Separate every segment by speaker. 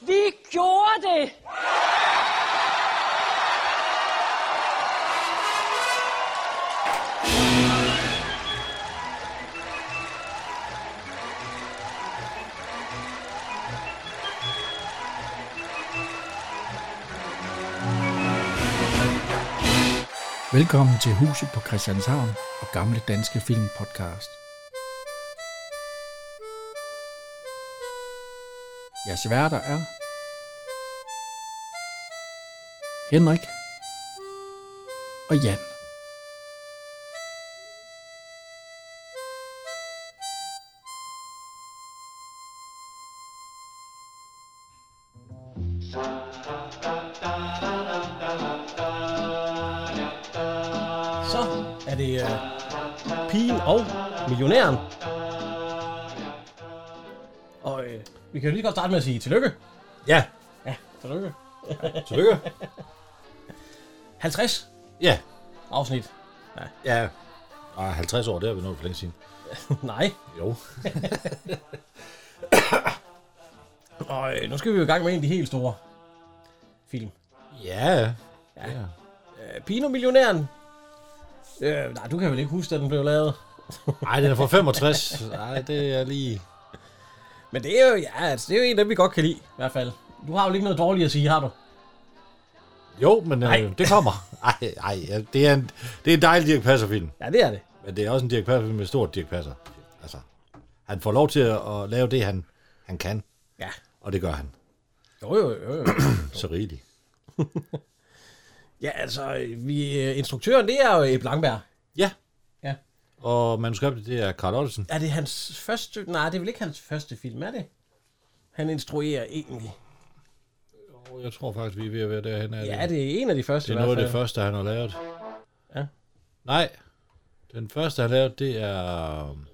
Speaker 1: Vi gjorde det!
Speaker 2: Velkommen til Huset på Christianshavn og Gamle Danske Film Podcast. Jeres værter er Henrik og Jan.
Speaker 3: Så er det øh, pigen og millionæren. Og øh, vi kan jo lige godt starte med at sige tillykke.
Speaker 4: Ja,
Speaker 3: Ja, tillykke.
Speaker 4: tillykke.
Speaker 3: 50
Speaker 4: ja,
Speaker 3: afsnit.
Speaker 4: ja. Ah, 50 år, det har vi nået for længe siden.
Speaker 3: Nej.
Speaker 4: Jo.
Speaker 3: Og øh, nu skal vi jo i gang med en af de helt store film.
Speaker 4: Ja, ja. ja.
Speaker 3: Øh, pigen og millionæren. Øh, nej, du kan vel ikke huske, at den blev lavet.
Speaker 4: Ej, den er fra 65. Nej, det er lige...
Speaker 3: Men det er jo, ja, altså, det er jo en af dem, vi godt kan lide. I hvert fald. Du har jo ikke noget dårligt at sige, har du?
Speaker 4: Jo, men
Speaker 3: Ej.
Speaker 4: øh, det kommer. Ej, ej, ja, det er en, det er en dejlig Dirk Passer-film.
Speaker 3: Ja, det er det.
Speaker 4: Men det er også en Dirk Passer-film med stort Dirk Passer. Altså, han får lov til at, at lave det, han, han kan.
Speaker 3: Ja.
Speaker 4: Og det gør han.
Speaker 3: Jo, jo, jo, jo.
Speaker 4: Så rigeligt.
Speaker 3: ja, altså, øh, vi, øh, instruktøren, det er jo Eb Langberg.
Speaker 4: Ja.
Speaker 3: Ja.
Speaker 4: Og manuskriptet, det er Karl Ottesen.
Speaker 3: Er det hans første... Nej, det er vel ikke hans første film, er det? Han instruerer egentlig.
Speaker 4: Jo, Jeg tror faktisk, vi er ved at være derhen. Er
Speaker 3: Ja, det er en af de første
Speaker 4: Det er
Speaker 3: i
Speaker 4: noget af
Speaker 3: hvert
Speaker 4: det
Speaker 3: fald.
Speaker 4: første, han har lavet.
Speaker 3: Ja.
Speaker 4: Nej, den første, han har lavet, det er øhm,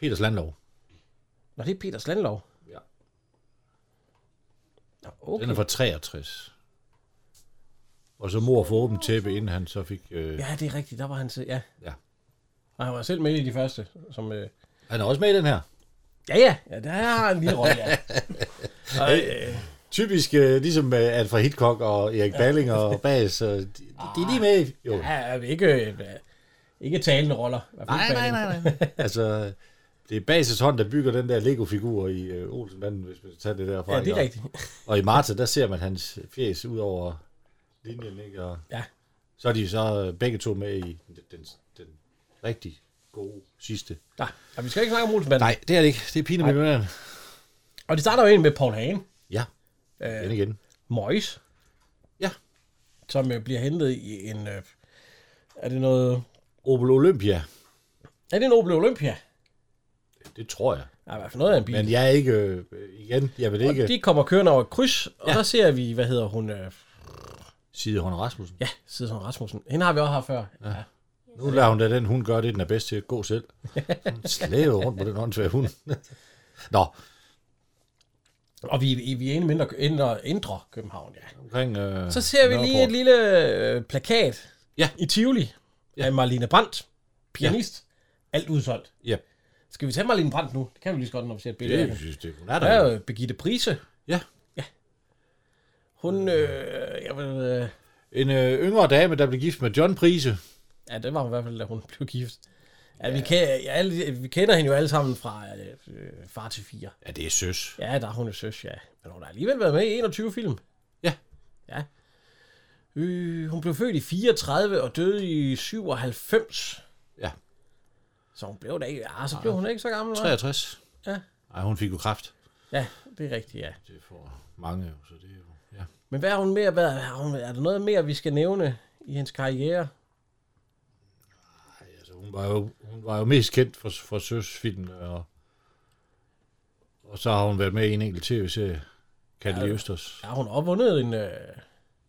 Speaker 4: Peters Landlov.
Speaker 3: Nå, det er Peter Slandlov.
Speaker 4: Ja.
Speaker 3: Nå,
Speaker 4: Okay.
Speaker 3: okay.
Speaker 4: Den er fra 63. Og så mor for åbent tæppe, inden han så fik... Øh, ja.
Speaker 3: Ja, det er rigtigt. Der var han selv... Ja.
Speaker 4: Ja.
Speaker 3: Og han var selv med i de første, som... Øh...
Speaker 4: Han er også med i den her.
Speaker 3: Ja, ja. Ja, der har han lige rolle, ja. Og, øh,
Speaker 4: Typisk øh, ligesom øh, at fra Hitchcock og Erik Balling og Bas, øh, de, de er lige med. Jo.
Speaker 3: Ah. ja, er vi ikke... Øh, ikke talende roller. I hvert fald
Speaker 4: Nej,
Speaker 3: ikke
Speaker 4: nej,
Speaker 3: talende.
Speaker 4: nej, nej. altså, det er Bases hånd, der bygger den der Lego-figur i øh, Olsenbanden, hvis man tager det derfra.
Speaker 3: Ja, det
Speaker 4: ikke?
Speaker 3: er rigtigt.
Speaker 4: Og i Marta, der ser man hans fjes ud over linjen, ikke? Og
Speaker 3: Ja.
Speaker 4: så er de så øh, begge to med i den, den, den rigtig gode sidste.
Speaker 3: Nå, og vi skal ikke snakke om Olsenbanden.
Speaker 4: Nej, det er det ikke. Det er Pine Millionæren.
Speaker 3: Og det starter jo egentlig med Paul Hagen.
Speaker 4: Ja,
Speaker 3: Øh,
Speaker 4: den igen.
Speaker 3: Mois.
Speaker 4: Ja.
Speaker 3: Som øh, bliver hentet i en... Øh, er det noget...
Speaker 4: Opel Olympia.
Speaker 3: Er det en Opel Olympia?
Speaker 4: Det tror jeg.
Speaker 3: Ja, i hvert fald noget af en bil.
Speaker 4: Men jeg er ikke... Øh, igen, jeg vil
Speaker 3: ikke...
Speaker 4: ikke
Speaker 3: Og
Speaker 4: de...
Speaker 3: de kommer kørende over et kryds, og ja.
Speaker 4: Ja.
Speaker 3: der ser vi, hvad hedder hun? Øh,
Speaker 4: sige Hånd Rasmussen.
Speaker 3: ja, sidder som Rasmussen. Hende har vi også haft før. Ja. ja.
Speaker 4: Nu lader hun da den hund gøre det, den er bedst til at gå selv. Hun slæver rundt på den åndsvære hund. Nå,
Speaker 3: Og vi, vi- vi er inde mindre, indre, indre København, ja.
Speaker 4: omkring... Øh,
Speaker 3: Så ser vi lige et
Speaker 4: Nørreport.
Speaker 3: lille øh, plakat
Speaker 4: Ja.
Speaker 3: i Tivoli ja. af Marlene Brandt, pianist. Ja. Alt udsolgt.
Speaker 4: Ja,
Speaker 3: Skal vi tage Marlene Brandt nu? Det kan vi lige så godt, når vi ser et billede af
Speaker 4: det,
Speaker 3: hende.
Speaker 4: synes det, hun er
Speaker 3: Der er
Speaker 4: der. jo.
Speaker 3: jo Birgitte Prise.
Speaker 4: Ja,
Speaker 3: Hun, øh, jeg ved, øh,
Speaker 4: en øh, yngre dame, der blev gift med John Prise.
Speaker 3: ja, det var hun i hvert fald, da hun blev gift. Ja, vi, kan, ja, alle, vi kender hende jo alle sammen fra øh, Far til Fire.
Speaker 4: Ja, det er søs.
Speaker 3: Ja, der er hun jo søs, ja. Men hun har alligevel været med i 21 film.
Speaker 4: Ja.
Speaker 3: Ja. Øh, hun blev født i 34 og døde i 97.
Speaker 4: Ja.
Speaker 3: Så hun blev da ikke... Ja, så
Speaker 4: Ah.
Speaker 3: blev hun ikke så gammel, hva'?
Speaker 4: 63.
Speaker 3: Ja.
Speaker 4: Ej, hun fik jo kraft.
Speaker 3: Ja, det er rigtigt, ja.
Speaker 4: Det får mange jo, så det er jo... Ja.
Speaker 3: Men hvad har hun mere været? Har hun, er der noget mere, vi skal nævne i hendes karriere?
Speaker 4: Ej, altså, hun var jo, hun var jo mest kendt for, for søsfilmen, og, og så har hun været med i en enkelt tv-serie, Kalle ja, Østers.
Speaker 3: Ja, hun har opvundet en... Øh,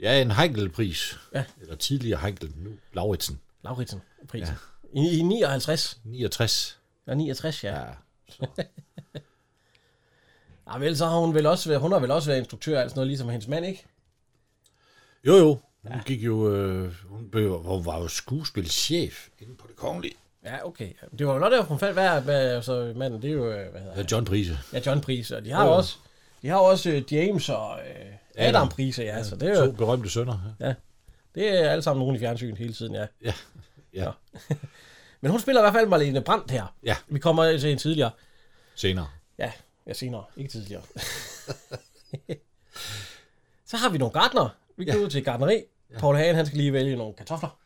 Speaker 4: Ja, en Heinkel-pris.
Speaker 3: Ja.
Speaker 4: Eller tidligere Heinkel, nu Lauritsen.
Speaker 3: Lauritsen-prisen. Ja. I, I 59.
Speaker 4: 69.
Speaker 3: Ja, 69, ja. ja.
Speaker 4: Ja. Så.
Speaker 3: ja Ah, vel, så har hun vel også været, hun har vel også været instruktør og alt sådan noget, ligesom hendes mand, ikke?
Speaker 4: Jo, jo. Hun ja. gik jo... Øh, hun, blev, hun var jo skuespilchef inde på det kongelige.
Speaker 3: Ja, okay. Det var jo nok derfor, hun fandt, hvad, hvad så manden, det er jo, øh, hvad hedder
Speaker 4: Ja, John Prise.
Speaker 3: Ja, John Pris, og de har jo også De har jo også øh, James og øh, Adam priser, ja, så det er
Speaker 4: To
Speaker 3: jo
Speaker 4: berømte sønner. Ja.
Speaker 3: det er alle sammen nogen i fjernsyn hele tiden, ja.
Speaker 4: Ja. Ja.
Speaker 3: Nå. Men hun spiller i hvert fald Marlene Brandt her.
Speaker 4: Ja.
Speaker 3: Vi kommer til en tidligere.
Speaker 4: Senere.
Speaker 3: Ja, ja senere, ikke tidligere. så har vi nogle gartner. Vi går ja. ud til gartneri. Ja. Paul Hagen, han skal lige vælge nogle kartofler.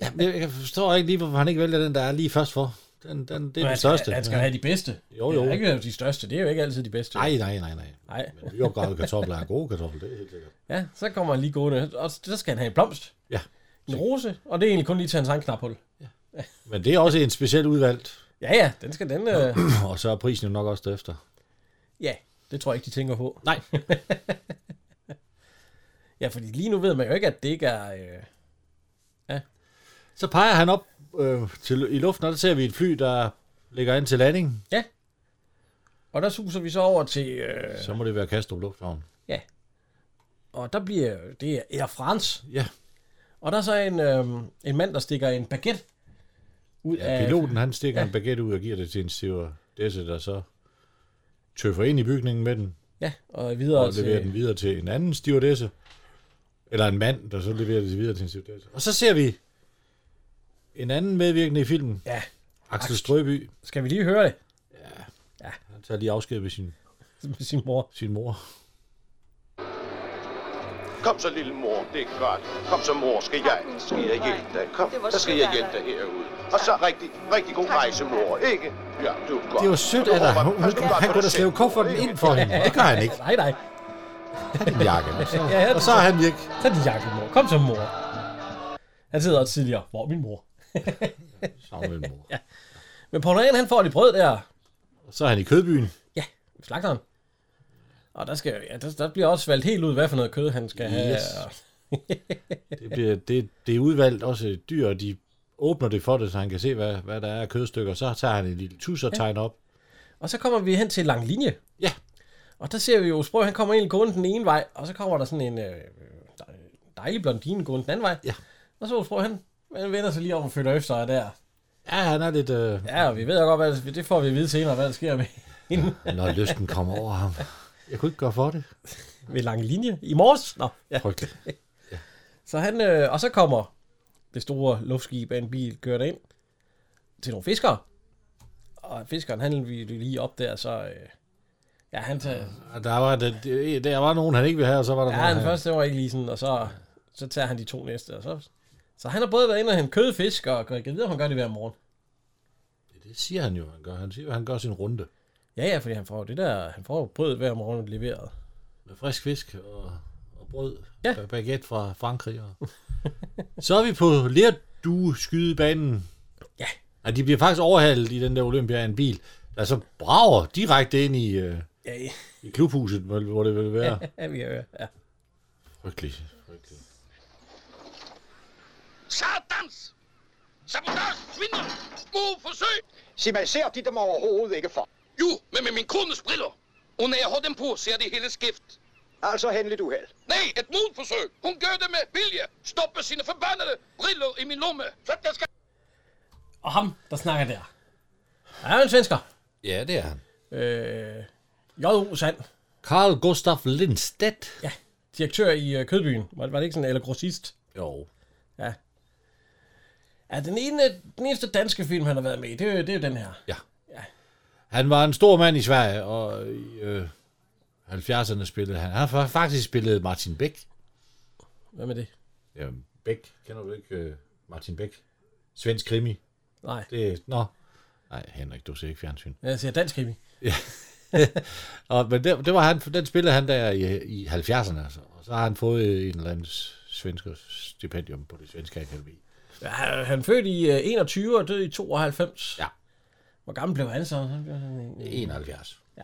Speaker 4: Ja, men jeg jeg forstår ikke lige, hvorfor han ikke vælger den, der er lige først for. Den, den, det er
Speaker 3: Men
Speaker 4: den
Speaker 3: han skal,
Speaker 4: største.
Speaker 3: Han skal
Speaker 4: Ja.
Speaker 3: have de bedste.
Speaker 4: Jo, jo.
Speaker 3: Ja, ikke de største, det er jo ikke altid de bedste.
Speaker 4: Nej, nej, nej, nej.
Speaker 3: Nej.
Speaker 4: Men nyopgravede kartofler er gode kartofler, det er helt sikkert.
Speaker 3: Ja, så kommer han lige gående, og så skal han have en blomst.
Speaker 4: Ja.
Speaker 3: En rose, og det er egentlig kun lige til hans egen knaphul.
Speaker 4: Men det er også en specielt udvalgt,
Speaker 3: Ja, ja, den skal den... Øh,
Speaker 4: og så er prisen jo nok også derefter.
Speaker 3: ja, det tror jeg ikke, de tænker på.
Speaker 4: Nej.
Speaker 3: Ja, fordi lige nu ved man jo ikke, at det ikke er... Øh,
Speaker 4: Så peger han op øh, til, i luften, og der ser vi et fly, der ligger ind til landing.
Speaker 3: og der suser vi så over til... Øh,
Speaker 4: Så må det være Kastrup Lufthavn.
Speaker 3: og der bliver... Det er Air France.
Speaker 4: Ja,
Speaker 3: Og der er så en, øh, en mand, der stikker en baguette ud
Speaker 4: ja
Speaker 3: af...
Speaker 4: piloten han stikker
Speaker 3: Ja.
Speaker 4: ja. en baguette ud og giver det til en stewardesse, der så tøffer ind i bygningen med den,
Speaker 3: Ja, og videre
Speaker 4: og leverer den
Speaker 3: til...
Speaker 4: videre til en anden stewardesse. Eller en mand, der så leverer det videre til en stewardesse. Og så ser vi en anden medvirkende i filmen,
Speaker 3: Ja,
Speaker 4: Axel Strøby.
Speaker 3: skal vi lige høre det
Speaker 4: Han tager lige afsked med sin,
Speaker 3: med sin mor?
Speaker 4: sin mor.
Speaker 1: Kom så, lille mor, det er godt. Kom så, mor, skal jeg, skal jeg hjælpe dig. Kom,
Speaker 5: Det var
Speaker 1: så skal
Speaker 5: sødt
Speaker 1: jeg
Speaker 5: af
Speaker 1: hjælpe dig
Speaker 5: dig.
Speaker 1: herude. Og så rigtig, rigtig god rejse, mor, ikke? Ja, du er godt.
Speaker 4: Det var sødt af dig. Hun, hun, han kunne da slæve kufferten ind for hende. Det gør han ikke.
Speaker 3: Nej, nej.
Speaker 4: Han er en jakke. og Så,
Speaker 3: Ja, ja,
Speaker 4: og så er han væk.
Speaker 3: Så er det Jakob mor. Kom så, mor. Han sidder også tidligere. Hvor er min mor?
Speaker 4: Savner en mor.
Speaker 3: Men Paul Hagen, han får lidt brød der.
Speaker 4: Og så er han i kødbyen.
Speaker 3: Ja, ved slagteren. Og der, skal, ja, der, der bliver også valgt helt ud, hvad for noget kød han skal have.
Speaker 4: Yes. Det, bliver, det, det er udvalgt også et dyr, og de åbner det for det, så han kan se, hvad, hvad der er af kødstykker. Så tager han en lille tus og tegner op.
Speaker 3: Og så kommer vi hen til lang linje.
Speaker 4: Ja.
Speaker 3: Og der ser vi jo, Sprøg, han kommer egentlig gående den ene vej, og så kommer der sådan en øh, dejlig blondine gående den anden vej.
Speaker 4: Ja.
Speaker 3: Og så Sprøg, han, han vender sig lige om og følger efter jer der.
Speaker 4: Ja, han er lidt... Øh,
Speaker 3: Ja, og vi ved jo godt, hvad der, det får vi at vide senere, hvad der sker med,
Speaker 4: når lysten kommer over ham. Jeg kunne ikke gøre for det.
Speaker 3: med lang linje. I morges? Nå, ja.
Speaker 4: Frygteligt.
Speaker 3: Så han, øh, og så kommer det store luftskib af en bil kørt ind til nogle fiskere. Og fiskeren, han vil lige op der, så... Øh, ja, han tager...
Speaker 4: Og Der var, det, det, der var nogen, han ikke ville have, og så var der nogen,
Speaker 3: Ja, den
Speaker 4: han-
Speaker 3: første den var ikke lige sådan, og så, så tager han de to næste, og så... Så han har både været inde og hente kødfisk, og jeg ved, om han gør det hver morgen.
Speaker 4: Det siger han jo, han gør. Han siger, at han gør sin runde
Speaker 3: Ja, ja, fordi han får jo det der, han får jo brød hver morgen leveret.
Speaker 4: med frisk fisk og, og brød.
Speaker 3: Ja.
Speaker 4: Ja. Baguette fra Frankrig. Og. så er vi på Lerdue-skydebanen.
Speaker 3: Ja.
Speaker 4: Og de bliver faktisk overhalet i den der Olympia af en bil, der så brager direkte ind i... Øh,
Speaker 3: Ja, ja,
Speaker 4: I klubhuset, hvor hvor det ville være.
Speaker 3: ja, vi kan høre. Ja.
Speaker 4: Frygteligt. frygteligt.
Speaker 6: Satans! Sabotage! Svindel! Mor forsøg!
Speaker 1: Sig mig, ser de dem overhovedet ikke for?
Speaker 6: Jo, men med min kones briller. Og når jeg har dem på, ser det hele skift.
Speaker 1: Altså hændeligt uheld.
Speaker 6: Nej, et mordforsøg. Hun gør det med vilje. Stopper sine forbandede briller i min lomme. Så der skal...
Speaker 3: Og ham, der snakker der. Han er jo en svensker.
Speaker 4: Ja, det er han.
Speaker 3: Øh, J.O. Sand.
Speaker 4: Carl Gustaf Lindstedt.
Speaker 3: Ja, direktør i øh, Kødbyen. Var, var det ikke sådan, eller grossist?
Speaker 4: Jo.
Speaker 3: Ja. Ja, den, ene, den eneste danske film, han har været med i, det er, jo- det er jo den her.
Speaker 4: Han var en stor mand i Sverige, og i øh, 70'erne spillede han. Han har faktisk spillet Martin Bæk.
Speaker 3: Hvad med det?
Speaker 4: Ja, Bæk. Kender du ikke øh, Martin Bæk? Svensk krimi.
Speaker 3: Nej,
Speaker 4: Det er... Nå. Nej, Henrik, du ser ikke fjernsyn.
Speaker 3: jeg siger dansk krimi.
Speaker 4: Og, men det, det var han, den spillede han der i, i 70'erne, altså. Og så har han fået øh, en eller anden svensk stipendium på det svenske akademi.
Speaker 3: Ja, han han er født i øh, 21 og død i 92.
Speaker 4: Ja.
Speaker 3: Hvor gammel blev han så? Han blev sådan en-
Speaker 4: 71.
Speaker 3: Ja.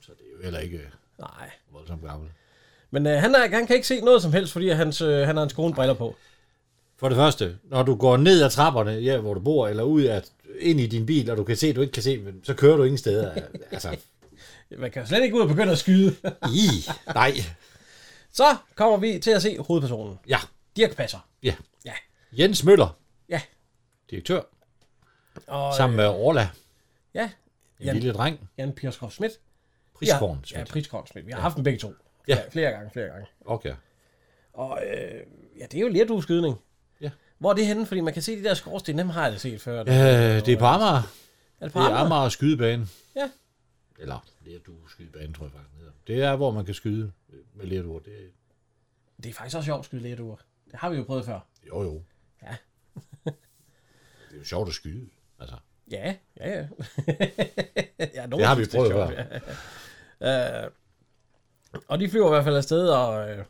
Speaker 4: Så det er jo heller ikke øh,
Speaker 3: Nej.
Speaker 4: voldsomt gammel.
Speaker 3: Men øh, han, er, han kan ikke se noget som helst, fordi hans, øh, han har hans kone briller på.
Speaker 4: For det første, når du går ned ad trapperne, ja, hvor du bor, eller ud af, ind i din bil, og du kan se, du ikke kan se, men så kører du ingen steder. altså,
Speaker 3: Man kan jo slet ikke ud og begynde at skyde.
Speaker 4: i, nej.
Speaker 3: så kommer vi til at se hovedpersonen.
Speaker 4: Ja,
Speaker 3: Dirk Passer.
Speaker 4: ja.
Speaker 3: Ja.
Speaker 4: Jens Møller,
Speaker 3: Ja.
Speaker 4: direktør,
Speaker 3: Og, øh,
Speaker 4: sammen med Orla,
Speaker 3: Ja.
Speaker 4: en
Speaker 3: Jan-
Speaker 4: lille dreng,
Speaker 3: Jan Pierskov Schmidt.
Speaker 4: Priskorn.
Speaker 3: Ja, ja
Speaker 4: Ja.
Speaker 3: priskorn Schmidt. Vi har haft dem begge to.
Speaker 4: Ja.
Speaker 3: Flere- Flere gange, flere gange.
Speaker 4: Okay.
Speaker 3: Og øh, ja, det er jo lærdueskydning.
Speaker 4: Ja.
Speaker 3: Hvor er det henne? Fordi man kan se de der skorsten, dem har jeg da set før.
Speaker 4: Øh, det er på Amager.
Speaker 3: er det på
Speaker 4: Det er
Speaker 3: Amager?
Speaker 4: Amager skydebane.
Speaker 3: Ja.
Speaker 4: Eller Lerdu skydebane, tror jeg faktisk, den hedder. Det er, hvor man kan skyde med lerduer. Det,
Speaker 3: Det er faktisk også sjovt at skyde lærduer. Det har vi jo prøvet før.
Speaker 4: jo, jo.
Speaker 3: Ja.
Speaker 4: det er jo sjovt at skyde. Altså,
Speaker 3: Ja, ja, ja. ja nogen
Speaker 4: det har vi
Speaker 3: synes, er
Speaker 4: prøvet
Speaker 3: sjovt,
Speaker 4: før.
Speaker 3: ja. Og de flyver i hvert fald afsted, og øh,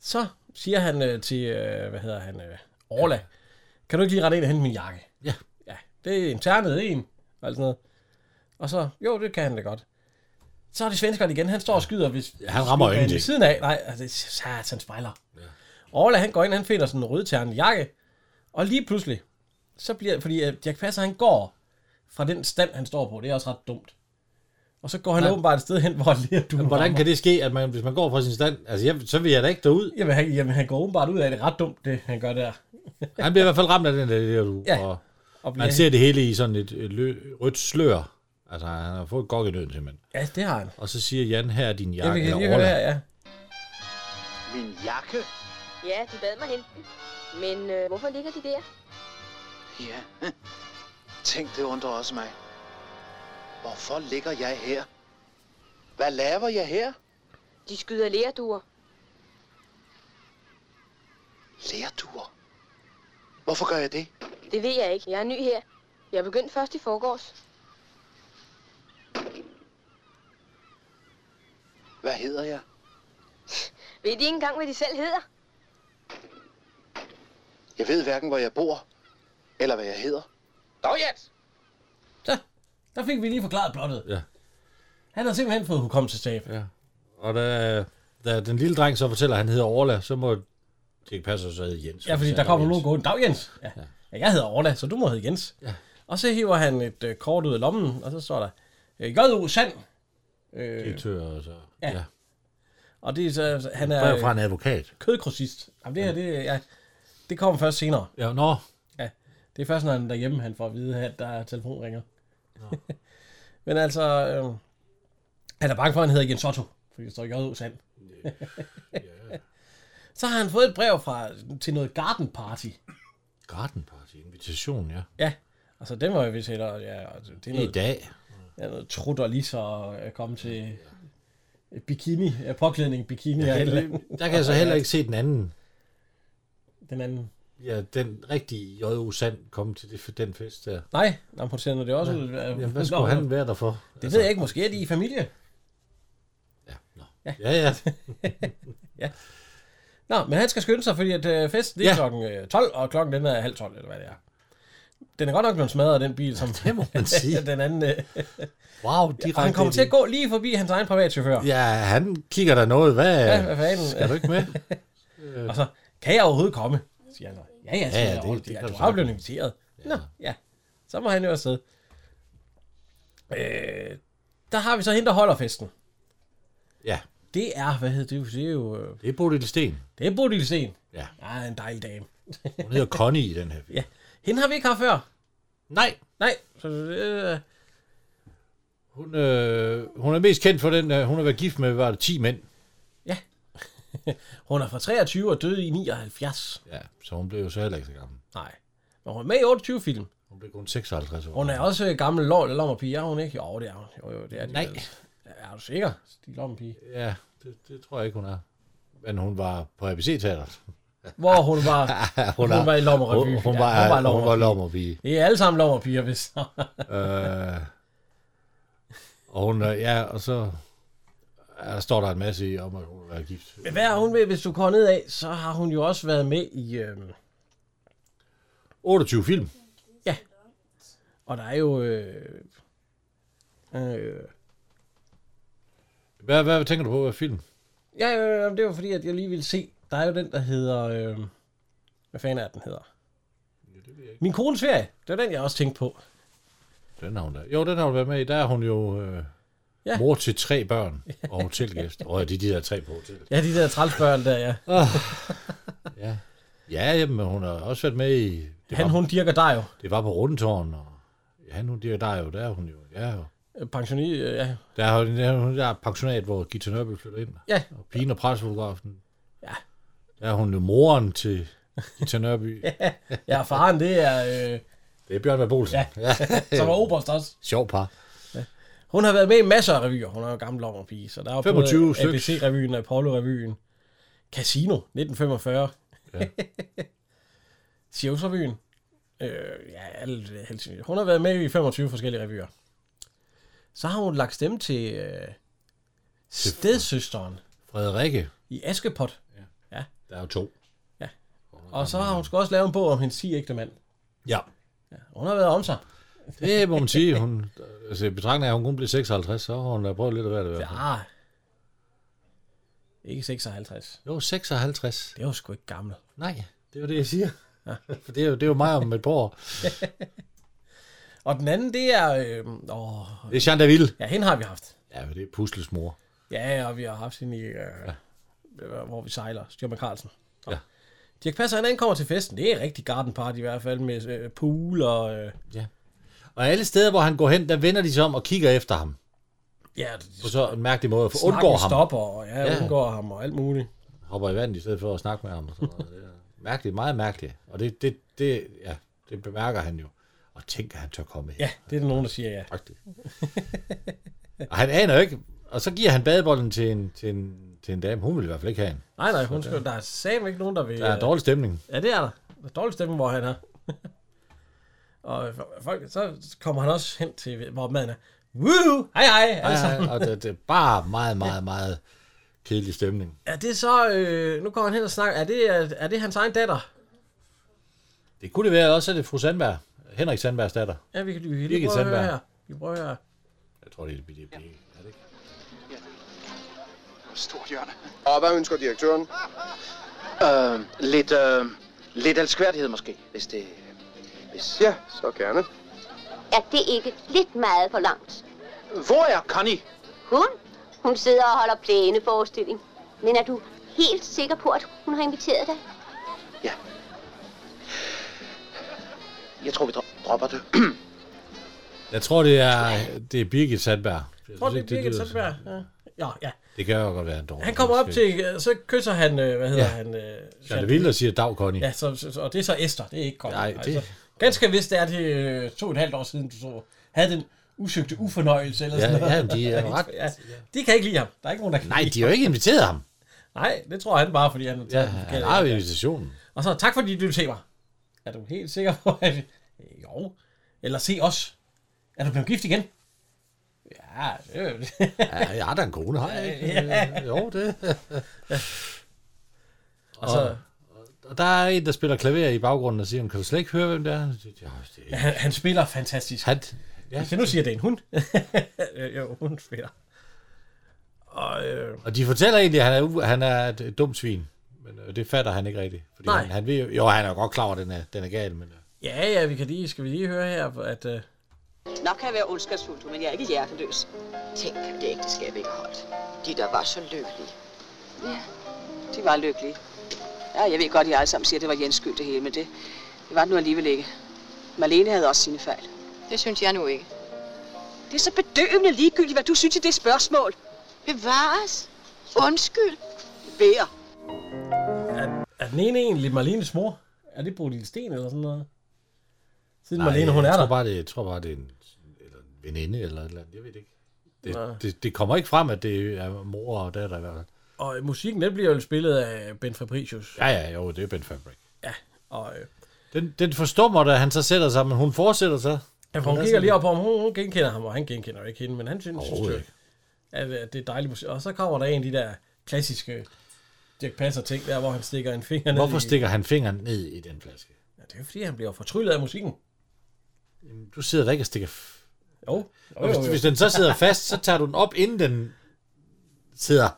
Speaker 3: så siger han øh, til, øh, hvad hedder han, øh, Orla, kan du ikke lige rette ind og hente min jakke?
Speaker 4: Ja.
Speaker 3: Ja, det er internet en, og alt sådan noget. Og så, jo, det kan han da godt. Så er det svenskeren igen, han står og skyder, hvis...
Speaker 4: Ja, han rammer jo
Speaker 3: skyder
Speaker 4: ingenting.
Speaker 3: ved siden af, nej, altså, sat, han spejler. Ja. Orla, han går ind, han finder sådan en rødternet jakke, og lige pludselig, så bliver, fordi øh, Jack Passer, han går fra den stand, han står på, det er også ret dumt. Og så går han
Speaker 4: Nej.
Speaker 3: åbenbart et sted hen, hvor du
Speaker 4: Hvordan kan det ske, at man, hvis man går fra sin stand, altså jeg, så vil jeg da ikke derud.
Speaker 3: Jamen han, jamen, han går åbenbart ud af det ret dumt, det han gør der.
Speaker 4: Han bliver i hvert fald ramt af den der lerdu.
Speaker 3: Ja.
Speaker 4: Og
Speaker 3: Og bliver,
Speaker 4: man ser det hele i sådan et, et lø, rødt slør. Altså, han har fået gok i nøden simpelthen.
Speaker 3: Ja, det har han.
Speaker 4: Og så siger Jan, her er din
Speaker 3: Ja, vi
Speaker 4: jakke.
Speaker 3: kan
Speaker 4: eller
Speaker 3: lige høre
Speaker 4: Orla.
Speaker 3: her, ja.
Speaker 1: Min jakke?
Speaker 5: Ja, de bad mig hente den. Men øh, hvorfor ligger de der?
Speaker 7: Ja, tænk det undrer også mig. Hvorfor ligger jeg her? Hvad laver jeg her?
Speaker 5: De skyder lærduer.
Speaker 7: Lærduer. Hvorfor gør jeg det?
Speaker 5: Det ved jeg ikke. Jeg er ny her. Jeg begyndte først i forgårs.
Speaker 7: Hvad hedder jeg?
Speaker 5: Ved de ikke engang, hvad de selv hedder?
Speaker 7: Jeg ved hverken, hvor jeg bor, eller hvad jeg hedder.
Speaker 6: Nå ja,
Speaker 3: Så, der fik vi lige forklaret plottet.
Speaker 4: Ja.
Speaker 3: Han har simpelthen fået hukommelsestab.
Speaker 4: Ja. Og da, da den lille dreng så fortæller, at han hedder Orla, så må det ikke passe, så hedder Jens.
Speaker 3: Ja, fordi
Speaker 4: Så
Speaker 3: der kommer
Speaker 4: Jens.
Speaker 3: nogen gående. Dag Jens! Ja. ja. jeg hedder Orla, så du må hedde Jens. Ja. Og så hiver han et øh, kort ud af lommen, og så står der, øh, J.O. Sand! Øh,
Speaker 4: Direktør og så.
Speaker 3: Ja.
Speaker 4: Ja. ja.
Speaker 3: og det er så, han er
Speaker 4: Brev fra
Speaker 3: øh,
Speaker 4: en advokat.
Speaker 3: kødgrossist. Jamen det her, det, ja, det kommer først senere.
Speaker 4: Ja, nå.
Speaker 3: Ja, det er først, når han er derhjemme, han får at vide, at der er telefonringer. Men altså, øh, han er bange for, at han hedder Jens Otto, fordi der står J.O. Sand. Så har han fået et brev fra, til noget garden party.
Speaker 4: Garden Party. Invitation, ja.
Speaker 3: Ja, altså den var jo vist heller, ja, altså, det er
Speaker 4: I
Speaker 3: noget,
Speaker 4: dag.
Speaker 3: ja, noget trut og lisser og at komme til bikini, ja, påklædning, bikini og et eller andet.
Speaker 4: Der kan jeg så heller ikke se den anden.
Speaker 3: Den anden.
Speaker 4: Ja, den rigtige J.O. Sand kom til det, den fest der.
Speaker 3: Nej, nå, hun sender det også ud. Ja,
Speaker 4: Jamen, hvad skulle han være der for? Altså,
Speaker 3: Det ved jeg ikke, måske er de i familie.
Speaker 4: Ja, nå. ja, ja.
Speaker 3: Nå, men han skal skynde sig, fordi at øh, festen det er
Speaker 4: Ja.
Speaker 3: klokken øh, 12, og klokken den er halv 12, eller hvad det er. Den er godt nok blevet smadret, den bil, som
Speaker 4: Det må man sige.
Speaker 3: den anden... Øh,
Speaker 4: Wow, direkte.
Speaker 3: og han kommer til at gå lige forbi hans egen privatchauffør. Ja,
Speaker 4: Ja, han kigger der noget. Hvad,
Speaker 3: ja hvad fanden? øh,
Speaker 4: er du ikke med?
Speaker 3: Og så, kan jeg overhovedet komme? Siger han. så. Ja, ja, siger
Speaker 4: ja,
Speaker 3: ja,
Speaker 4: det-
Speaker 3: det,
Speaker 4: det
Speaker 3: det,
Speaker 4: kan
Speaker 3: du
Speaker 4: du
Speaker 3: har jo
Speaker 4: sagtens.
Speaker 3: blevet inviteret. Ja. Nå, ja. Så må han jo afsted. Øh, der har vi så hende, der holder festen.
Speaker 4: Ja,
Speaker 3: Det er, hvad hedder det? jo- Det er jo... øh,
Speaker 4: det er Bodil Sten.
Speaker 3: Det er Bodil Sten.
Speaker 4: Ja.
Speaker 3: Ja, en dejlig dame.
Speaker 4: Hun hedder Connie i den her film.
Speaker 3: Ja. Hende har vi ikke haft før.
Speaker 4: Nej,
Speaker 3: Nej, så øh,
Speaker 4: hun, øh, hun er mest kendt for den, øh, hun har været gift med, var det 10 mænd.
Speaker 3: hun er fra 23 og døde i 79.
Speaker 4: Ja, så hun blev jo så heller ikke så gammel.
Speaker 3: Nej. Men hun er med i 28 film.
Speaker 4: Hun blev kun 56 år.
Speaker 3: Hun er også øh, gammel lov eller lommerpige, er hun ikke? Jo, det er hun. Jo, jo, det er det.
Speaker 4: Nej.
Speaker 3: Er du sikker? Stig lommerpige.
Speaker 4: Ja, det, det tror jeg ikke, hun er. Men hun var på ABC-teateret.
Speaker 3: Hvor hun var... hun,
Speaker 4: er-
Speaker 3: var i lommerrevy.
Speaker 4: Hun, hun,
Speaker 3: Ja,
Speaker 4: var,
Speaker 3: hun var i
Speaker 4: hun var
Speaker 3: Lommerrevy.
Speaker 4: lommerpige.
Speaker 3: Det er alle sammen lommerpiger, hvis...
Speaker 4: øh, og hun, øh, ja, og så ja, der står der en masse i, om at hun er gift.
Speaker 3: Men hvad er hun med, hvis du går ned af, så har hun jo også været med i... Øh,
Speaker 4: 28 film.
Speaker 3: og der er jo... Øh, øh,
Speaker 4: Hvad, hvad tænker du på af film?
Speaker 3: ja, øh, det var fordi, at jeg lige ville se... Der er jo den, der hedder... Øh, hvad fanden er den hedder? Min kones ferie. Det var den, jeg også tænkte på.
Speaker 4: Den har hun da. Jo, den har hun været med i. Der er hun jo øh,
Speaker 3: Ja.
Speaker 4: ja. mor til tre børn og hotelgæst. Og det er de der tre på hotellet.
Speaker 3: Ja, de der trælsbørn der, ja.
Speaker 4: Ja, ja jamen, hun har også været med i... Det
Speaker 3: Han,
Speaker 4: var,
Speaker 3: hun dirker dig jo.
Speaker 4: det var på Rundetårn. Og, ja, han, hun, der, der er jo, der er hun jo. Ja, og
Speaker 3: Øh, Pensioni, øh, ja.
Speaker 4: Der er jo den der, hun der er pensionat, hvor Gita Nørby flytter ind.
Speaker 3: Ja.
Speaker 4: Og pigen og pressefotografen.
Speaker 3: Ja.
Speaker 4: Der er hun jo moren til Gita Nørby. ja.
Speaker 3: Ja, faren, det er... Øh,
Speaker 4: Det er Bjørn Verbolsen.
Speaker 3: Ja.
Speaker 4: ja.
Speaker 3: som er oberst også.
Speaker 4: Sjov par.
Speaker 3: Hun har været med i masser af revyer. Hun er jo gammel om pige, så der er
Speaker 4: 25
Speaker 3: både
Speaker 4: styks.
Speaker 3: ABC-revyen, Apollo-revyen, Casino 1945,
Speaker 4: Ja.
Speaker 3: ja. Sjævsrevyen, øh, ja, alle Helsingør. Hun har været med i 25 forskellige revyer. Så har hun lagt stemme til øh, stedsøsteren
Speaker 4: Frederikke,
Speaker 3: i Askepot.
Speaker 4: der er jo to.
Speaker 3: Ja. Og så har hun sgu også lavet en bog om hendes 10 ægte mand.
Speaker 4: Ja.
Speaker 3: Hun har været om sig.
Speaker 4: Det må man sige. Hun, altså, i betragtning af, at hun kun blev 56, så har hun da prøvet lidt af hvert. i hvert fald.
Speaker 3: Ja. Ikke 56.
Speaker 4: Jo, 56.
Speaker 3: Det var sgu ikke gammel.
Speaker 4: Nej, det er jo det, jeg siger. For det er, jo, det er jo mig om et par år.
Speaker 3: Og den anden, det er... Øh, åh,
Speaker 4: Det er Jean Daville.
Speaker 3: ja, hende har vi haft.
Speaker 4: Ja, men det er Pusles mor.
Speaker 3: Ja, og vi har haft hende i... Øh, ja. Hvor vi sejler. Stjørman Carlsen. Nå.
Speaker 4: Ja.
Speaker 3: Dirk Passer, han ankommer til festen. Det er rigtig garden party i hvert fald, med øh, pool og... Øh,
Speaker 4: Og alle steder, hvor han går hen, der vender de sig om og kigger efter ham.
Speaker 3: ja,
Speaker 4: På så en mærkelig måde. For
Speaker 3: snakken
Speaker 4: undgår ham.
Speaker 3: stopper, og ja,
Speaker 4: Ja.
Speaker 3: ja. undgår ham og alt muligt.
Speaker 4: Hopper i vandet i stedet for at snakke med ham. Og sådan noget. Det er mærkeligt, meget mærkeligt. Og det, det, det, ja, det bemærker han jo. Og tænker, han tør komme her.
Speaker 3: Ja, det er der nogen, der siger ja.
Speaker 4: Faktisk. og han aner jo ikke. Og så giver han badebollen til en, til en, til en dame. Hun vil i hvert fald ikke have en.
Speaker 3: Nej, nej, hun skal, der er sammen ikke nogen, der vil...
Speaker 4: Der er
Speaker 3: øh,
Speaker 4: dårlig stemning.
Speaker 3: Ja, det er der. Der er dårlig stemning, hvor han er. og øh, folk, så kommer han også hen til, hvor maden er. Woo! Hej, hej!
Speaker 4: Ja,
Speaker 3: Altså.
Speaker 4: ja, og det, det er bare meget, meget, meget kedelig stemning.
Speaker 3: Er det så... Øh, nu kommer han hen og snakker. Er det, er, er det hans egen datter?
Speaker 4: Det kunne det være også, at det er fru Sandberg. Henrik Sandbergs datter.
Speaker 3: Ja, vi kan lige,
Speaker 4: Birgit
Speaker 3: lige prøve at høre
Speaker 4: Sandberg.
Speaker 3: her. Vi prøver at høre.
Speaker 4: Jeg tror, det er det, det, er- er det ikke?
Speaker 7: Stort hjørne.
Speaker 1: Og hvad ønsker direktøren?
Speaker 7: Øh, lidt, øh, lidt elskværdighed måske, hvis det... Hvis...
Speaker 1: Ja, så gerne.
Speaker 5: Er det ikke lidt meget for langt?
Speaker 7: Hvor er Connie?
Speaker 5: Hun? Hun sidder og holder plæne forestilling. Men er du helt sikker på, at hun har inviteret dig?
Speaker 7: Ja. Jeg tror, vi dro- dropper det.
Speaker 4: Jeg tror, det er, det er Birgit Sandberg. Jeg
Speaker 3: Tror
Speaker 4: synes
Speaker 3: du, det
Speaker 4: ikke,
Speaker 3: er Birgit
Speaker 4: lyder-
Speaker 3: Sandberg? Ja. Ja, ja.
Speaker 4: Det kan jo godt være en dårlig.
Speaker 3: Han kommer op til... øh, Så kysser han... øh, Hvad hedder
Speaker 4: Ja.
Speaker 3: ja. han? Øh,
Speaker 4: Ja, det vildt at sige dag, Connie.
Speaker 3: Ja, så, så, så- og det er så Esther. Det er ikke kommet.
Speaker 4: Nej, det-
Speaker 3: ganske vist det er det øh, to og et halvt år siden, du så havde den usøgte ufornøjelse. Eller
Speaker 4: Ja,
Speaker 3: sådan noget.
Speaker 4: ja, men de er jo ret-
Speaker 3: Ja, de kan ikke lide ham. Der er ikke nogen, der kan
Speaker 4: Nej,
Speaker 3: lide
Speaker 4: de har jo ikke inviteret ham.
Speaker 3: Nej, det tror han bare, fordi han...
Speaker 4: Ja,
Speaker 3: han
Speaker 4: han
Speaker 3: kan-
Speaker 4: har jo invitationen.
Speaker 3: Og så, tak fordi du ser mig. Er du helt sikker på, at... Øh, Jo. Eller se os. Er du blevet gift igen? Ja, det,
Speaker 4: Ja, jeg har da en kone, har jeg ikke? Øh, Jo, det.
Speaker 3: og så,
Speaker 4: Og der er en, der spiller klaver i baggrunden og siger, kan du slet ikke høre, hvem det er? Ja, det er
Speaker 3: han, han spiller fantastisk.
Speaker 4: han. Ja.
Speaker 3: Så nu siger det er en hund. Øh, jo, hun spiller. Og øh,
Speaker 4: Og de fortæller egentlig, at han er, u- han er et, et dumt svin. Men øh, det fatter han ikke rigtigt. Fordi
Speaker 3: Nej.
Speaker 4: Han, han ved, jo, jo, han er jo godt klar over, at den er, den er gal, men... Øh.
Speaker 3: ja, ja, vi kan lige, skal vi lige høre her, at øh,
Speaker 8: Nok kan jeg være ondskabsfuld, men jeg er ikke hjerteløs. Tænk, at det ægteskab ikke har holdt. De, der var så lykkelige. Ja, de var lykkelige. Ja, jeg ved godt, at I alle sammen siger, at det var Jens skyld det hele, men det, det var det nu alligevel ikke. Marlene havde også sine fejl.
Speaker 9: Det synes jeg nu ikke.
Speaker 8: Det er så bedøvende ligegyldigt, hvad du synes i det spørgsmål.
Speaker 9: Bevares. Undskyld.
Speaker 8: Vær.
Speaker 3: er, er den ene egentlig Marlenes mor? Er det Bodil Sten eller sådan noget? Siden
Speaker 4: Nej,
Speaker 3: Marlene, hun
Speaker 4: jeg
Speaker 3: er
Speaker 4: tror
Speaker 3: der.
Speaker 4: Bare, det, jeg tror bare, det er en, eller en veninde eller et eller andet. Jeg ved det ikke. Det, det, det, kommer ikke frem, at det er mor og datter i hvert fald.
Speaker 3: Og øh, musikken, den bliver jo spillet af Ben Fabricius.
Speaker 4: Ja, ja, jo, det er Ben Fabric.
Speaker 3: Ja, og øh,
Speaker 4: Den, den forstummer, da han så sætter sig, men hun fortsætter så.
Speaker 3: ja, for hun kigger lige op på ham, hun, hun genkender ham, og han genkender jo ikke hende, men han synes, synes
Speaker 4: Overhovedet
Speaker 3: jo,
Speaker 4: ikke.
Speaker 3: at, øh, at det er dejlig musik. Og så kommer der en af de der klassiske Dirk Passer ting der, hvor han stikker en finger ned
Speaker 4: Hvorfor
Speaker 3: i...
Speaker 4: stikker han fingeren ned i den flaske?
Speaker 3: Ja, det er jo fordi, han bliver fortryllet af musikken.
Speaker 4: Du sidder da ikke og stikker... f-
Speaker 3: Jo, jo,
Speaker 4: Og
Speaker 3: jo,
Speaker 4: hvis,
Speaker 3: jo.
Speaker 4: hvis den så sidder fast, så tager du den op, inden den sidder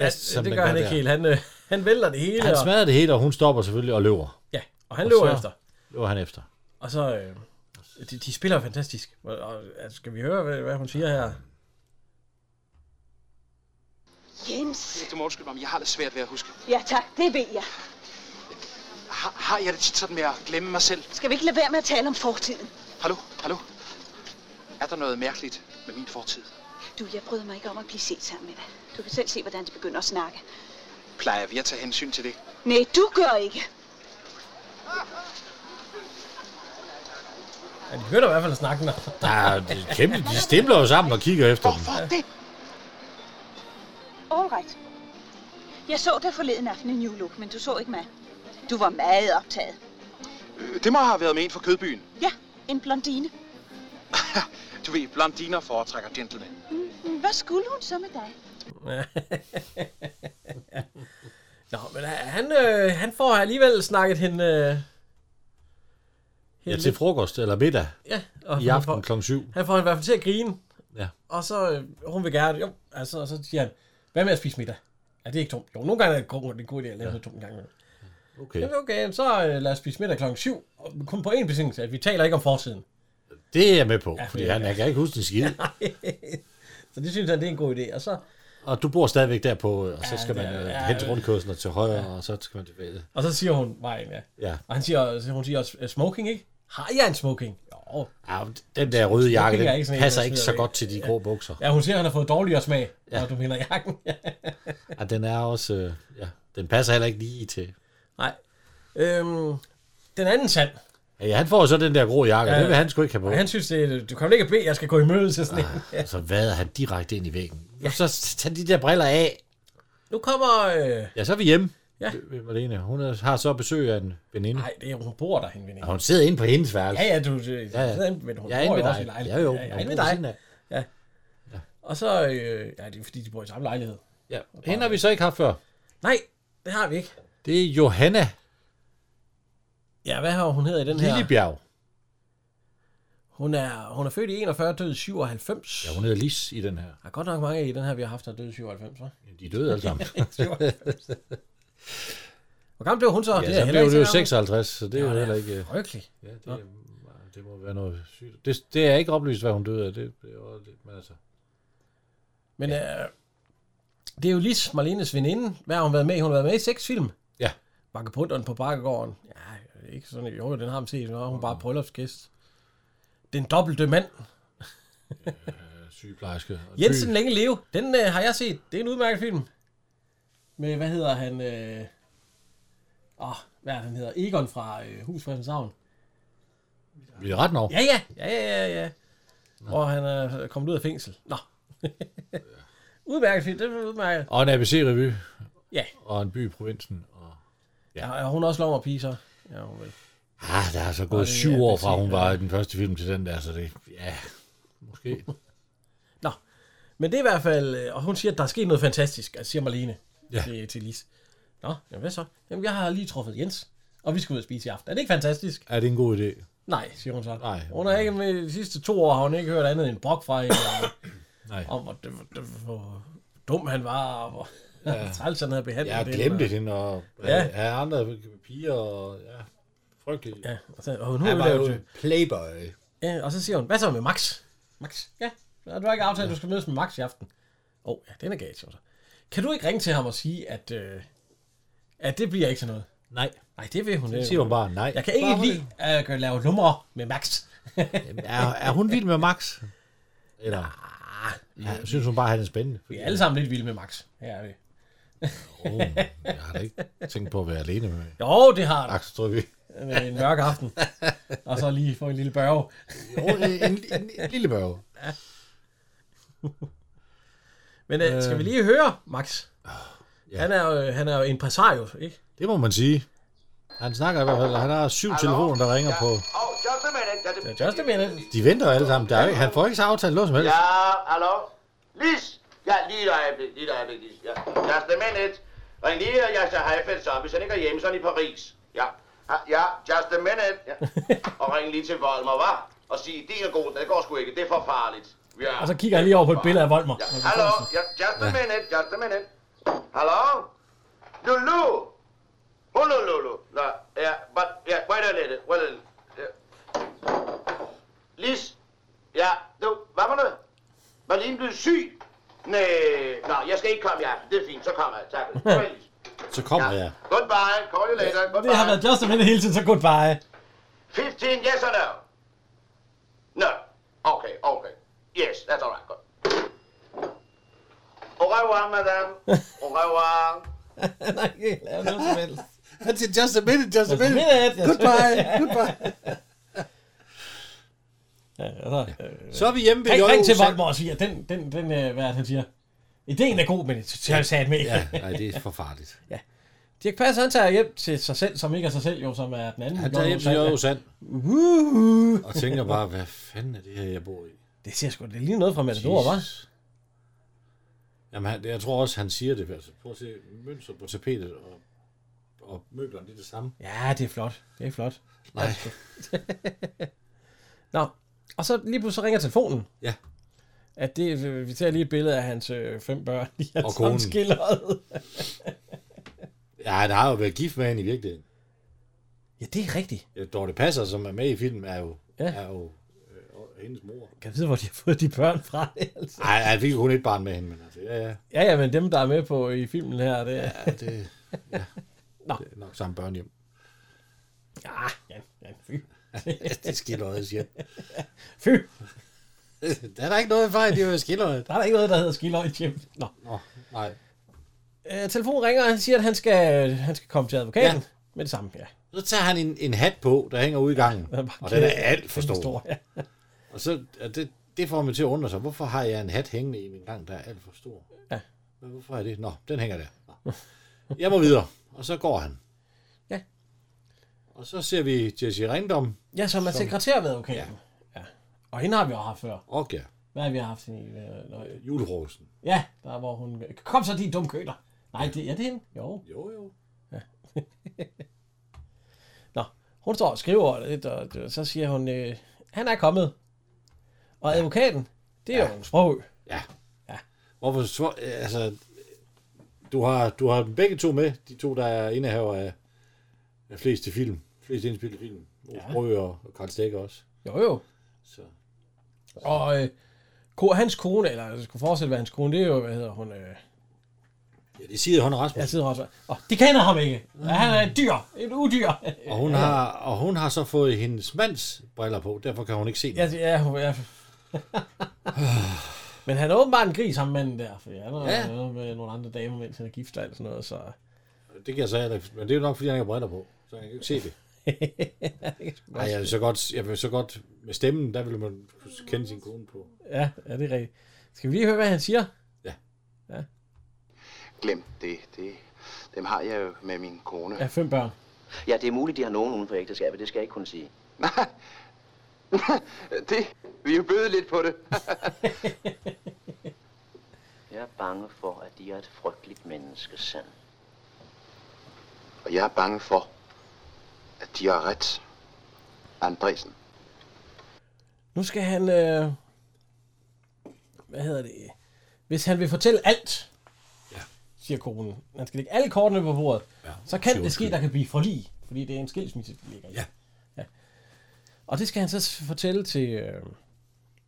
Speaker 3: Ja,
Speaker 4: fast, som
Speaker 3: det
Speaker 4: den
Speaker 3: gør han
Speaker 4: der.
Speaker 3: ikke helt. Han, øh, han vælter det hele,
Speaker 4: Han
Speaker 3: og,
Speaker 4: smadrer det hele, og hun stopper selvfølgelig og løber.
Speaker 3: ja, og han løber
Speaker 4: så-
Speaker 3: efter.
Speaker 4: Løber han efter.
Speaker 3: Og så... Øh, de, de spiller jo fantastisk. Og, og, altså, skal vi høre, hvad, hvad hun siger her?
Speaker 5: Jens.
Speaker 7: Du må undskylde mig, men jeg har lidt svært ved at huske.
Speaker 8: Ja tak, det ved jeg.
Speaker 7: Har, har jeg det tit sådan med at glemme mig selv?
Speaker 8: Skal vi ikke lade være med at tale om fortiden?
Speaker 7: Hallo? Hallo? Er der noget mærkeligt? med min fortid.
Speaker 10: Du, jeg bryder mig ikke om at blive set sammen med dig. Du kan selv se, hvordan de begynder at snakke.
Speaker 7: Plejer vi at tage hensyn til det?
Speaker 10: Nej, du gør ikke.
Speaker 3: Ja, de begynder i hvert fald at snakke, når
Speaker 4: Der er det er kæmpe, de stemler jo sammen og kigger efter dem.
Speaker 7: Fuck det!
Speaker 10: All right. Jeg så dig forleden aften i New Look, men du så ikke mig. Du var meget optaget.
Speaker 7: Øh, Det må have været med en fra Kødbyen.
Speaker 10: Ja, en blondine.
Speaker 7: Du ved, blondiner foretrækker gentlemen.
Speaker 10: Mm, Hvad skulle hun så med dig?
Speaker 3: Nå, men øh, han, øh, han får alligevel snakket hende... Øh,
Speaker 4: Ja, til frokost eller middag
Speaker 3: Ja, og
Speaker 4: i
Speaker 3: han
Speaker 4: aften
Speaker 3: får-
Speaker 4: kl. 7.
Speaker 3: Han får i hvert fald til at grine.
Speaker 4: Ja.
Speaker 3: Og så, øh, hun vil gerne, jo, altså, og så siger han, hvad med at spise middag? Ja, det er ikke dumt. Jo, nogle gange er det god, det er en god idé at lave ja. noget dumt en gang. imellem.
Speaker 4: Okay.
Speaker 3: Jamen, okay, så øh, lad os spise middag klokken 7, og kun på én betingelse, at vi taler ikke om forsiden.
Speaker 4: Det er jeg med på,
Speaker 3: Ja,
Speaker 4: fordi
Speaker 3: ja.
Speaker 4: han jeg kan ikke huske en skid.
Speaker 3: så det synes han, det er en god idé. Og så,
Speaker 4: Og du bor stadigvæk derpå, og så skal
Speaker 3: det
Speaker 4: man
Speaker 3: er-
Speaker 4: øh,
Speaker 3: ja,
Speaker 4: hen til
Speaker 3: øh.
Speaker 4: rundkørslen og til højre, og så skal man tilbage.
Speaker 3: og så siger hun vejen, ja.
Speaker 4: Ja.
Speaker 3: Og han siger, så hun siger også, øh, smoking, ikke? Har jeg en smoking? Jo.
Speaker 4: Ja, den der røde jakke,
Speaker 3: Smoking er ikke
Speaker 4: den
Speaker 3: sådan en,
Speaker 4: passer
Speaker 3: der
Speaker 4: ikke
Speaker 3: smider
Speaker 4: så
Speaker 3: væk.
Speaker 4: godt til de grå bukser.
Speaker 3: Ja, hun siger, at han har fået dårligere smag, ja. når du minder jakken.
Speaker 4: Ja, den er også, øh, ja, den passer heller ikke lige til.
Speaker 3: Nej. Øhm, den anden sand.
Speaker 4: Ja, han får så den der grå jakke,
Speaker 3: Ja.
Speaker 4: ja. det vil han sgu ikke have på.
Speaker 3: Og han synes, det, du kan vel ikke bede, jeg skal gå i møde til sådan en.
Speaker 4: Og så vader han direkte ind i væggen. Ja. Så tager de der briller af.
Speaker 3: Nu kommer... Øh,
Speaker 4: Ja, så er vi hjemme.
Speaker 3: Ja.
Speaker 4: Øh, Malene, hun er- har så besøg af en veninde.
Speaker 3: nej, det er, hun bor der, hende veninde.
Speaker 4: Og hun sidder inde på hendes værelse.
Speaker 3: Ja, ja, du... du ja, ja. Men hun
Speaker 4: Jeg er
Speaker 3: bor
Speaker 4: inde
Speaker 3: jo
Speaker 4: ved
Speaker 3: også i
Speaker 4: dig. Ja,
Speaker 3: lejligheden. Ja,
Speaker 4: jo.
Speaker 3: jeg er
Speaker 4: Hun
Speaker 3: inde ved
Speaker 4: bor ved siden
Speaker 3: dig.
Speaker 4: af.
Speaker 3: Og så... Øh, ja, det er fordi, de bor i samme lejlighed.
Speaker 4: Ja. Hende har vi så ikke haft før.
Speaker 3: Nej, det har vi ikke.
Speaker 4: Det er Johanna
Speaker 3: Ja, hvad har hun hedder i den her?
Speaker 4: Lillebjerg.
Speaker 3: Hun er, hun er født i 41, død i 97.
Speaker 4: Ja, hun hedder Lis i den her.
Speaker 3: Der er godt nok mange i den her, vi har haft, der er døde i 97, hva'?
Speaker 4: De er døde alle sammen.
Speaker 3: 97. Hvor gammel blev hun så?
Speaker 4: ja, så
Speaker 3: heller
Speaker 4: blev
Speaker 3: ikke
Speaker 4: det jo
Speaker 3: så gammel.
Speaker 4: 56, så det er jo
Speaker 3: Ja,
Speaker 4: heller ikke... øh,
Speaker 3: Frygteligt.
Speaker 4: Ja, det, er- øh, det må være noget sygt. Det, det er ikke oplyst, hvad hun døde af. Det, det, var, det, men altså,
Speaker 3: Men ja. øh, det er jo Lis Marlenes veninde. Hvad har hun været med i? Hun har været med i seks film.
Speaker 4: Ja.
Speaker 3: Vagabunderen på Bakkegården. Ja, ikke sådan. Jo, den har hun set. Nu er hun bare bryllupsgæst. Den dobbelte mand.
Speaker 4: øh, sygeplejerske. Og
Speaker 3: Jensen
Speaker 4: dyr.
Speaker 3: Længe Leve. Den øh, har jeg set. Det er en udmærket film. Med, hvad hedder han? Øh... Oh, hvad er det, han hedder? Egon fra øh, Hus Fredenshavn.
Speaker 4: Vi er ret nok.
Speaker 3: Ja, ja. Ja, ja, ja, ja. Og han er kommet ud af fængsel. Nå. udmærket film. Det er udmærket.
Speaker 4: Og en ABC-revy.
Speaker 3: Ja.
Speaker 4: Og en by i provinsen. Og...
Speaker 3: Ja. ja hun er også lov at pige, så. Ja, hun vil.
Speaker 4: Ah, der er altså
Speaker 3: Og
Speaker 4: gået
Speaker 3: det er
Speaker 4: syv år fra,
Speaker 3: ABC,
Speaker 4: hun
Speaker 3: ja.
Speaker 4: var i den første film til den der, så det... Ja, måske.
Speaker 3: Nå, men det er i hvert fald, øh, og hun siger, at der er sket noget fantastisk, altså siger Marlene ja.
Speaker 4: Ja.
Speaker 3: til, til Lis. Nå, jamen hvad så? Jamen jeg har lige truffet Jens, og vi skal ud og spise i aften. Er det ikke fantastisk?
Speaker 4: Er det en god idé?
Speaker 3: Nej, siger hun så.
Speaker 4: Nej.
Speaker 3: Hun har ikke med de sidste to år, har hun ikke hørt andet end brok fra hende, og-
Speaker 4: Nej.
Speaker 3: om hvor, det, hvor, hvor dum han var, og hvor ja. træls han havde behandlet
Speaker 4: Jeg har
Speaker 3: hende,
Speaker 4: glemt
Speaker 3: og-
Speaker 4: det hende, og
Speaker 3: Ja.
Speaker 4: ja. er andre piger, og ja, frygteligt.
Speaker 3: Ja, og, så, og nu
Speaker 4: Han var
Speaker 3: er
Speaker 4: jo
Speaker 3: det,
Speaker 4: en playboy.
Speaker 3: ja, Øh, og så siger hun, hvad så med Max? Max, ja, du har ikke aftalt, at du skal mødes med Max i aften. Åh, oh, ja, den er galt, siger hun så. Kan du ikke ringe til ham og sige, at, øh, at det bliver ikke til noget?
Speaker 4: Nej,
Speaker 3: Nej, det vil hun
Speaker 4: det
Speaker 3: ikke.
Speaker 4: siger hun bare nej.
Speaker 3: Jeg kan ikke
Speaker 4: Bare
Speaker 3: lide at gøre- lave numre med Max.
Speaker 4: Jamen, Er, er hun vild med Max? Eller ja, synes hun bare, at han er spændende?
Speaker 3: Vi er alle sammen lidt vilde med Max. Her er vi.
Speaker 4: Oh, jeg har da ikke tænkt på at være alene med
Speaker 3: Jo, det har
Speaker 4: Axel Strøby.
Speaker 3: det. En mørk aften. Og så lige få en lille børge.
Speaker 4: Jo, en, en, en lille børge.
Speaker 3: Men øh, skal vi lige høre Max?
Speaker 4: ja.
Speaker 3: Han, er jo, han er jo impresario, ikke?
Speaker 4: Det må man sige. Han snakker i hvert fald, og han har syv telefoner, der ringer på.
Speaker 11: Oh, just a minute. Just a
Speaker 3: Ja, Just a minute.
Speaker 4: De venter jo alle sammen. Der er, jo ikke- han får ikke så aftalt noget som helst.
Speaker 11: Ja, hallo? Lis! Ja, lige et øjeblik, lige et øjeblik, Lis. Ja. Just a minute. Ring lige, og jeg så Heifeld så, hvis han ikke er hjemme, så er han i Paris. Ja, ja, ja, just a minute. Ja. Og ring lige til Volmer, hva? Og sig, det er god, det går sgu ikke, det er for farligt. Ja.
Speaker 4: Altså,
Speaker 3: Og så kigger han lige over på et billede af Volmer.
Speaker 11: Ja, hallo? Ja, just a minute, just a minute. Hallo? Lulu! Hello, Lulu. Nå, ja, but, ja, wait a minute, wait a minute. Ja. Lis? Ja, du, hvad var det? Var lige blevet syg? Nej, nå, jeg skal ikke komme i aften. Det er fint, så kommer jeg. Tak. Farvel, Lis.
Speaker 4: Så kommer jeg.
Speaker 11: Goodbye, call you later. Goodbye.
Speaker 3: Det har været Just a minute hele tiden, så goodbye.
Speaker 11: 15, yes or no? No. Okay, okay. Yes, that's all right. Good. Au revoir, madame. Au revoir.
Speaker 3: Nej, ikke lave noget som helst.
Speaker 12: Han siger, just a minute, just a
Speaker 3: a
Speaker 12: minute.
Speaker 3: minute, just a
Speaker 12: Goodbye,
Speaker 3: minute.
Speaker 12: goodbye.
Speaker 3: Ja, altså, øh,
Speaker 12: Så er vi hjemme ved
Speaker 3: ring,
Speaker 12: J.O.
Speaker 3: ring til
Speaker 12: Sand-
Speaker 3: Voldemort og siger, den, den, den øh, hvad er det, han siger? Ideen er god, men det er sat med.
Speaker 4: Ja, nej, det er for farligt.
Speaker 3: ja. Dirk Pass, han tager hjem til sig selv, som ikke er sig selv, jo, som er den anden.
Speaker 4: Han tager hjem til J.O. Sand.
Speaker 3: Uhuh.
Speaker 4: Og tænker bare, hvad fanden er det her, jeg bor i?
Speaker 3: Det ser sgu, det er lige noget fra Matador, hva'?
Speaker 4: Jamen, han, jeg tror også, han siger det. Altså, prøv at se mønster på tapetet, og, og møblerne, det er det samme.
Speaker 3: Ja, det er flot. Det er flot.
Speaker 4: Nej.
Speaker 3: Nå, og så lige pludselig så ringer telefonen.
Speaker 4: Ja.
Speaker 3: At det, øh, vi tager lige et billede af hans øh, fem børn i hans
Speaker 4: Og konen.
Speaker 3: håndskildret.
Speaker 4: Ja, han har jo været gift med hende i virkeligheden.
Speaker 3: Ja, det er rigtigt.
Speaker 4: Ja, Dorte Passer, som er med i filmen, er jo,
Speaker 3: Ja.
Speaker 4: ja. er jo øh, og hendes mor.
Speaker 3: Kan jeg vide, hvor de har fået de børn fra? Altså.
Speaker 4: Nej, han fik jo kun et barn med hende, men altså, ja, ja.
Speaker 3: Ja, ja, men dem, der er med på øh, i filmen her, det er...
Speaker 4: Ja, det, ja.
Speaker 3: Nå.
Speaker 4: det er nok samme børnehjem.
Speaker 3: Ja, Ah, ja, ja, fy.
Speaker 4: det skal noget, siger
Speaker 3: Fy.
Speaker 4: Der er der ikke noget fejl, det er jo skilleret.
Speaker 3: Der er der ikke noget, der hedder skiløjt hjem. Nå.
Speaker 4: Nå, nej.
Speaker 3: Øh, telefonen ringer, og han siger, at han skal, han skal komme til advokaten. Ja.
Speaker 4: Ja.
Speaker 3: Med det samme, ja.
Speaker 4: Så tager han en, en hat på, der hænger ude i gangen,
Speaker 3: den er bare
Speaker 4: og den er
Speaker 3: kæde.
Speaker 4: alt for
Speaker 3: Den er
Speaker 4: stor.
Speaker 3: stor, ja.
Speaker 4: Og så, og det, det får mig til at undre sig, hvorfor har jeg en hat hængende i min gang, der er alt for stor?
Speaker 3: Ja.
Speaker 4: Men hvorfor er det? Nå, den hænger der. Nå. Jeg må videre, og så går han.
Speaker 3: Ja.
Speaker 4: Og så ser vi Jesse Ringdom.
Speaker 3: Ja, som er
Speaker 4: Som-
Speaker 3: sekretær ved advokaten. Ja. ja. Og hende har vi jo haft før.
Speaker 4: Okay,
Speaker 3: Hvad har vi haft hende i? Øh, nøj?
Speaker 4: julerosen.
Speaker 3: Ja, der hvor hun... Kom så, din dumme køter. Nej, det, er det hende? Jo.
Speaker 4: Jo, jo.
Speaker 3: Nå, hun står og skriver lidt, og og så siger hun, øh, han er kommet. Og advokaten, det er jo en sprog.
Speaker 4: Ja. ja. Hvorfor så, altså, du har, du har dem begge to med, de to, der er indehaver af, af flest til film, flest indspillet film. Ja. Brøger og Karl Stegger også.
Speaker 3: Jo, jo.
Speaker 4: Så.
Speaker 3: Og øh, ko- hans kone, eller det skulle forestille være hans kone, det er jo, hvad hedder hun? Øh,
Speaker 4: Ja, det siger hun Rasmus.
Speaker 3: jeg sidder også. Og de kender ham ikke. Ja, Han er et dyr. Et udyr.
Speaker 4: Og hun, har, og hun har så fået hendes mands briller på, derfor kan hun ikke se
Speaker 3: Ja,
Speaker 4: noget.
Speaker 3: det- ja, hun- ja. Men han er åbenbart en gris, ham manden der, for han er
Speaker 4: Ja.
Speaker 3: ja. med nogle andre damer, mens han er gift og alt sådan noget, så...
Speaker 4: Det kan jeg så heller ikke, men det er jo nok, fordi han ikke har briller på, så han kan ikke se det. Nej, jeg vil så godt, jeg vil så godt med stemmen, der vil man kunne kende sin kone på.
Speaker 3: Ja, ja, det er rigtigt. Skal vi lige høre, hvad han siger?
Speaker 13: Glem det, det. Dem har jeg jo med min kone.
Speaker 3: Ja, fem børn.
Speaker 13: Ja, det er muligt, de har nogen uden for ægteskabet. Det skal jeg ikke kunne sige.
Speaker 11: Det, vi er jo bøde lidt på det.
Speaker 13: Jeg er bange for, at de er et frygteligt menneske, sand.
Speaker 11: Og jeg er bange for, at de har ret. Andresen.
Speaker 3: Nu skal han... Øh, hvad hedder det? Hvis han vil fortælle alt, ja. siger konen. Han skal lægge alle kortene på bordet. Ja, så kan det ske, der kan blive forlig. Fordi det er en skilsmisse, der ligger i. Ja. ja. Og det skal han så s- fortælle til... Øh,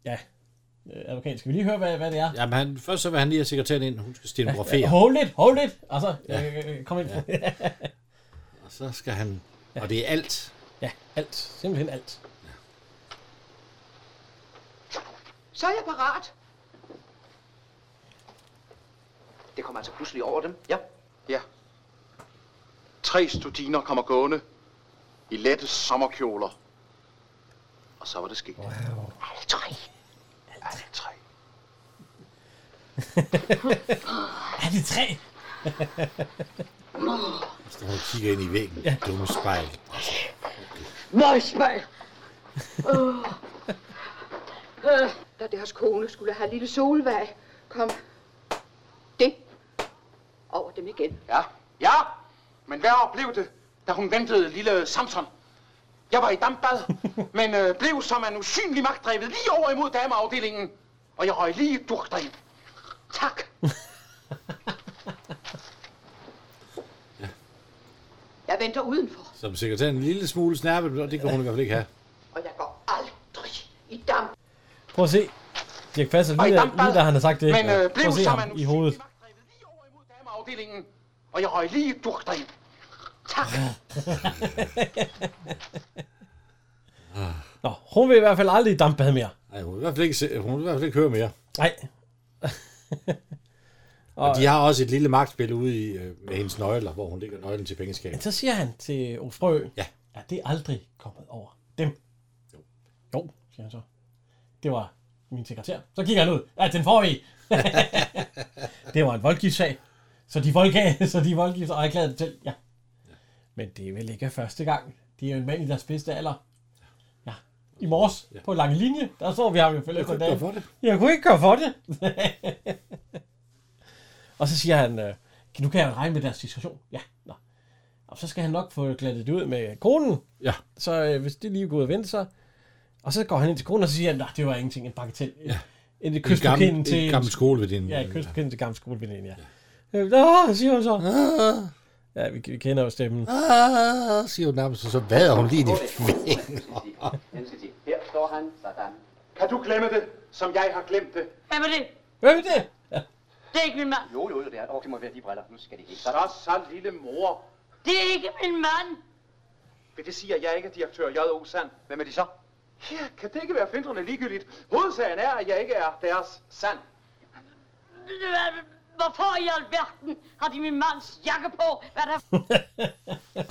Speaker 3: ja, øh, advokaten. Skal vi lige høre, hvad, hvad det er?
Speaker 4: Jamen, han, først så vil han lige have sekretæren ind, hun skal stenografere.
Speaker 3: Ja, hold it, hold it. Altså, ja. øh, øh, kom ind. Ja.
Speaker 4: Og så skal han... Og det er alt.
Speaker 3: ja, alt. Simpelthen alt.
Speaker 8: Så er jeg parat.
Speaker 13: Det kommer altså pludselig over dem, ja.
Speaker 11: Ja. Tre studiner kommer gående i lette sommerkjoler. Og så var det sket. Wow. Alle tre. Alle tre.
Speaker 3: Er det tre?
Speaker 4: Så står hun og kigger ind i væggen. Ja. Dumme spejl. Altså,
Speaker 14: Møgspejl! Oh. Da deres kone skulle have lille Solvej, kom det over dem igen.
Speaker 11: Ja, ja. Men hvad blev det, da hun ventede lille Samson? Jeg var i dampbad, men øh, blev som en usynlig magt drevet lige over imod dameafdelingen. Og jeg røg lige durkdrev. Tak.
Speaker 14: Jeg venter udenfor,
Speaker 4: Som sekretæren en lille smule snærpet, og det kan hun i hvert fald ikke have.
Speaker 14: og jeg går aldrig i damp.
Speaker 3: Prøv at se. Dirk Passer, lige, da- lige da han har sagt det.
Speaker 11: Men, øh, blev
Speaker 3: prøv at se
Speaker 11: så
Speaker 3: ham
Speaker 11: man
Speaker 3: i hovedet.
Speaker 11: Dameafdelingen. Og jeg røg lige durkdrev. Tak.
Speaker 3: Nå, hun vil i hvert fald aldrig i dampbad mere.
Speaker 4: Nej, hun vil i hvert fald ikke, se- hun vil i hvert fald ikke høre mere.
Speaker 3: Nej.
Speaker 4: og, og de har også et lille magtspil ude i, øh, med hendes nøgler, hvor hun ligger nøglen til pengeskabet.
Speaker 3: Men så siger han til Ofrø,
Speaker 4: Ja.
Speaker 3: at det er aldrig kommet over dem. Jo. jo, siger han så. Det var min sekretær. Så kigger han ud. Ja, den får vi. det var en voldgiftssag. Så de voldgav, så de voldgift og erklærede det til. Ja. Men det er vel ikke første gang. De er jo en mand i deres bedste alder. Ja. I morges ja. på lange linje, der så vi ham jo for
Speaker 4: Jeg kunne ikke
Speaker 3: dagen.
Speaker 4: gøre for det.
Speaker 3: Jeg kunne ikke gøre for det. og så siger han, øh, nu kan jeg jo regne med deres diskussion. Ja, nå. Og så skal han nok få glattet det ud med konen.
Speaker 4: Ja.
Speaker 3: Så øh, hvis det lige er gået og vente sig. Og så går han ind til konen, og så siger han, nej, det var ingenting, en bagatell. Ja. En, en
Speaker 4: gammel-
Speaker 3: kystbekendelse
Speaker 4: en
Speaker 3: til...
Speaker 4: gammel skoleveninde.
Speaker 3: Ja, en kystbekendelse til gammel skoleveninde, ja. ja. Åh, siger hun så. Ja, vi, vi kender jo stemmen.
Speaker 4: Ah, siger hun nærmest, og så vader hun lige ind i fingre.
Speaker 15: Her står han, sådan.
Speaker 11: Kan du glemme det, som jeg har glemt det?
Speaker 15: Hvem er det?
Speaker 3: Hvem er det?
Speaker 15: Det er ikke min mand.
Speaker 11: Jo, jo, det er. Og det må være de briller. Nu skal det ikke. Så, så lille mor.
Speaker 15: Det er ikke min mand.
Speaker 11: Vil det sige, at jeg ikke er direktør J.O. Sand? Hvem er de så? Ja, kan det ikke være findrende ligegyldigt? Hovedsagen er, at jeg ikke er deres sand.
Speaker 15: Hvad- Hvorfor i alverden har de min mands jakke på? Hvad er der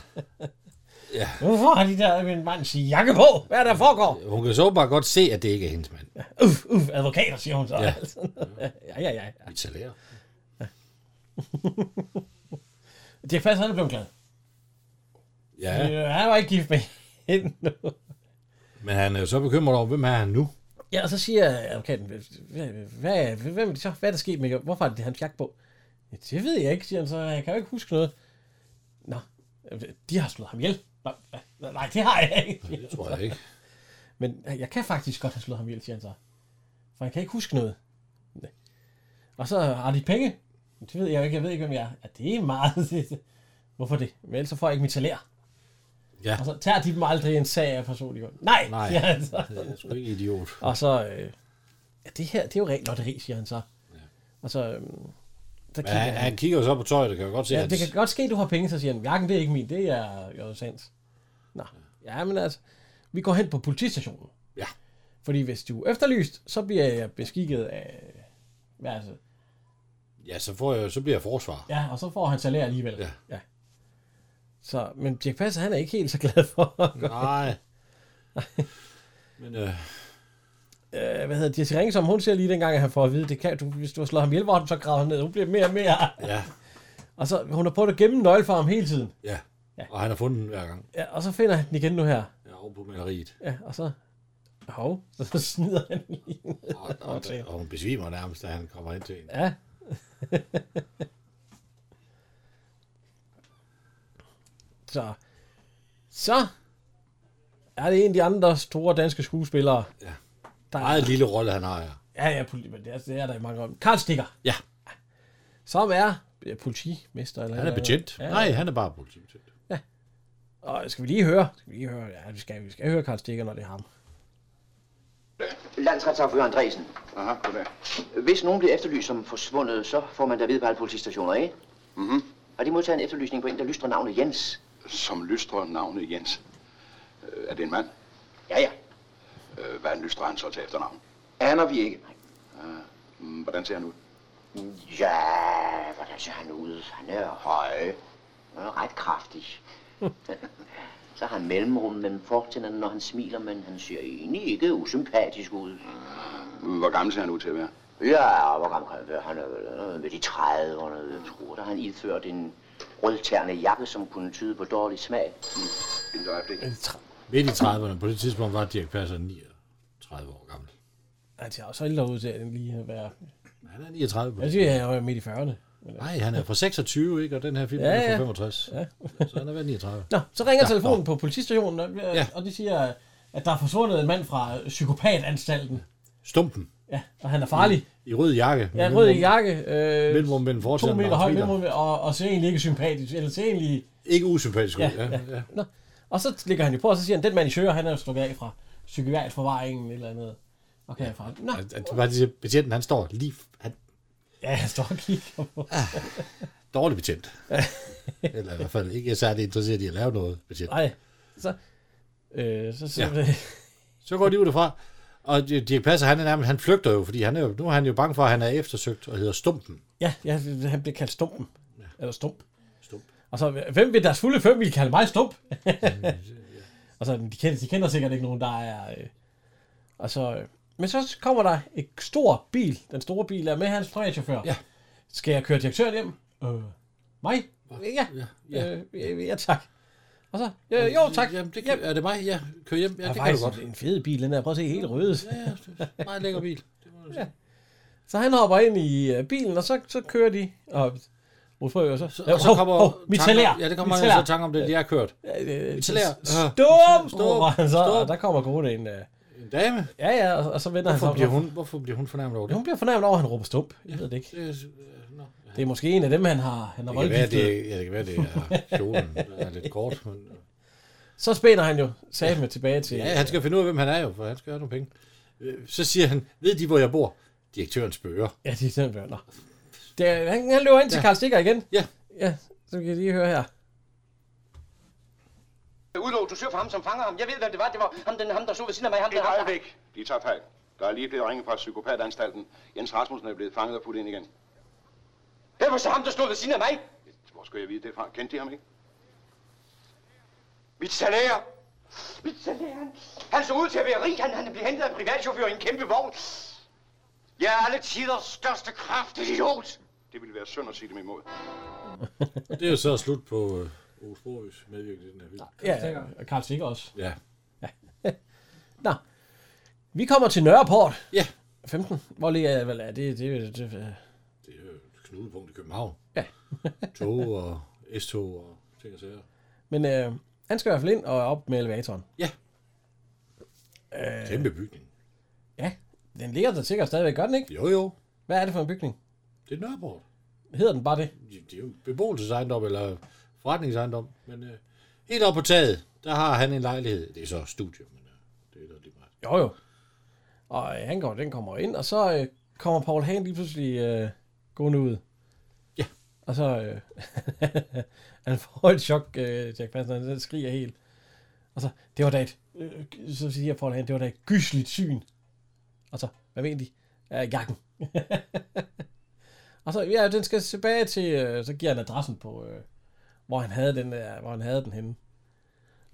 Speaker 3: Ja. Hvorfor har de der min mands jakke på? Hvad er der foregår?
Speaker 4: Hun kan så bare godt se, at det ikke er hendes mand.
Speaker 3: Uff, uff, advokater, siger hun så.
Speaker 4: Ja.
Speaker 3: Ja, ja, ja. ja.
Speaker 4: Mit salær.
Speaker 3: Dirk Passer, han er blevet glad.
Speaker 4: Ja.
Speaker 3: Øh, Han var ikke gift med hende nu.
Speaker 4: Men han er jo så bekymret over, hvem er han nu?
Speaker 3: Ja, og så siger advokaten, hvad, hvad, hvem er det så? Hvad er der sket med Hvorfor er det hans jakke på? Ja, det ved jeg ikke, siger han så. Jeg kan jo ikke huske noget. Nå, de har slået ham ihjel. Nå, hva? Nej, det har jeg ikke. Det
Speaker 4: tror jeg ikke.
Speaker 3: Men øh, jeg kan faktisk godt have slået ham ihjel, siger han så. For jeg kan ikke huske noget. Nej. Og så har de penge. Det ved jeg jo ikke. Jeg ved ikke, hvem jeg er. Ja, det er meget. Hvorfor det? Men ellers så får jeg ikke mit salær.
Speaker 4: Ja.
Speaker 3: Og så tager de dem aldrig en sag af personlig grund. Nej,
Speaker 4: Nej,
Speaker 3: siger han så.
Speaker 4: det er sgu ikke idiot.
Speaker 3: Og så, øh, ja, det her, det er jo rent lotteri, siger han så. Ja. Og så, øh, så
Speaker 4: Men han, han kigger jo så på tøjet, og kan jo godt se,
Speaker 3: ja,
Speaker 4: at
Speaker 3: det kan godt ske, du har penge, så siger han, jakken, det er ikke min, det er Jørgen Sands. Nå, ja, men altså, vi går hen på politistationen.
Speaker 4: Ja.
Speaker 3: Fordi hvis du er efterlyst, så bliver jeg beskikket af, hvad altså,
Speaker 4: ja, så, får jeg, så bliver jeg forsvar.
Speaker 3: ja, og så får han salær alligevel. Ja. ja. Så, men Jack Passer, han er ikke helt så glad for at gå-
Speaker 4: Nej. Men øh,
Speaker 3: øh, hvad hedder Jesse Ring, som hun ser lige dengang, at han får at vide, det kan, du, hvis du har slået ham ihjel, hvor ham så graver han ned. Hun bliver mere og mere.
Speaker 4: Ja.
Speaker 3: Og så, hun har prøvet at gemme en nøgle for ham hele tiden.
Speaker 4: ja. Og han har fundet den hver gang.
Speaker 3: Ja, og så finder han den igen nu her.
Speaker 4: Ja, over på maleriet.
Speaker 3: Ja, og så... Hov, så snider han lige ned.
Speaker 4: Og, og, og hun besvimer nærmest, da han kommer ind til hende.
Speaker 3: Ja. så. Så er det en af de andre store danske skuespillere.
Speaker 4: Ja.
Speaker 3: Der er,
Speaker 4: Meget lille rolle, han har her.
Speaker 3: Ja, ja, politi, men det er, det er der i mange om. Karl Stikker.
Speaker 4: Ja.
Speaker 3: Som er ja, politimester. Eller
Speaker 4: Han er betjent. Nej, han er bare politibetjent.
Speaker 3: Og skal vi lige høre? Skal vi lige høre? Ja, vi skal, vi skal høre Karl Stikker, når det er ham.
Speaker 16: Landsretsaffører Andresen.
Speaker 11: Aha, goddag.
Speaker 16: Hvis nogen bliver efterlyst som forsvundet, så får man da ved på alle politistationer, ikke?
Speaker 11: Mhm.
Speaker 16: Har de modtaget en efterlysning på en, der lystrer navnet Jens?
Speaker 11: Som lystrer navnet Jens. Øh, Er det en mand?
Speaker 16: Ja, ja.
Speaker 11: Øh, Hvad lystrer han så til efternavn?
Speaker 16: Aner vi ikke.
Speaker 11: Ah, mm, Hvordan ser han ud?
Speaker 16: Ja, hvordan ser han ud? Han er høj. Han er ret kraftig. så har han mellemrum mellem fortænderne, når han smiler, men han ser egentlig ikke usympatisk ud.
Speaker 11: Mm, Hvor gammel ser han ud til at være?
Speaker 16: Ja, hvor gammel kan han være? Han er vel øh, ved de 30'erne,
Speaker 11: Mm.
Speaker 16: jeg tror. Der har han idført en rødtærende jakke, som kunne tyde på dårlig smag.
Speaker 11: Mm, Et øjeblik.
Speaker 4: Midt i 30'erne, på det tidspunkt var Dirk Passer 39 år gammel.
Speaker 3: Han ser også ældre ud til at lige at være...
Speaker 4: Han er 39 på
Speaker 3: Jeg
Speaker 4: det
Speaker 3: siger, jeg er midt i 40'erne.
Speaker 4: Nej, han er fra 26, ikke? Og den her film
Speaker 3: Ja,
Speaker 4: ja, er
Speaker 3: ja.
Speaker 4: fra 65. Ja. Så han er været 39.
Speaker 3: Nå, så ringer
Speaker 4: Nå,
Speaker 3: telefonen på politistationen, og, ja. og de siger, at der er forsvundet en mand fra øh, psykopatanstalten.
Speaker 4: Stumpen.
Speaker 3: Ja, og han er farlig.
Speaker 4: I rød jakke.
Speaker 3: Ja, rød i jakke. Øh,
Speaker 4: Mellemrum mellem
Speaker 3: to
Speaker 4: forsiden
Speaker 3: meter
Speaker 4: og
Speaker 3: høj,
Speaker 4: smiler.
Speaker 3: mellemrum, og, og ser egentlig ikke sympatisk. Eller ser egentlig...
Speaker 4: Ikke usympatisk ud.
Speaker 3: Ja,
Speaker 4: Ja, ja. ja.
Speaker 3: Nå. Og så ligger han jo på, og så siger han, den mand i søger, han er jo stukket af fra psykiatrisk forvaringen eller andet. Okay, ja. fra. Nå,
Speaker 4: At, at, at, at betjenten, han står lige... Han,
Speaker 3: ja, jeg står og kigger på.
Speaker 4: dårlig betjent. Eller i hvert fald ikke særlig interesseret i at lave noget betjent.
Speaker 3: Nej. Så, øh, så, så,
Speaker 4: Ja. Så går de ud derfra, Og Dirk Passer, han, er nærmest, han flygter jo, fordi han er jo, nu er han jo bange for, at han er eftersøgt og hedder Stumpen.
Speaker 3: Ja, ja han bliver kaldt Stumpen. Ja. Eller Stump. Stump. Og så, hvem ved deres fulde fem vil kalde mig Stump? og så, de kender, de kender sikkert ikke nogen, der er... Øh. Og så, øh. Men så kommer der en stor bil. Den store bil er med hans privatchauffør. Ja. Skal jeg køre direktøren hjem? Øh, mig? Ja.
Speaker 4: Ja.
Speaker 3: Ja. Øh, ja, tak. Og så, øh, jo tak.
Speaker 4: Jamen, det kan, er det mig? Ja, kør hjem. Ja,
Speaker 3: Ja,
Speaker 4: det
Speaker 3: det
Speaker 4: kan
Speaker 3: er
Speaker 4: du godt.
Speaker 3: en fed bil, den der. Prøv at se, helt røde. Ja, ja,
Speaker 4: Meget lækker bil.
Speaker 3: Ja. Så han hopper ind i øh, bilen, og så, så kører de. Og, Rufus Frøer, så,
Speaker 4: Så, og så kommer
Speaker 3: oh, mit
Speaker 4: tanker-
Speaker 3: talær.
Speaker 4: Ja, det kommer
Speaker 3: Mit
Speaker 4: han
Speaker 3: talær.
Speaker 4: så tanke om det, de har kørt. Mit talær.
Speaker 3: Stop! Stop! Han så, og der kommer gode en... øh,
Speaker 4: En dame?
Speaker 3: Ja, ja, og, og så vender
Speaker 4: Hvorfor
Speaker 3: han
Speaker 4: bliver hun, hvorfor bliver hun fornærmet over
Speaker 3: Ja,
Speaker 4: det?
Speaker 3: hun bliver fornærmet over, at han råber stump. Jeg ved det ikke.
Speaker 4: Det,
Speaker 3: er måske en af dem, han har, han har
Speaker 4: Det kan være,
Speaker 3: voldgiftet.
Speaker 4: det, ja, det kan være, det er kjolen. Den er lidt kort. Men,
Speaker 3: Så spænder han jo sat med tilbage til...
Speaker 4: ja, han skal finde ud af, hvem han er jo, for han skal have nogle penge. Øh, Så siger han, ved de, hvor jeg bor? Direktøren spørger.
Speaker 3: Ja, de er sådan bønder. Det, er- han, han løber ind til
Speaker 4: Ja.
Speaker 3: Karl Stikker igen.
Speaker 4: Ja.
Speaker 3: Ja, så kan I lige høre her.
Speaker 17: Udlov, du søger for ham, som fanger ham. Jeg ved, hvem det var. Det var ham, den, ham der så ved siden af mig. Ham,
Speaker 1: Et
Speaker 17: der, ham, der.
Speaker 1: øjeblik. De tager fejl. Der er lige blevet ringet fra psykopatanstalten. Jens Rasmussen er blevet fanget og puttet ind igen.
Speaker 17: Det var så ham, der stod ved siden af mig.
Speaker 1: Hvor skulle jeg vide det fra? Kendte de ham ikke?
Speaker 17: Mit salær. Mit salær. Han så ud til at være rig. Han, han blev hentet af en privatchauffør i en kæmpe vogn. Jeg er alle tiders største kraft, idiot.
Speaker 1: Det ville være synd at sige dem imod.
Speaker 4: Det er jo så slut på øh, Ove Sprogøs medvirkende i den her film.
Speaker 3: Ja, og Karl Stikker også.
Speaker 4: Ja.
Speaker 3: Nå, vi kommer til Nørreport.
Speaker 4: Ja.
Speaker 3: 15. Hvor ligger jeg? Hvad er det? Det, det, det, det
Speaker 4: Det er jo et knudepunkt i København.
Speaker 3: Ja.
Speaker 4: Tog og S-tog og ting og sager.
Speaker 3: Men øh, han skal i hvert fald ind og op med elevatoren.
Speaker 4: Ja.
Speaker 3: Øh,
Speaker 4: Kæmpe bygning.
Speaker 3: Ja, den ligger der sikkert stadigvæk, gør den ikke?
Speaker 4: Jo, jo.
Speaker 3: Hvad er det for en bygning?
Speaker 4: Det er Nørreport.
Speaker 3: Hedder den bare det?
Speaker 4: Det er jo beboelsesejendom eller forretningsejendom. Men øh, helt oppe på taget, der har han en lejlighed. Det er så studie, men øh, det er da lige meget.
Speaker 3: Jo, jo. Og øh, han går, den kommer ind, og så øh, kommer Paul Hagen lige pludselig øh, gående ud.
Speaker 4: Ja.
Speaker 3: Og så øh, han får et chok, øh, Jack Passer, han skriger helt. Og så, det var da et, øh, så siger Paul Hagen, det var da et gysligt syn. Og så, hvad mener de? Ja, jakken. og så, ja, den skal tilbage til, øh, så giver han adressen på, øh, hvor han havde den, øh, hvor han havde den henne.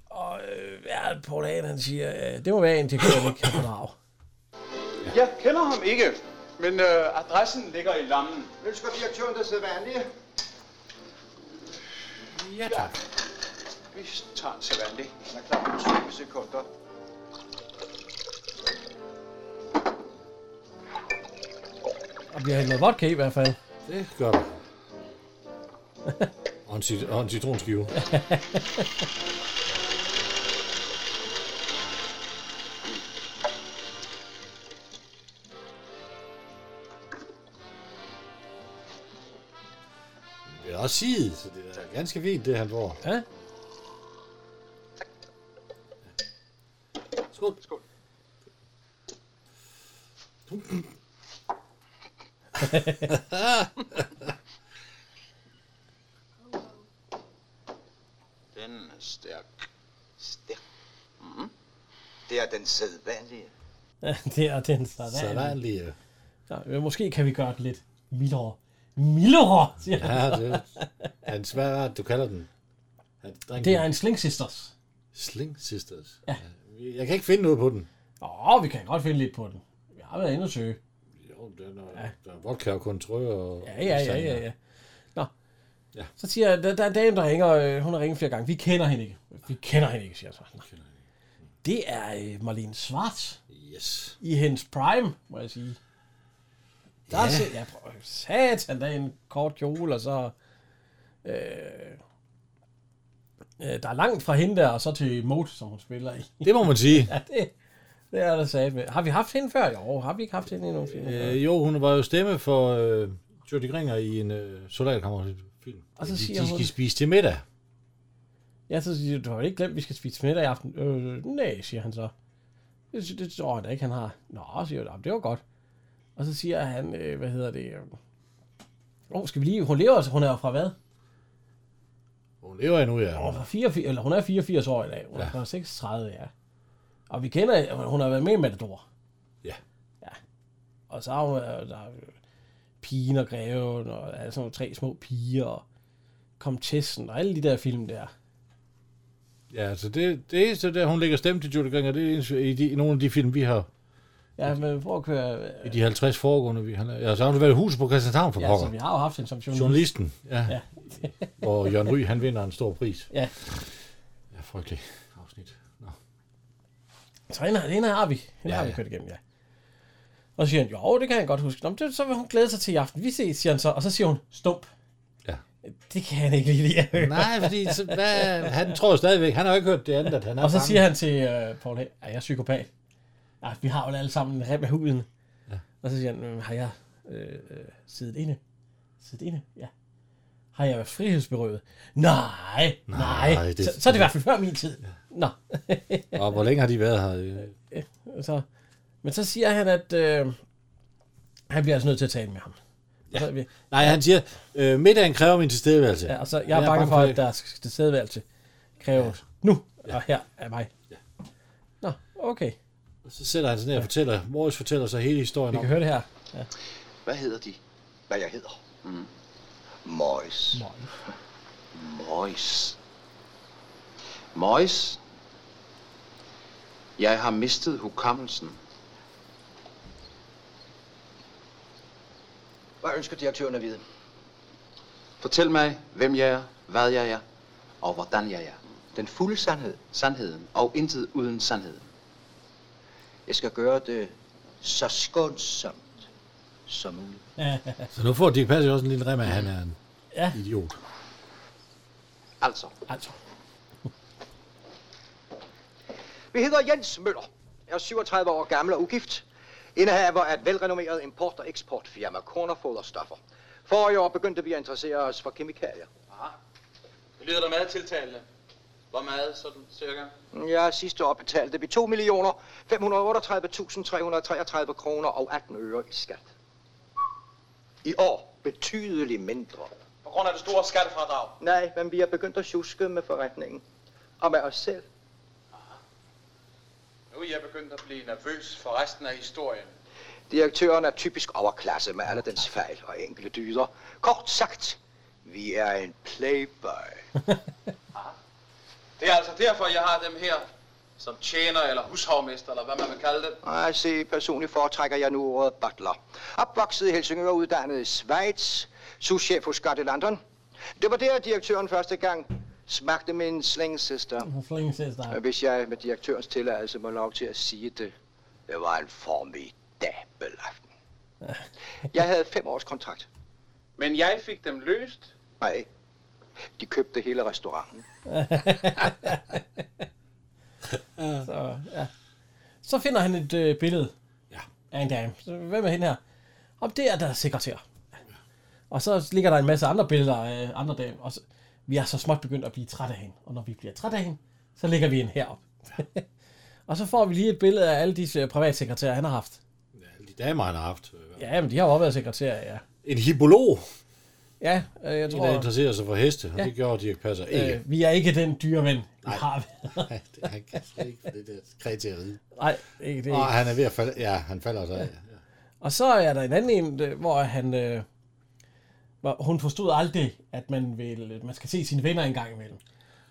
Speaker 3: Og øh, ja, Paul Hagen, han siger, øh, det må være en, det kan ikke kan fordrage.
Speaker 18: Jeg kender ham ikke, men øh, adressen ligger i lammen.
Speaker 11: Ønsker direktøren det sædvanlige?
Speaker 4: Ja, tak.
Speaker 18: Vi tager en sædvanlig. Han er klar på 20 sekunder.
Speaker 3: Og bliver hældt noget vodka i, i hvert fald.
Speaker 4: Det gør der. og, en, cit- og en citronskive. Det er også side, så det er ganske fint, det han får.
Speaker 3: Ja.
Speaker 4: Skål. Skål.
Speaker 18: Den er stærk. Stærk. Mm. Det er den sædvanlige.
Speaker 3: Ja, det er den
Speaker 4: sædvanlige.
Speaker 3: Ja, men måske kan vi gøre det lidt mildere. Mildere, siger
Speaker 4: Ja,
Speaker 3: han.
Speaker 4: det er han sværer, du kalder den. Han drikker
Speaker 3: det
Speaker 4: den.
Speaker 3: er en Sling Sisters.
Speaker 4: Sling Sisters.
Speaker 3: Ja.
Speaker 4: Jeg kan ikke finde noget på den.
Speaker 3: Åh, vi kan godt finde lidt på den. Vi har været inde og søge.
Speaker 4: Jo, den er... Ja. Der er vodka og kontrø og...
Speaker 3: Ja, ja, ja, ja, ja. Nå.
Speaker 4: Ja.
Speaker 3: Så siger jeg, der, der er en dame, der ringer, øh, hun har ringet flere gange. Vi kender hende ikke. Vi kender hende ikke, siger jeg så. Nå. Det er øh, Marlene Schwartz.
Speaker 4: Yes.
Speaker 3: I hendes prime, må jeg sige. Der
Speaker 4: Ja.
Speaker 3: ja. Ser, ja, prøv, satan, der er en kort kjole, og så... Øh, øh, der er langt fra hende der, og så til Mode, som hun spiller i.
Speaker 4: Det må man sige.
Speaker 3: ja, det, det er der sat med. Har vi haft hende før? Jo, har vi ikke haft hende endnu?
Speaker 4: Øh, jo, hun var jo stemme for øh, Jodie Gringer i en øh, soldatkammerfilm.
Speaker 3: Og så
Speaker 4: de,
Speaker 3: siger
Speaker 4: de
Speaker 3: hun-
Speaker 4: skal spise til middag.
Speaker 3: Ja, så siger de, du har vel ikke glemt, at vi skal spise middag i aften. Øh, nej, siger han så. Det, det tror jeg da ikke, han har. Nå, siger jeg, "Nå, det var godt. Og så siger han, øh, hvad hedder det? øh, Åh, oh, skal vi lige, hun lever altså, hun er jo fra hvad?
Speaker 4: Hun lever endnu, ja.
Speaker 3: Hun er, fra 84, eller hun er 84 år i dag, hun er fra 36, ja. Og vi kender, hun har været med i Matador. Og så har hun, øh, der er pigen og greven, og der er sådan nogle tre små piger, og Komtessen, og alle de der film der.
Speaker 4: Ja, så det, det eneste, der hun lægger stemme til Judy Grenger, det er det eneste, i, de, i nogle af de film, vi har.
Speaker 3: Ja, men prøv at køre...
Speaker 4: I de 50 foregående, vi har lavet. Ja, så har hun været i huset på Christianshavn for
Speaker 3: Ja,
Speaker 4: pokker.
Speaker 3: altså, vi har jo haft hende som journalist.
Speaker 4: Journalisten, Mm-hmm. ja.
Speaker 3: Ja.
Speaker 4: ja. og Jørgen Ry, han vinder en stor pris.
Speaker 3: Ja.
Speaker 4: Ja, frygtelig afsnit. Nå.
Speaker 3: Så hende, hende har vi. Hende ja,
Speaker 4: Ja,
Speaker 3: har vi
Speaker 4: ja.
Speaker 3: kørt igennem, ja. Og så siger han, jo, det kan jeg godt huske. Nå, men det, så vil hun glæde sig til i aften. Vi ses, siger han så. Og så siger hun, stump. Ja. Det kan han ikke lide at høre.
Speaker 4: Nej, fordi så, hvad, han tror stadigvæk, han har jo ikke hørt det andet, at han er
Speaker 3: Og så
Speaker 4: bange.
Speaker 3: siger han til øh, Paul, hey, er jeg psykopat? Ja, vi har jo alle sammen en rem af huden. Ja. Og så siger han, "Men har jeg øh, øh, siddet inde? Siddet inde? Ja. Har jeg været frihedsberøvet? Nej, nej. nej det,
Speaker 4: det-
Speaker 3: så, så er det i hvert fald før min tid. Ja. Nå.
Speaker 4: Og hvor længe har de været her?
Speaker 3: Ja, så, men så siger han, at øh, han bliver altså nødt til at tale med ham. Ja. Så, er vi-
Speaker 4: Nej, han siger, øh, middagen kræver min tilstedeværelse.
Speaker 3: ja, og så, jeg er bange for, at deres tilstedeværelse kræver ja. nu, ja. og her er mig. Ja. Nå, okay.
Speaker 4: Og så sætter han sig ned og fortæller, Morris fortæller sig hele historien
Speaker 3: Vi
Speaker 4: om.
Speaker 3: kan høre det her. Ja.
Speaker 18: Hvad hedder de? Hvad jeg hedder? Mm. Morris. Morris. Morris. Jeg har mistet hukommelsen.
Speaker 7: Hvad ønsker direktøren at vide?
Speaker 18: Fortæl mig, hvem jeg er, hvad jeg er, og hvordan jeg er. Den fulde sandhed, sandheden, og intet uden sandheden.
Speaker 7: Jeg skal gøre det så skånsomt som muligt.
Speaker 4: Så nu får Dirk Passer også en lille rem af, at han er en
Speaker 3: ja.
Speaker 4: idiot.
Speaker 7: Altså.
Speaker 3: Altså.
Speaker 7: Vi hedder Jens Møller. Er 37 år gammel og ugift. Indehaver af et velrenommeret import- og eksportfirma Kornerfoderstoffer. For i år begyndte vi at interessere os for kemikalier.
Speaker 19: Aha. Det lyder da meget tiltalende. Hvor meget sådan cirka?
Speaker 7: Ja, sidste år betalte vi 2 millioner 538.333 kroner og 18 øre i skat. I år betydeligt mindre.
Speaker 19: På grund af det store skattefradrag.
Speaker 7: Nej, men vi er begyndt at tjuske med forretningen. Og med os selv.
Speaker 19: Nu er jeg begyndt at blive nervøs for resten af historien.
Speaker 7: Direktøren er typisk overklasse med alle dens fejl og enkelte dyder. Kort sagt, vi er en playboy.
Speaker 19: Det er altså derfor, jeg har dem her som tjener eller hushovmester, eller hvad man vil kalde det.
Speaker 7: Og se, personligt foretrækker jeg nu ordet butler. Opvokset i Helsingør, uddannet i Schweiz, souschef hos Scott i London. Det var der, direktøren første gang smagte min slængsøster.
Speaker 3: Flingen ses der.
Speaker 7: Hvis jeg med direktørens tilladelse må lov til at sige det, det var en formidabel aften. Jeg havde fem års kontrakt.
Speaker 19: Men jeg fik dem løst.
Speaker 7: Nej, de købte hele restauranten.
Speaker 3: så, ja. så finder han et øh, billede ja. af en dame. Så, hvem er hende her? Om det er deres sekretær. Og så ligger der en masse andre billeder af andre dame. Og så, vi er så småt begyndt at blive trætte af hende. Og når vi bliver trætte af hende, så lægger vi en herop. og så får vi lige et billede af alle disse øh, privatsekretærer, han har haft.
Speaker 4: De damer, han har haft. øh,
Speaker 3: Ja, men de har jo også været sekretærer, ja.
Speaker 4: En hipolog,
Speaker 3: Ja, øh, jeg
Speaker 4: en, der
Speaker 3: tror...
Speaker 4: interesserer sig for heste, og
Speaker 3: Ja.
Speaker 4: det gjorde Dirk Passer ikke.
Speaker 3: Øh, vi er ikke den dyreven, vi har været.
Speaker 4: Nej, det er han slet ikke, for det der kræg til at ride.
Speaker 3: Nej, ikke det.
Speaker 4: Og han er ved at falde, ja, han falder så af.
Speaker 3: Og så er der en anden en, øh, hvor han... Øh, hvor hun forstod aldrig, at man, vil, man skal se sine venner en gang imellem.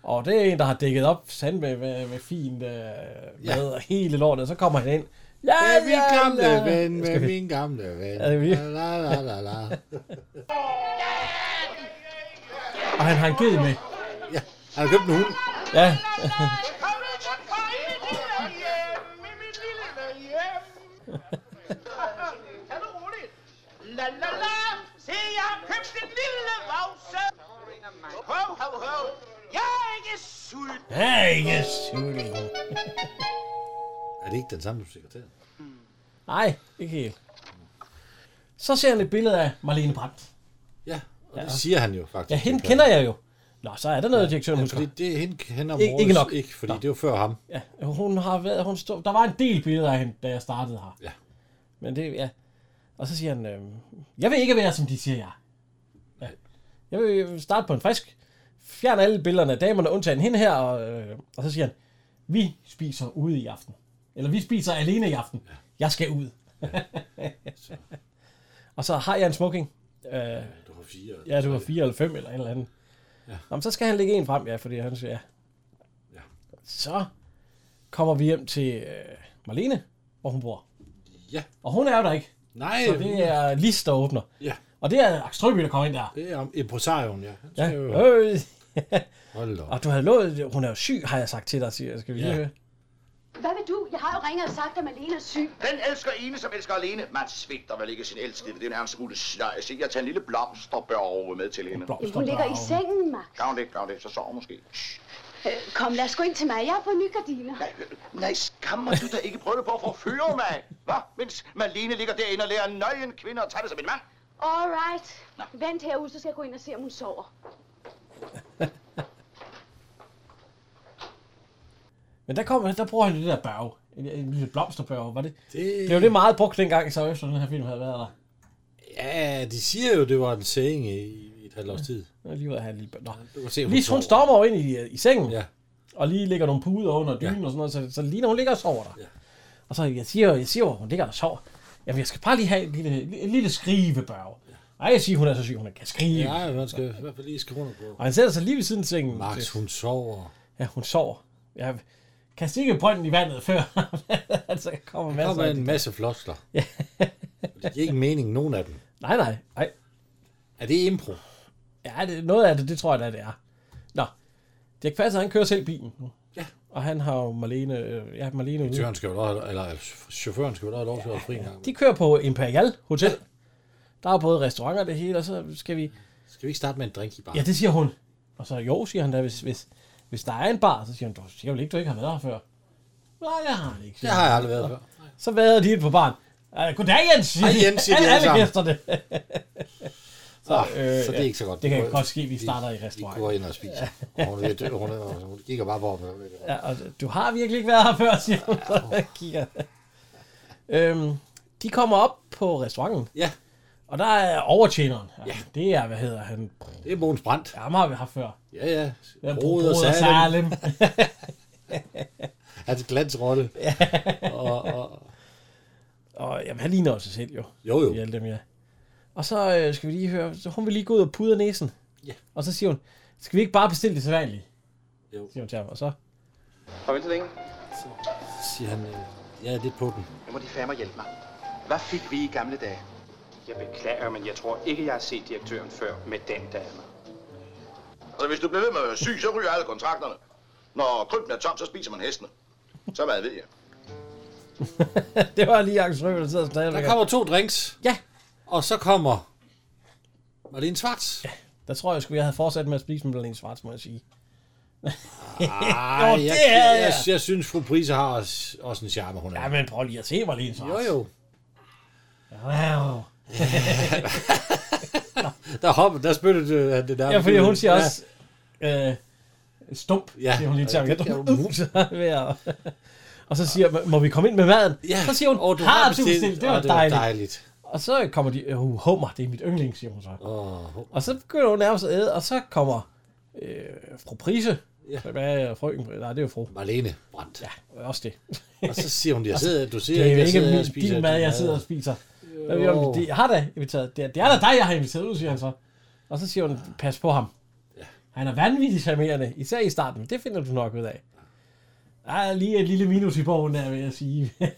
Speaker 3: Og det er en, der har dækket op sand med, med, med fint øh, mad og hele lortet, og så kommer han ind. Ja,
Speaker 4: Ja, min gamle
Speaker 3: ja.
Speaker 4: ven, med
Speaker 3: Skal vi-
Speaker 4: min gamle ven.
Speaker 3: Er det vi?
Speaker 4: La, la, la, la, la.
Speaker 3: Og han har en ged med.
Speaker 4: Ja, han har købt en hund.
Speaker 3: Ja.
Speaker 15: Er du rolig? La la la! Se, jeg har købt en lille vavse! Hov, hov, hov! Jeg er ikke sulten!
Speaker 3: Hey, shooting.
Speaker 4: Er det ikke den samme sekretær?
Speaker 3: Nej, ikke helt. Så ser han et billede af Marlene Brandt.
Speaker 4: Ja, Og det siger han jo faktisk.
Speaker 3: Ja, hende kender jeg jo. Nå, så er der noget, direktøren
Speaker 4: ja,
Speaker 3: husker.
Speaker 4: fordi det, hende kender
Speaker 3: Ikke-
Speaker 4: Morris
Speaker 3: ikke nok.
Speaker 4: ikke, fordi det var før ham.
Speaker 3: Ja, hun har været, hun stod, der var en del billeder af hende, da jeg startede her.
Speaker 4: Ja.
Speaker 3: Men det, ja. Og så siger han, øh, jeg vil ikke være, som de siger, jeg. er." Ja. Jeg vil starte på en frisk. Fjern alle billederne af damerne, undtagen hende her. Og, øh, og så siger han, vi spiser ude i aften. Eller vi spiser alene i aften. Jeg skal ud. og så har jeg en smoking. Øh,
Speaker 4: Du har fire.
Speaker 3: ja, du var 4 eller 5 eller en eller anden. Ja. Nå, men så skal han lægge en frem, ja, fordi han siger, ja.
Speaker 4: Ja.
Speaker 3: Så kommer vi hjem til øh, Marlene, hvor hun bor.
Speaker 4: Ja.
Speaker 3: Og hun er jo der ikke.
Speaker 4: Nej,
Speaker 3: Så det
Speaker 4: hun-
Speaker 3: er Lis, der åbner.
Speaker 4: Ja.
Speaker 3: Og det er Strøby, der kommer ind der.
Speaker 4: Det er impresarioen, ja. Han
Speaker 3: Ja.
Speaker 4: skal jo-
Speaker 3: Øh.
Speaker 4: Hold da op.
Speaker 3: og du havde lovet, hun er jo syg, har jeg sagt til dig, siger jeg. Skal vi lige
Speaker 4: Ja.
Speaker 3: høre?
Speaker 14: Hvad vil du? Jeg har jo ringet og sagt, at Malene er syg.
Speaker 11: Den elsker ene, som elsker alene. Man svigter vel ikke sin elskede, det er en ærlig smule snøjs. ikke? Jeg tager en lille blomsterbørge med til hende.
Speaker 14: Jamen, hun ligger i sengen, Max.
Speaker 11: Gør hun det, gør hun det, så sover hun måske.
Speaker 14: Øh, kom, lad os gå ind til mig. Jeg er på nye gardiner.
Speaker 11: Nej, skammer du da ikke prøve på at forføre mig? Hvad? Mens Malene ligger derinde og lærer nøgen kvinder at tage det som en mand?
Speaker 14: All right. Vent herude, så skal jeg gå ind og se, om hun sover.
Speaker 3: Men der, kommer, der bruger han det der børge. En, en lille blomsterbørge, var det? Det blev det meget brugt dengang, så efter den her film havde været der.
Speaker 4: Ja, de siger jo, det var en saying i i et halvt års tid.
Speaker 3: Jeg lige ved at have en lille børn. Nå.
Speaker 4: Du kan se, hun
Speaker 3: Lis, hun
Speaker 4: sover.
Speaker 3: stormer jo ind i, øh, i sengen.
Speaker 4: Ja.
Speaker 3: Og lige ligger nogle puder under dynen ja. og sådan noget, så, så ligner hun ligger og sover der. Ja. Og så jeg siger, jeg siger, jo, hun ligger og sover. Jamen, jeg skal bare lige have en lille, en lille skrivebørge. Ej, jeg siger, hun er så syg, hun ikke kan skrive.
Speaker 4: Ja, man skal i hvert fald lige skrive under på.
Speaker 3: Og han sætter sig lige ved siden af sengen.
Speaker 4: Max, hun sover.
Speaker 3: Ja, hun sover. Jeg kan stikke brønden i vandet før. altså, der kommer
Speaker 4: Der
Speaker 3: masser
Speaker 4: kommer
Speaker 3: af
Speaker 4: en
Speaker 3: det.
Speaker 4: masse floskler. Ja. det giver ikke mening, nogen af dem.
Speaker 3: Nej, nej, nej.
Speaker 4: Er det impro?
Speaker 3: Uh. Ja, det, noget af det, det tror jeg da, det er. Nå, Dirk Passer, han kører selv bilen nu. Ja. Og han har jo Marlene, øh, ja, Marlene ude.
Speaker 4: Chaufføren skal jo da, eller chaufføren skal jo da have lov til at være fri en gang.
Speaker 3: De kører på Imperial Hotel. Der er både restauranter og det hele, og så skal vi...
Speaker 4: Skal vi ikke starte med en drink i bar?
Speaker 3: Ja, det siger hun. Og så jo, siger han da, hvis, hvis, hvis der er en bar, så siger hun, du siger vel ikke, du ikke har været her før. Nej, jeg har det ikke.
Speaker 4: Det har jeg aldrig været før.
Speaker 3: Så vader de ind på baren. Øh, Goddag, Jens! siger
Speaker 4: Hej,
Speaker 3: de.
Speaker 4: Jens, siger de
Speaker 3: alle,
Speaker 4: alle
Speaker 3: alle
Speaker 4: sammen.
Speaker 3: gæsterne.
Speaker 4: Så, øh, så det er ikke så godt.
Speaker 3: Det kan
Speaker 4: Vi
Speaker 3: jo
Speaker 4: går-
Speaker 3: godt ske, at vi
Speaker 4: vi-
Speaker 3: starter i
Speaker 4: Vi går
Speaker 3: restauranten.
Speaker 4: ind og spiser. Og Hun, er død, hun, er, hun kigger bare på ham.
Speaker 3: Ja, og du har virkelig ikke været her før, siger hun, så jeg kigger. Øhm, de kommer op på restauranten.
Speaker 4: Ja.
Speaker 3: Og der er overtjeneren. Ja. Det er, hvad hedder han?
Speaker 4: Det er Mogens Brandt.
Speaker 3: Ja, ham har vi haft før.
Speaker 4: Ja, ja.
Speaker 3: Ja,
Speaker 4: Broder
Speaker 3: Broder Salem.
Speaker 4: Salem. Hans glansrolle. og, og,
Speaker 3: og jamen, han ligner også sig selv, jo.
Speaker 4: Jo, jo.
Speaker 3: I alle dem, ja. Og så øh, skal vi lige høre, så hun vil lige gå ud og pudre næsen.
Speaker 4: Ja.
Speaker 3: Og så siger hun, skal vi ikke bare bestille det sædvanlige?
Speaker 4: Jo.
Speaker 3: Siger hun til ham, og så
Speaker 18: Har ventet længe?
Speaker 4: siger han, øh, jeg er lidt på den.
Speaker 18: Nu må de færme hjælpe mig. Hvad fik vi i gamle dage?
Speaker 20: Jeg beklager, men jeg tror ikke, jeg har set direktøren før med den dame.
Speaker 11: Altså, hvis du bliver ved med at være syg, så ryger alle kontrakterne. Når krybten er tom, så spiser man hestene. Så meget ved jeg.
Speaker 3: det var lige Axel Røbe, der sidder og snakker.
Speaker 4: Der kommer to drinks.
Speaker 3: Ja.
Speaker 4: Og så kommer Marlene Svarts. Ja.
Speaker 3: Der tror jeg sgu, jeg havde fortsat med at spise med Marlene Svarts, må jeg sige.
Speaker 4: Ej,
Speaker 3: Jo,
Speaker 4: jeg,
Speaker 3: det
Speaker 4: jeg,
Speaker 3: er jeg.
Speaker 4: jeg, jeg, synes, fru Prise har også, også en charme, hun er.
Speaker 3: Ja, men prøv lige at se Marlene Svarts.
Speaker 4: Jo, jo.
Speaker 3: Wow.
Speaker 4: Der hopper, der spytter han det der.
Speaker 3: ja, fordi hun siger også, øh, stump,
Speaker 4: Ja,
Speaker 3: ja, siger hun lige til ham.
Speaker 4: og det kan hun-
Speaker 3: Ups, så er jeg ved at- Og så siger jeg, må vi komme ind med maden?
Speaker 4: Ja,
Speaker 3: Så siger hun,
Speaker 4: og
Speaker 3: du har, du bestilt, det, var,
Speaker 4: og det var
Speaker 3: dejligt.
Speaker 4: dejligt.
Speaker 3: Og så kommer de, uh, hummer, det er mit yndlings, siger hun så. Oh, og så begynder hun nærmest at æde, og så kommer øh, fru Prise, ja. hvad er frøken, nej, det er jo fru.
Speaker 4: Marlene Brandt.
Speaker 3: Ja, også det.
Speaker 4: Og så siger hun, jeg
Speaker 3: Og så-
Speaker 4: sidder, du
Speaker 3: det
Speaker 4: siger,
Speaker 3: er jo
Speaker 4: jeg
Speaker 3: ikke
Speaker 4: sidder her
Speaker 3: min,
Speaker 4: og spiser
Speaker 3: din mad,
Speaker 4: din
Speaker 3: jeg
Speaker 4: mad.
Speaker 3: sidder og spiser. Hvad ved
Speaker 4: Jo.
Speaker 3: jeg om Det, jeg har da inviteret. Det er, det er da dig, jeg har inviteret ud, siger han så. Og så siger hun, pas på ham. Han er vanvittigt charmerende, især i starten. men Det finder du nok ud af. Der er lige et lille minus i bogen der, vil jeg sige.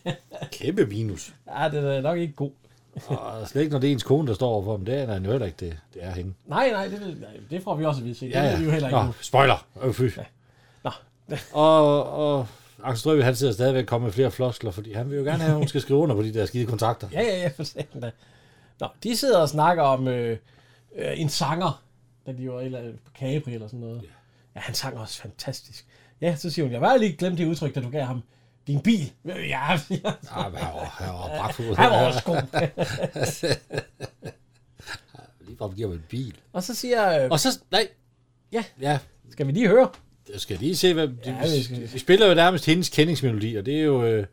Speaker 4: Kæmpe minus.
Speaker 3: Ja, det er nok ikke god.
Speaker 4: Og slet ikke, når det er ens kone, der står overfor ham. Det er han jo heller ikke, det, det er hende.
Speaker 3: Nej, nej, det, ved- nej, det får vi også at vide. senere. Det ved vi jo heller ikke
Speaker 4: Nå,
Speaker 3: nu.
Speaker 4: spoiler. Øh, fy. Ja.
Speaker 3: Nå.
Speaker 4: og, og Axel Strøby, han sidder stadigvæk og kommer med flere floskler, fordi han vil jo gerne have, at hun skal skrive under på de der skide kontakter.
Speaker 3: Ja, ja, ja, for satan da. Nå, de sidder og snakker om øh, øh, en sanger, der giver et eller andet Capri eller sådan noget. Ja, han sang også fantastisk. Ja, så siger hun, jeg var lige glemt det udtryk, da du gav ham din bil. Ja, ja. han
Speaker 4: var, han var bragtfuld.
Speaker 3: Han var også god.
Speaker 4: Lige fra, giver mig en bil.
Speaker 3: og så siger... Øh,
Speaker 4: Og så, nej.
Speaker 3: Ja.
Speaker 4: Ja.
Speaker 3: Skal vi lige høre?
Speaker 4: Jeg skal lige se, hvad... De,
Speaker 3: Ja,
Speaker 4: ja,
Speaker 3: vi
Speaker 4: vi,
Speaker 3: skal-
Speaker 4: vi, spiller jo nærmest hendes kendingsmelodi, og det er jo... Øh,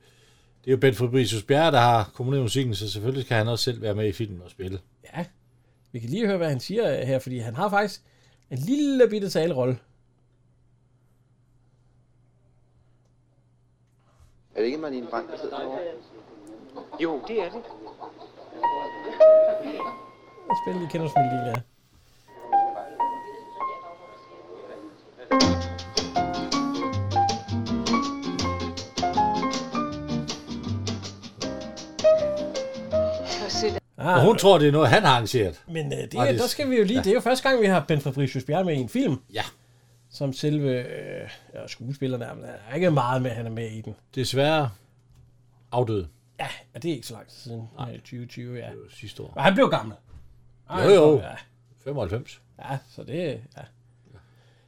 Speaker 4: det er jo Ben Fabricius Bjerre, der har komponeret musikken, så selvfølgelig skal han også selv være med i filmen og spille.
Speaker 3: Ja, vi kan lige høre, hvad han siger øh, her, fordi han har faktisk en lille bitte talerolle.
Speaker 18: Er det ikke Marlene Brandt, der sidder derovre?
Speaker 8: Jo, det er det.
Speaker 3: Spil lige kender som lille.
Speaker 4: Ah, og hun tror, det er noget, han har arrangeret.
Speaker 3: Men øh, det,
Speaker 4: Nej,
Speaker 3: er, der skal vi jo lige, ja. det er jo første gang, vi har Ben Fabricius Bjerre med i en film.
Speaker 4: Ja.
Speaker 3: Som selve øh, ja, skuespilleren er, men der er ikke meget med, at han er med i den.
Speaker 4: Desværre afdød.
Speaker 3: Ja, og det er ikke så lang tid siden. Nej. 2020, ja.
Speaker 4: sidste år.
Speaker 3: Og han blev gammel. Ej,
Speaker 4: Jo, jo.
Speaker 3: Ja,
Speaker 4: 95.
Speaker 3: ja så det... Ja.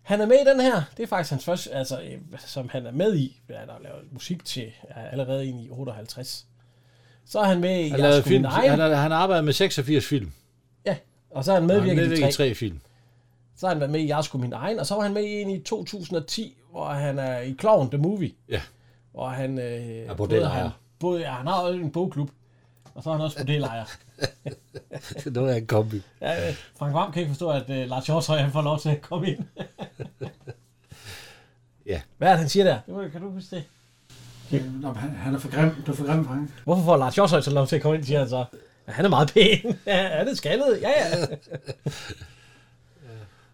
Speaker 3: Han er med i den her. Det er faktisk hans første, altså, øh, som han er med i. Ja, der er lavet musik til ja, allerede ind i 58. Så er han med i
Speaker 4: Han, lavede
Speaker 3: Jersku
Speaker 4: film,
Speaker 3: Neje.
Speaker 4: han, har- han har arbejdet med 86 film.
Speaker 3: Og så er han
Speaker 4: Og han
Speaker 3: medvirket i de
Speaker 4: medvirket
Speaker 3: tre.
Speaker 4: i tre film.
Speaker 3: Så har han været med i Jeg skulle min egen, og så var han med i en i 2010, hvor han er i Clown The Movie.
Speaker 4: Ja.
Speaker 3: Hvor han... Øh,
Speaker 4: Er
Speaker 3: både,
Speaker 4: bordelejer.
Speaker 3: han, både, ja, han har også en bogklub, og så er han også bordelejer.
Speaker 4: Det er noget af en kombi.
Speaker 3: ja, øh, Frank Vam kan ikke forstå, at øh, Lars Hjortøj han får lov til at komme ind.
Speaker 4: Ja.
Speaker 3: Hvad er det, han siger der? Det må- Kan du huske det?
Speaker 12: Nå, men han, han er for grim. Du er for grim, Frank.
Speaker 3: Hvorfor får Lars Hjortøj så lov til at komme ind, siger han så? Ja, han er meget pæn. ja, han er skaldet. Ja,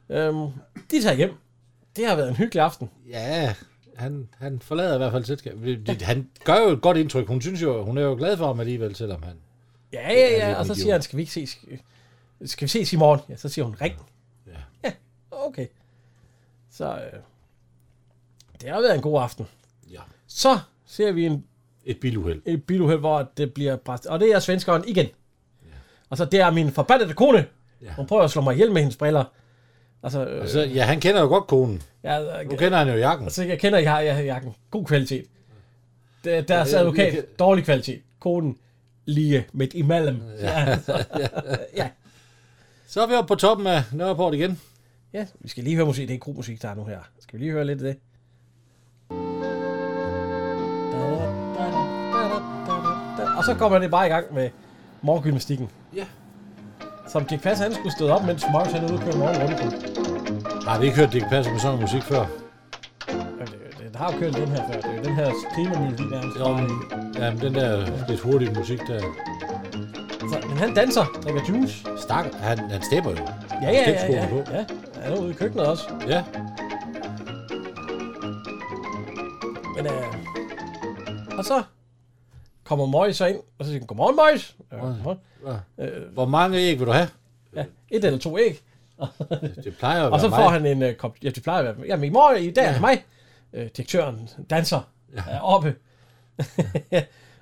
Speaker 3: ja. øhm, de tager hjem. Det har været en hyggelig aften.
Speaker 4: Ja, han, han forlader i hvert fald selskabet. Det- Han gør jo et godt indtryk. Hun synes jo, hun er jo glad for ham alligevel, selvom han...
Speaker 3: Ja, ja,
Speaker 4: lidt
Speaker 3: ja. Og så
Speaker 4: idiot.
Speaker 3: siger han, skal vi ikke ses, skal vi ses i morgen? Ja, så siger hun, ring. Ja. ja okay. Så øh, det har været en god aften.
Speaker 4: Ja.
Speaker 3: Så ser vi en,
Speaker 4: Et biluheld.
Speaker 3: et biluheld, hvor det bliver bræst. Og det er svenskeren igen. Ja. Og så det er min forbandede kone. Ja. Hun prøver at slå mig ihjel med hendes briller. Altså, øh,
Speaker 4: Og så, ja, han kender jo godt konen.
Speaker 3: ja, øh,
Speaker 4: Nu kender han jo jakken.
Speaker 3: Altså, jeg kender jeg, jeg, jakken. God kvalitet. Der- Deres
Speaker 4: Ja, det-
Speaker 3: advokat, dårlig kvalitet. Konen lige midt imellem. Ja. altså. ja.
Speaker 4: Så er vi oppe på toppen af Nørreport igen.
Speaker 3: Ja, vi skal lige høre musik. Det er god musik, der er nu her. Skal vi lige høre lidt af det? Og så kommer det bare i gang med morgengymnastikken.
Speaker 4: Ja.
Speaker 3: Som Dick Pass, han skulle stå op, mens Morris han er ude og køre morgenrundeklub.
Speaker 4: Har vi ikke hørt, det ikke passer med sådan noget musik før?
Speaker 3: Den har jo kørt den her før. Det er jo den her klimamelodi nærmest.
Speaker 4: Jo, men, ja, men den der lidt hurtige musik der.
Speaker 3: Så, men han danser, drikker juice.
Speaker 4: Stak, han, han stepper jo.
Speaker 3: Ja, ja, ja.
Speaker 4: Stepskoene
Speaker 3: ja,
Speaker 4: på.
Speaker 3: ja. Han er ude i køkkenet også.
Speaker 4: Ja.
Speaker 3: Men øh, Og så kommer Møj så ind, og så siger han, godmorgen Møjs. Øh, godmorgen. Øh,
Speaker 4: Hvor mange æg vil du have?
Speaker 3: ja, et eller to æg.
Speaker 4: Det plejer at
Speaker 3: og så
Speaker 4: være
Speaker 3: får
Speaker 4: mig.
Speaker 3: han en øh, kop, ja, det plejer at være, jamen i morgen, i dag er det mig. Øh, direktøren danser ja. er oppe.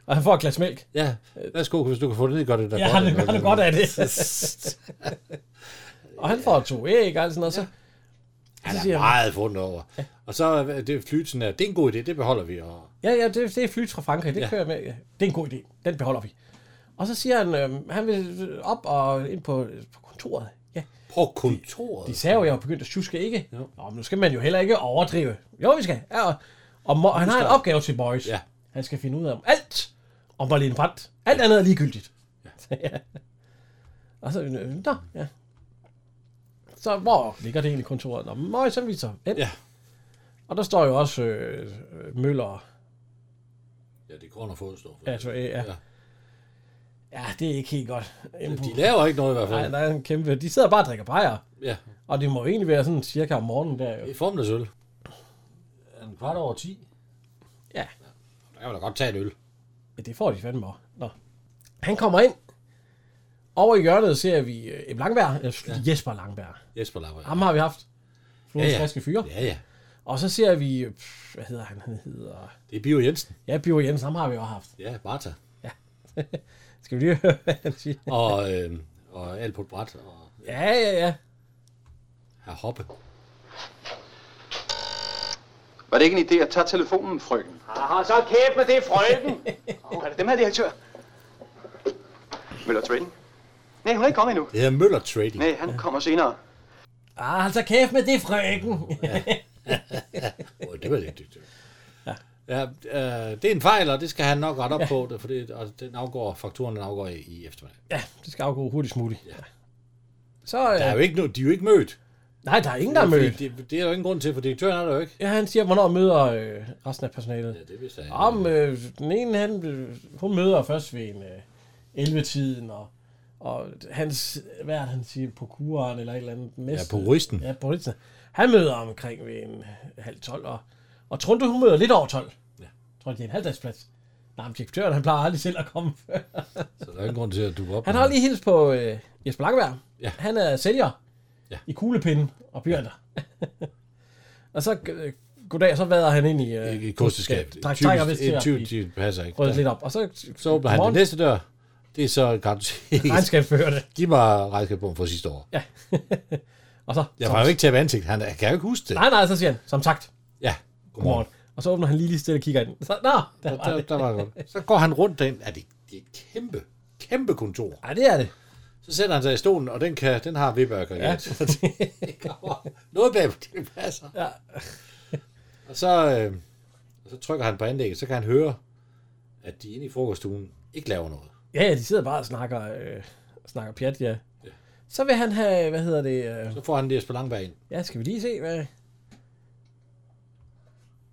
Speaker 3: og han får et glas mælk.
Speaker 4: Ja, værsgo, hvis du kan få det ned, gør det da
Speaker 3: Ja,
Speaker 4: godt. Altså,
Speaker 3: han gør
Speaker 4: eller
Speaker 3: det
Speaker 4: noget.
Speaker 3: godt af det. og han får to æg, og alt sådan noget. Så,
Speaker 4: Han
Speaker 3: siger
Speaker 4: er
Speaker 3: han-
Speaker 4: meget fundet over. Og så er det flytsen er, det er en god idé, det beholder vi. Og
Speaker 3: Ja, ja, det, det er flyt fra Frankrig, det
Speaker 4: Ja.
Speaker 3: ja. kører jeg med. Ja, Det er en god idé, den beholder vi. Og så siger han, øh, han vil op og ind på, på kontoret. Ja.
Speaker 4: På kontoret?
Speaker 3: De, de sagde jo, jeg var begyndt at tjuske, ikke? Jo. Nå, men nu skal man jo heller ikke overdrive. Jo, vi skal. Ja, og, og Mo- han har en
Speaker 4: Husker-
Speaker 3: opgave til Boys.
Speaker 4: Ja.
Speaker 3: Han skal finde ud af om alt om Marlene Brandt. Alt andet er ligegyldigt. Ja. og så, øh, nå, ja. Så hvor ligger det egentlig kontoret? Nå, møj, så er vi så hen.
Speaker 4: Ja.
Speaker 3: Og der står jo også øh, øh, Møller og
Speaker 4: Ja, det er grund og fod, står for.
Speaker 3: Ja, så, ja. ja. Ja, det er ikke helt godt.
Speaker 4: De laver ikke noget i hvert fald.
Speaker 3: Nej, der er en kæmpe... De sidder bare og drikker bajer.
Speaker 4: Ja.
Speaker 3: Og det må jo egentlig være sådan cirka om morgenen der. Jo.
Speaker 4: I formiddags øl. En kvart over 10.
Speaker 3: Ja.
Speaker 4: Der kan man da godt tage en øl.
Speaker 3: Ja, det får de fandme også. Nå. Han kommer ind. Over i hjørnet ser vi øh, Ebbe Langberg. Ja. Jesper Langberg.
Speaker 4: Jesper Lapper.
Speaker 3: Ham har vi haft. Nogle
Speaker 4: Ja, ja.
Speaker 3: ja, friske fyre.
Speaker 4: Ja, ja.
Speaker 3: Og så ser vi... øh, Pff, hvad hedder han? Han hedder...
Speaker 4: Det er Bio Jensen.
Speaker 3: Ja, Biver Jensen. Ham har vi også haft.
Speaker 4: Ja, Marta.
Speaker 3: Skal vi lige høre, hvad han siger?
Speaker 4: Og, øh, og alt på et bræt. Og
Speaker 3: Ja, ja, ja.
Speaker 4: herr Hoppe.
Speaker 18: Var det ikke en idé at tage telefonen, frøken?
Speaker 17: Aha, så kæft med det, frøken. oh, er det dem her, direktør?
Speaker 18: Møller Trading?
Speaker 17: Nej, hun er ikke kommet endnu.
Speaker 4: Det hedder Møller Trading.
Speaker 17: Nej, han kommer senere.
Speaker 3: Ah, altså kæft med det, frøken.
Speaker 4: Åh, det var lidt dygtigt. Ja, øh, det er en fejl, og det skal han nok rette op ja. på, det- for det, og den afgår, fakturen den afgår i, i eftermiddag.
Speaker 3: ja, det skal afgå hurtigst muligt. Ja. Så, øh,
Speaker 4: Der er jo ikke, no- de er jo ikke mødt.
Speaker 3: Nej, der er ingen, der er mødt.
Speaker 4: Det, det, er der jo ingen grund til, for direktøren er der jo ikke.
Speaker 3: Ja, han siger, hvornår møder øh, resten af personalet. Ja,
Speaker 4: det vidste jeg
Speaker 3: Om, øh, den ene, han, øh, hun møder først ved en øh, 11-tiden, og, og hans, hvad er det, han siger, på kuren eller et eller andet. Næste,
Speaker 4: prokuristen.
Speaker 3: Ja, på Han møder omkring ved en øh, halv 12, og, og Trunte, hun møder lidt over 12. Ja. Tror, det er en halvdagsplads. Nej, men direktøren, han plejer aldrig selv at komme før.
Speaker 4: Så der er ingen grund til at dukke op.
Speaker 3: Han har lige hils på øh, Jesper Langeberg. Ja. Han er sælger ja. i kuglepinde og bjørner. og så, øh, goddag, så vader han ind i... Øh,
Speaker 4: I kosteskabet.
Speaker 3: Tak, trækker vist til
Speaker 4: En
Speaker 3: at
Speaker 4: tyv,
Speaker 3: blive
Speaker 4: de passer ikke.
Speaker 3: ryddet lidt op. Og så,
Speaker 4: Så åbner han den næste dør. Det er så kartotek.
Speaker 3: Regnskabsførende.
Speaker 4: Giv mig regnskabsbogen fra sidste år.
Speaker 3: Ja. og så...
Speaker 4: Jeg
Speaker 3: som-
Speaker 4: får jo ikke tabe ansigt. Han jeg kan jo ikke huske det.
Speaker 3: Nej, nej, så siger han, som sagt.
Speaker 4: Ja,
Speaker 3: Godmorgen. Og så åbner han lige, lige stille og kigger ind. Så, nå, der,
Speaker 4: Der, der, der var det godt. Så går han rundt derind. Er det, det er et kæmpe, kæmpe kontor.
Speaker 3: Ja, det er det.
Speaker 4: Så sætter han sig i stolen, og den, kan, den har Vibørg
Speaker 3: Ja.
Speaker 4: ja. Noget bag, det passer.
Speaker 3: Ja.
Speaker 4: og så, øh, og så trykker han på anlægget, så kan han høre, at de inde i frokoststuen ikke laver noget.
Speaker 3: Ja, ja, de sidder bare og snakker, øh, snakker pjat, ja. Så vil han have, hvad hedder det? Øh,
Speaker 4: så får han det Jesper Langberg ind.
Speaker 3: Ja, skal vi lige se, hvad,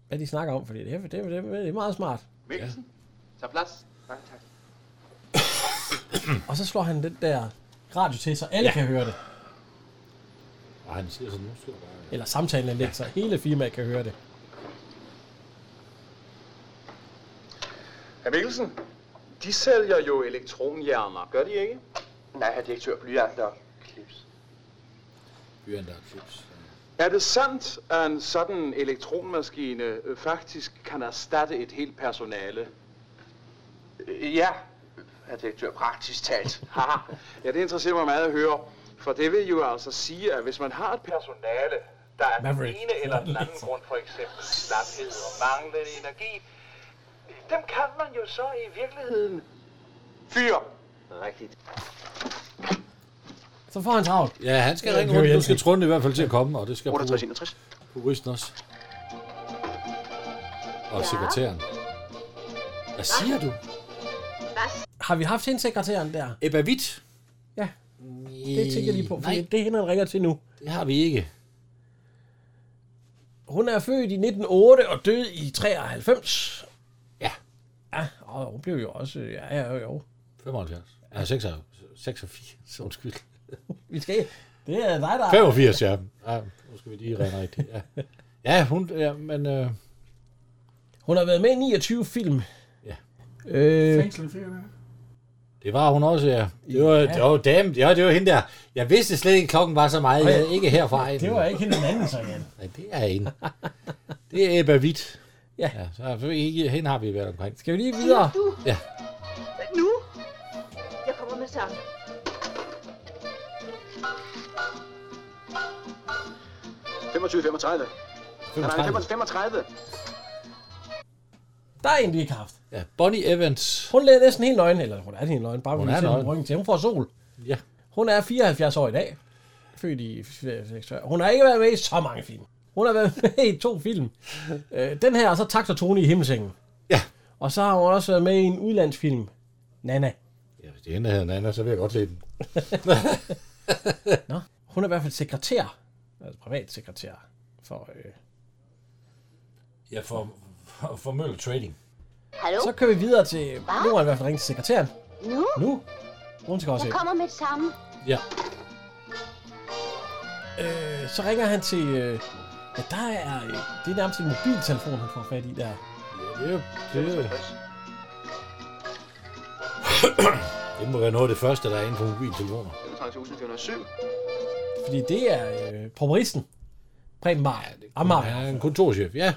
Speaker 3: hvad de snakker om, fordi det, er- det, er- det, er- det er meget smart.
Speaker 20: Mikkelsen, ja. tag plads. Mange tak.
Speaker 3: Og så slår han den der radio til, så alle ja.
Speaker 4: Ja.
Speaker 3: kan høre det.
Speaker 4: Og han siger sådan, nu skal du bare...
Speaker 3: Eller samtalen lidt, så hele firmaet kan høre det.
Speaker 20: Herr Mikkelsen, de sælger jo elektronhjerner, gør de ikke? Nej, herr direktør, blyanter og klips.
Speaker 4: Bjørn, der er flips.
Speaker 6: Er det sandt, at en sådan elektronmaskine øh, faktisk kan erstatte et helt personale?
Speaker 20: Øh, Ja, herr direktør, praktisk talt. Haha.
Speaker 6: Ja, det interesserer mig meget at høre, for det vil jo altså sige, at hvis man har et personale, der af den
Speaker 15: Maverick.
Speaker 6: ene eller den anden grund, for eksempel slaphed og manglende energi, dem kan man jo så i virkeligheden fyre.
Speaker 16: Rigtigt.
Speaker 3: Så får han travlt.
Speaker 4: Ja, han skal
Speaker 3: Ja,
Speaker 4: ringe
Speaker 3: Peter
Speaker 4: rundt. Nu
Speaker 3: Jensen.
Speaker 4: skal Trunde i hvert fald til at komme, og det skal
Speaker 18: 68,
Speaker 4: 61. Juristen også. Og
Speaker 18: Ja.
Speaker 4: sekretæren. Hvad siger du?
Speaker 3: Har vi haft hende sekretæren der?
Speaker 4: Ebba Witt?
Speaker 3: Ja, det tænker jeg lige på, for det er hende, han ringer til nu.
Speaker 4: Det har vi ikke.
Speaker 3: Hun er født i 1908 og død i 93.
Speaker 4: Ja.
Speaker 3: Ja, og hun blev jo også... Ja, ja, jo, jo.
Speaker 4: 75. Ja, 86. 86, undskyld.
Speaker 3: Vi skal... Det er dig, der...
Speaker 4: 85, ja. ja. Nu skal vi lige regne rigtigt. Ja, ja hun... Ja, men... Øh,
Speaker 3: Hun har været med i 29 film.
Speaker 4: Ja.
Speaker 3: Øh,
Speaker 12: Fængsel fire gange.
Speaker 4: det var hun også, ja. Det var,
Speaker 3: Ja.
Speaker 4: ja. Oh, damn, ja, det var hende der. Jeg vidste slet ikke, klokken var så meget.
Speaker 3: Ej,
Speaker 4: Jeg, ikke herfra.
Speaker 3: Det var ikke hende den anden, så igen.
Speaker 4: Nej, det er en. Det er Ebba Witt.
Speaker 3: Ja.
Speaker 4: ja så er vi- hende har vi været omkring.
Speaker 3: Skal vi lige videre?
Speaker 14: Du,
Speaker 4: Ja.
Speaker 14: nu? Jeg kommer med sammen.
Speaker 6: Nej,
Speaker 4: 35.
Speaker 6: 35.
Speaker 3: Der er en, vi ikke har haft.
Speaker 4: Ja, Bonnie Evans.
Speaker 3: Hun er næsten helt nøgen, eller hun er helt nøgen, bare
Speaker 4: Hun
Speaker 3: fordi
Speaker 4: er
Speaker 3: hun er
Speaker 4: nøgen.
Speaker 3: nøgen. til. Hun får sol.
Speaker 4: Ja.
Speaker 3: Hun er 74 år i dag. Født i 46. Hun har ikke været med i så mange film. Hun har været med i to film. Øh, den her, og så Tax og Tony i himmelsengen.
Speaker 4: Ja.
Speaker 3: Og så har hun også været med i en udlandsfilm. Nana.
Speaker 4: Ja, hvis det er hende, der hedder Nana, så vil jeg godt lide den.
Speaker 3: Nå. Hun er i hvert fald sekretær. Altså privat sekretær. For, øh.
Speaker 4: Ja, for, for, for Møller Trading.
Speaker 5: Hallo?
Speaker 3: Så kører vi videre til... Nu har i hvert fald ringet til sekretæren.
Speaker 5: Nu?
Speaker 3: Nu? Hun skal også
Speaker 5: Jeg
Speaker 3: ind.
Speaker 5: kommer med det samme.
Speaker 4: Ja.
Speaker 3: Øh, så ringer han til... Øh, ja, der er... Øh, det er nærmest en mobiltelefon, han får fat i der.
Speaker 4: Det, det, det må være noget af det første, der er inde på mobiltelefoner.
Speaker 20: 3407.
Speaker 3: Fordi det er øh, pommeristen. Preben Ah, Mar.
Speaker 4: Han
Speaker 3: Amager.
Speaker 4: er en kontorchef, ja.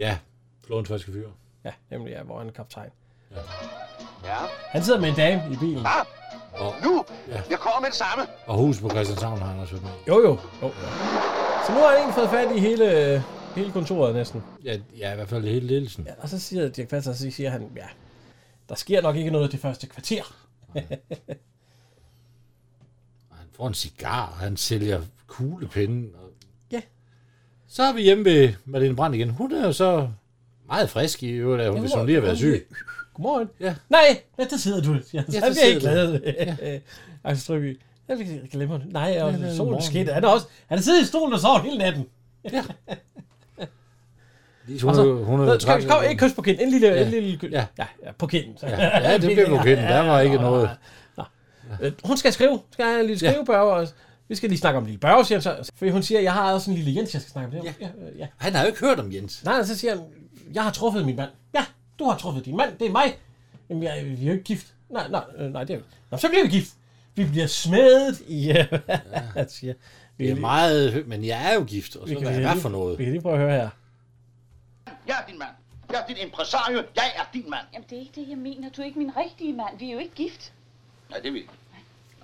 Speaker 4: Ja, Florens første fyr.
Speaker 3: Ja, nemlig ja, hvor han er kaptajn.
Speaker 6: Ja.
Speaker 3: Han sidder med en dame i bilen.
Speaker 4: Og,
Speaker 6: Nu!
Speaker 4: Ja.
Speaker 6: Jeg kommer med det samme.
Speaker 4: og huset på Christianshavn har han også været med. i.
Speaker 3: Jo, jo. jo. Så nu har han egentlig fået fat i hele, øh, hele kontoret næsten.
Speaker 4: Ja, ja, i hvert fald hele ledelsen. Ja.
Speaker 3: Og så siger Dirk Passer, så siger han, ja, der sker nok ikke noget det første kvarter.
Speaker 4: Han får en cigar, og han sælger kuglepinde. Og...
Speaker 3: Ja.
Speaker 4: Så er vi hjemme ved Marlene Brandt igen. Hun er jo så meget frisk i øvrigt, er hun,
Speaker 3: Ja,
Speaker 4: hvis
Speaker 3: hun
Speaker 4: hun
Speaker 3: er-
Speaker 4: lige har været
Speaker 3: hun er
Speaker 4: syg.
Speaker 3: Godmorgen.
Speaker 4: Ja.
Speaker 3: Nej, ja, der sidder du. Ja, så
Speaker 4: der
Speaker 3: er vi
Speaker 4: sidder
Speaker 3: ikke glade. Ja. Axel Strøby. Jeg glemmer det. Nej, og
Speaker 12: Ja, det er
Speaker 3: solen
Speaker 12: morgen.
Speaker 3: skidt. Han er også... Han sidder i stolen og sover hele natten. Ja.
Speaker 4: Lise, hun er jo- hun er jo
Speaker 3: kom,
Speaker 4: træt.
Speaker 3: kom, ikke kys på kinden. En lille,
Speaker 4: Ja.
Speaker 3: ja. en lille kys. Ja. ja, ja på kinden. Så.
Speaker 4: Ja, ja, det blev på kinden. Der var ikke
Speaker 3: Nå,
Speaker 4: noget.
Speaker 3: nå. Øh, Hun skal skrive. Skal have en lille
Speaker 4: Ja.
Speaker 3: skrivebørge. Og vi skal lige snakke om lille børge, siger hun så. Fordi hun siger, jeg har også en lille Jens, jeg skal snakke om. Det. her. Ja. øh, ja.
Speaker 4: Han har jo ikke hørt om Jens.
Speaker 3: Nej, så siger han, jeg har truffet min mand. Ja, du har truffet din mand. Det er mig. Jamen, jeg, vi er jo ikke gift. Nej, nej, øh, nej, det er vi. ikke. Nå, så bliver vi gift. Vi bliver smedet i... Ja, han siger. Vi
Speaker 4: Det er
Speaker 3: kan-
Speaker 4: meget, men jeg er jo gift, og
Speaker 3: vi
Speaker 4: så
Speaker 3: kan
Speaker 4: hvad
Speaker 3: lige-
Speaker 4: er det for noget?
Speaker 3: Vi kan lige prøve at høre her.
Speaker 15: Jeg er din mand. Jeg er din impresario. Jeg er din mand.
Speaker 10: Jamen, det er ikke det, jeg mener. Du er ikke min rigtige mand. Vi er jo ikke gift.
Speaker 15: Nej, det vil jeg ikke.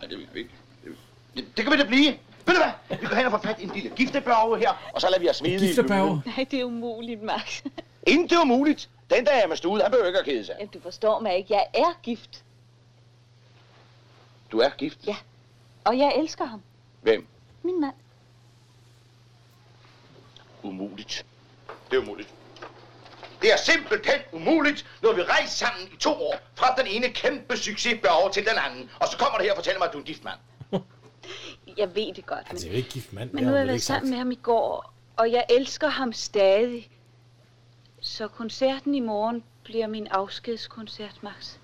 Speaker 15: Nej, det vil jeg ikke. Det, vil- det, det kan vi da blive. Ved du hvad? Vi går hen og får fat i en lille giftebørge her, og så lader vi os smide i
Speaker 3: Giftebørge?
Speaker 10: Nej, det er umuligt, Max.
Speaker 15: Intet er muligt. Den der er med stude, han behøver ikke at kede sig.
Speaker 10: Jamen, du forstår mig ikke. Jeg er gift,
Speaker 15: Du er gift.
Speaker 10: Ja. og jeg elsker ham.
Speaker 15: Hvem?
Speaker 10: Min mand.
Speaker 15: Umuligt. Det er umuligt. Det er simpelthen umuligt, når vi rejser sammen i to år. Fra den ene kæmpe succes over til den anden. Og så kommer du her og fortæller mig, at du er en gift mand.
Speaker 10: Jeg ved det godt, men,
Speaker 4: Altså, jeg er jo ikke gift mand.
Speaker 10: men nu har jeg været sammen med ham i går, og jeg elsker ham stadig. Så koncerten i morgen bliver min afskedskoncert, Max.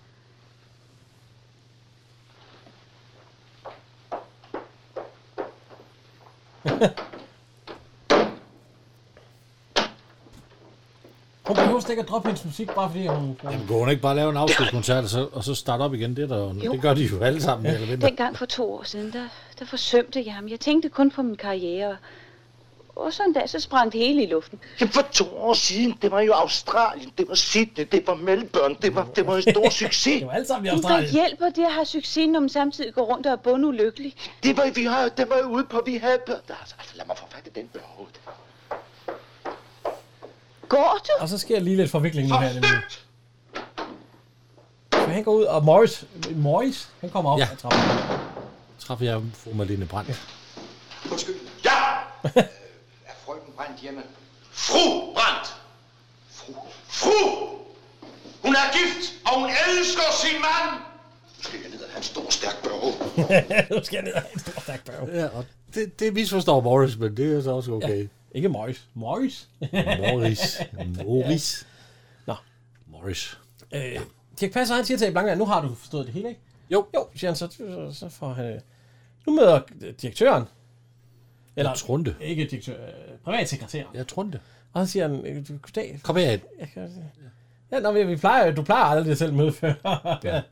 Speaker 3: Hun behøver slet ikke at droppe hendes musik, bare fordi hun...
Speaker 4: Jamen, kunne hun ikke bare lave en afskedskoncert, og så, og så starte op igen? Det, er der, jo-
Speaker 10: Jo.
Speaker 4: det gør de jo alle sammen. Ja. Eller mindre.
Speaker 10: Dengang for to år siden, der, der forsømte jeg ham. Jeg tænkte kun på min karriere. Og så en dag, så sprang det hele i luften.
Speaker 15: Jamen, for to år siden, det var jo Australien, det var Sydney, det var Melbourne, det var, det var en stor succes. det
Speaker 3: var alt sammen
Speaker 10: Men hvad hjælper det at have succes, når man samtidig går rundt og er bundet ulykkelig?
Speaker 15: Det var, vi har, det var jo ude på, vi havde... Altså, lad mig få fat i den børge.
Speaker 10: Går du?
Speaker 3: Og så sker lige lidt forvikling nu her. Nemlig. Så han går ud, og Morris, Morris han kommer op ja.
Speaker 4: Ja.
Speaker 3: ad trappen.
Speaker 4: Træffer jeg fru Malene Brandt.
Speaker 7: Undskyld.
Speaker 15: Ja!
Speaker 7: er frøken brændt hjemme?
Speaker 15: Fru Brandt! Fru! Fru! Hun er gift, og hun elsker sin mand! Nu skal jeg ned og have en stor, stærk børge.
Speaker 3: nu skal jeg ned og have en stor stærk børge.
Speaker 4: Ja, og det, det misforstår Morris, men det er så også okay. Ja.
Speaker 3: Ikke Morris. Morris.
Speaker 4: Morris. Morris.
Speaker 3: Nå.
Speaker 4: Morris.
Speaker 3: Øh, Dirk Passer, han siger til Blanca, nu har du forstået det hele, ikke?
Speaker 4: Jo.
Speaker 3: Jo, siger han, så, så, så får han... øh, Nu møder øh, direktøren.
Speaker 4: Eller Trunde.
Speaker 3: Ikke direktør, øh, privatsekretæren.
Speaker 4: Ja, Trunde.
Speaker 3: Og så siger han, øh, du- goddag.
Speaker 4: Kom her.
Speaker 3: Jeg kan- Ja, nå, men vi plejer, du plejer aldrig at selv møde før. ja.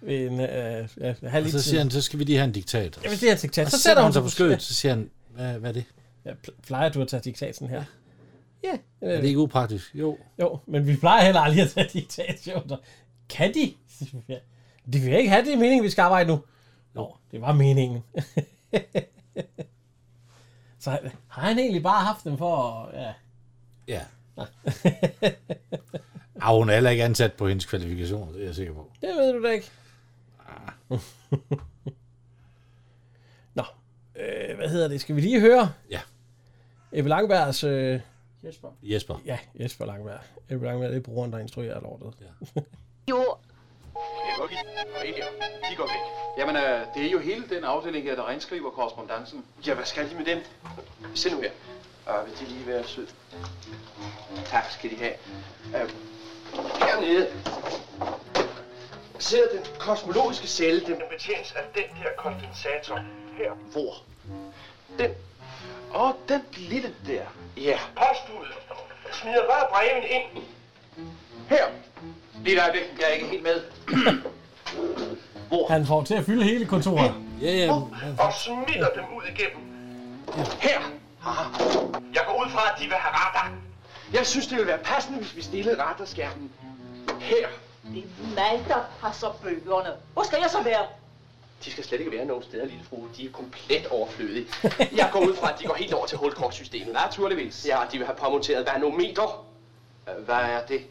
Speaker 3: Ved en, øh, ja, halv
Speaker 4: Og så siger han, så skal vi lige have en diktat.
Speaker 3: Ja, hvis det er en diktat,
Speaker 4: Og
Speaker 3: så sætter hun
Speaker 4: sig
Speaker 3: sig
Speaker 4: på
Speaker 3: på
Speaker 4: skødet,
Speaker 3: skødet.
Speaker 4: så siger han, hvad, hvad er det?
Speaker 3: Ja, pl- plejer du at tage diktaten her? Ja.
Speaker 4: Er det ikke upraktisk? Jo.
Speaker 3: Jo, men vi plejer heller aldrig at tage diktationer. Kan de? Ja. De vil ikke have det i meningen, vi skal arbejde nu. Nå, det var meningen. Så han- har han egentlig bare haft dem for at... Ja.
Speaker 4: Ja. Ah, hun er heller ikke ansat på hendes kvalifikationer, det er jeg sikker på.
Speaker 3: Det ved du da ikke. Nå, øh, hvad hedder det? Skal vi lige høre?
Speaker 4: Ja.
Speaker 3: Ebbe Langbergs... Øh, Jesper.
Speaker 4: Jesper.
Speaker 3: Ja, Jesper Langberg. Ebbe Langberg, det er brugeren, der instruerer lortet. Ja.
Speaker 10: Jo.
Speaker 19: Jeg går ikke og ind her. De går væk. Jamen, øh, det er jo hele den afdeling her, der renskriver korrespondancen. Ja, hvad skal de med dem? Se nu her.
Speaker 11: Og vil Ah, de lige være sød? Tak skal de have. Øh, hernede sidder den kosmologiske celle. Den betjenes af den her kondensator her. Hvor? Den. Og den lille der. Ja.
Speaker 6: Postbuddet smider bare breven ind.
Speaker 11: Her. Lige et øjeblik. Jeg er ikke helt med.
Speaker 3: Han får til at fylde hele kontoret.
Speaker 4: Ja, ja.
Speaker 6: Og smider dem ud igennem.
Speaker 11: Her. Jeg går ud fra, at de vil have radar. Jeg synes, det ville være passende, hvis vi stillede radarskærmen. Her.
Speaker 21: Det er mig, der passer bøgerne. Hvor skal jeg så være?
Speaker 11: De skal slet ikke være nogen steder, lille fru. De er komplet overflødige. Jeg går ud fra, at de går helt over til hulkortsystemet. Naturligvis. Ja, de vil have påmonteret vanometer. Øh, Hvad er det?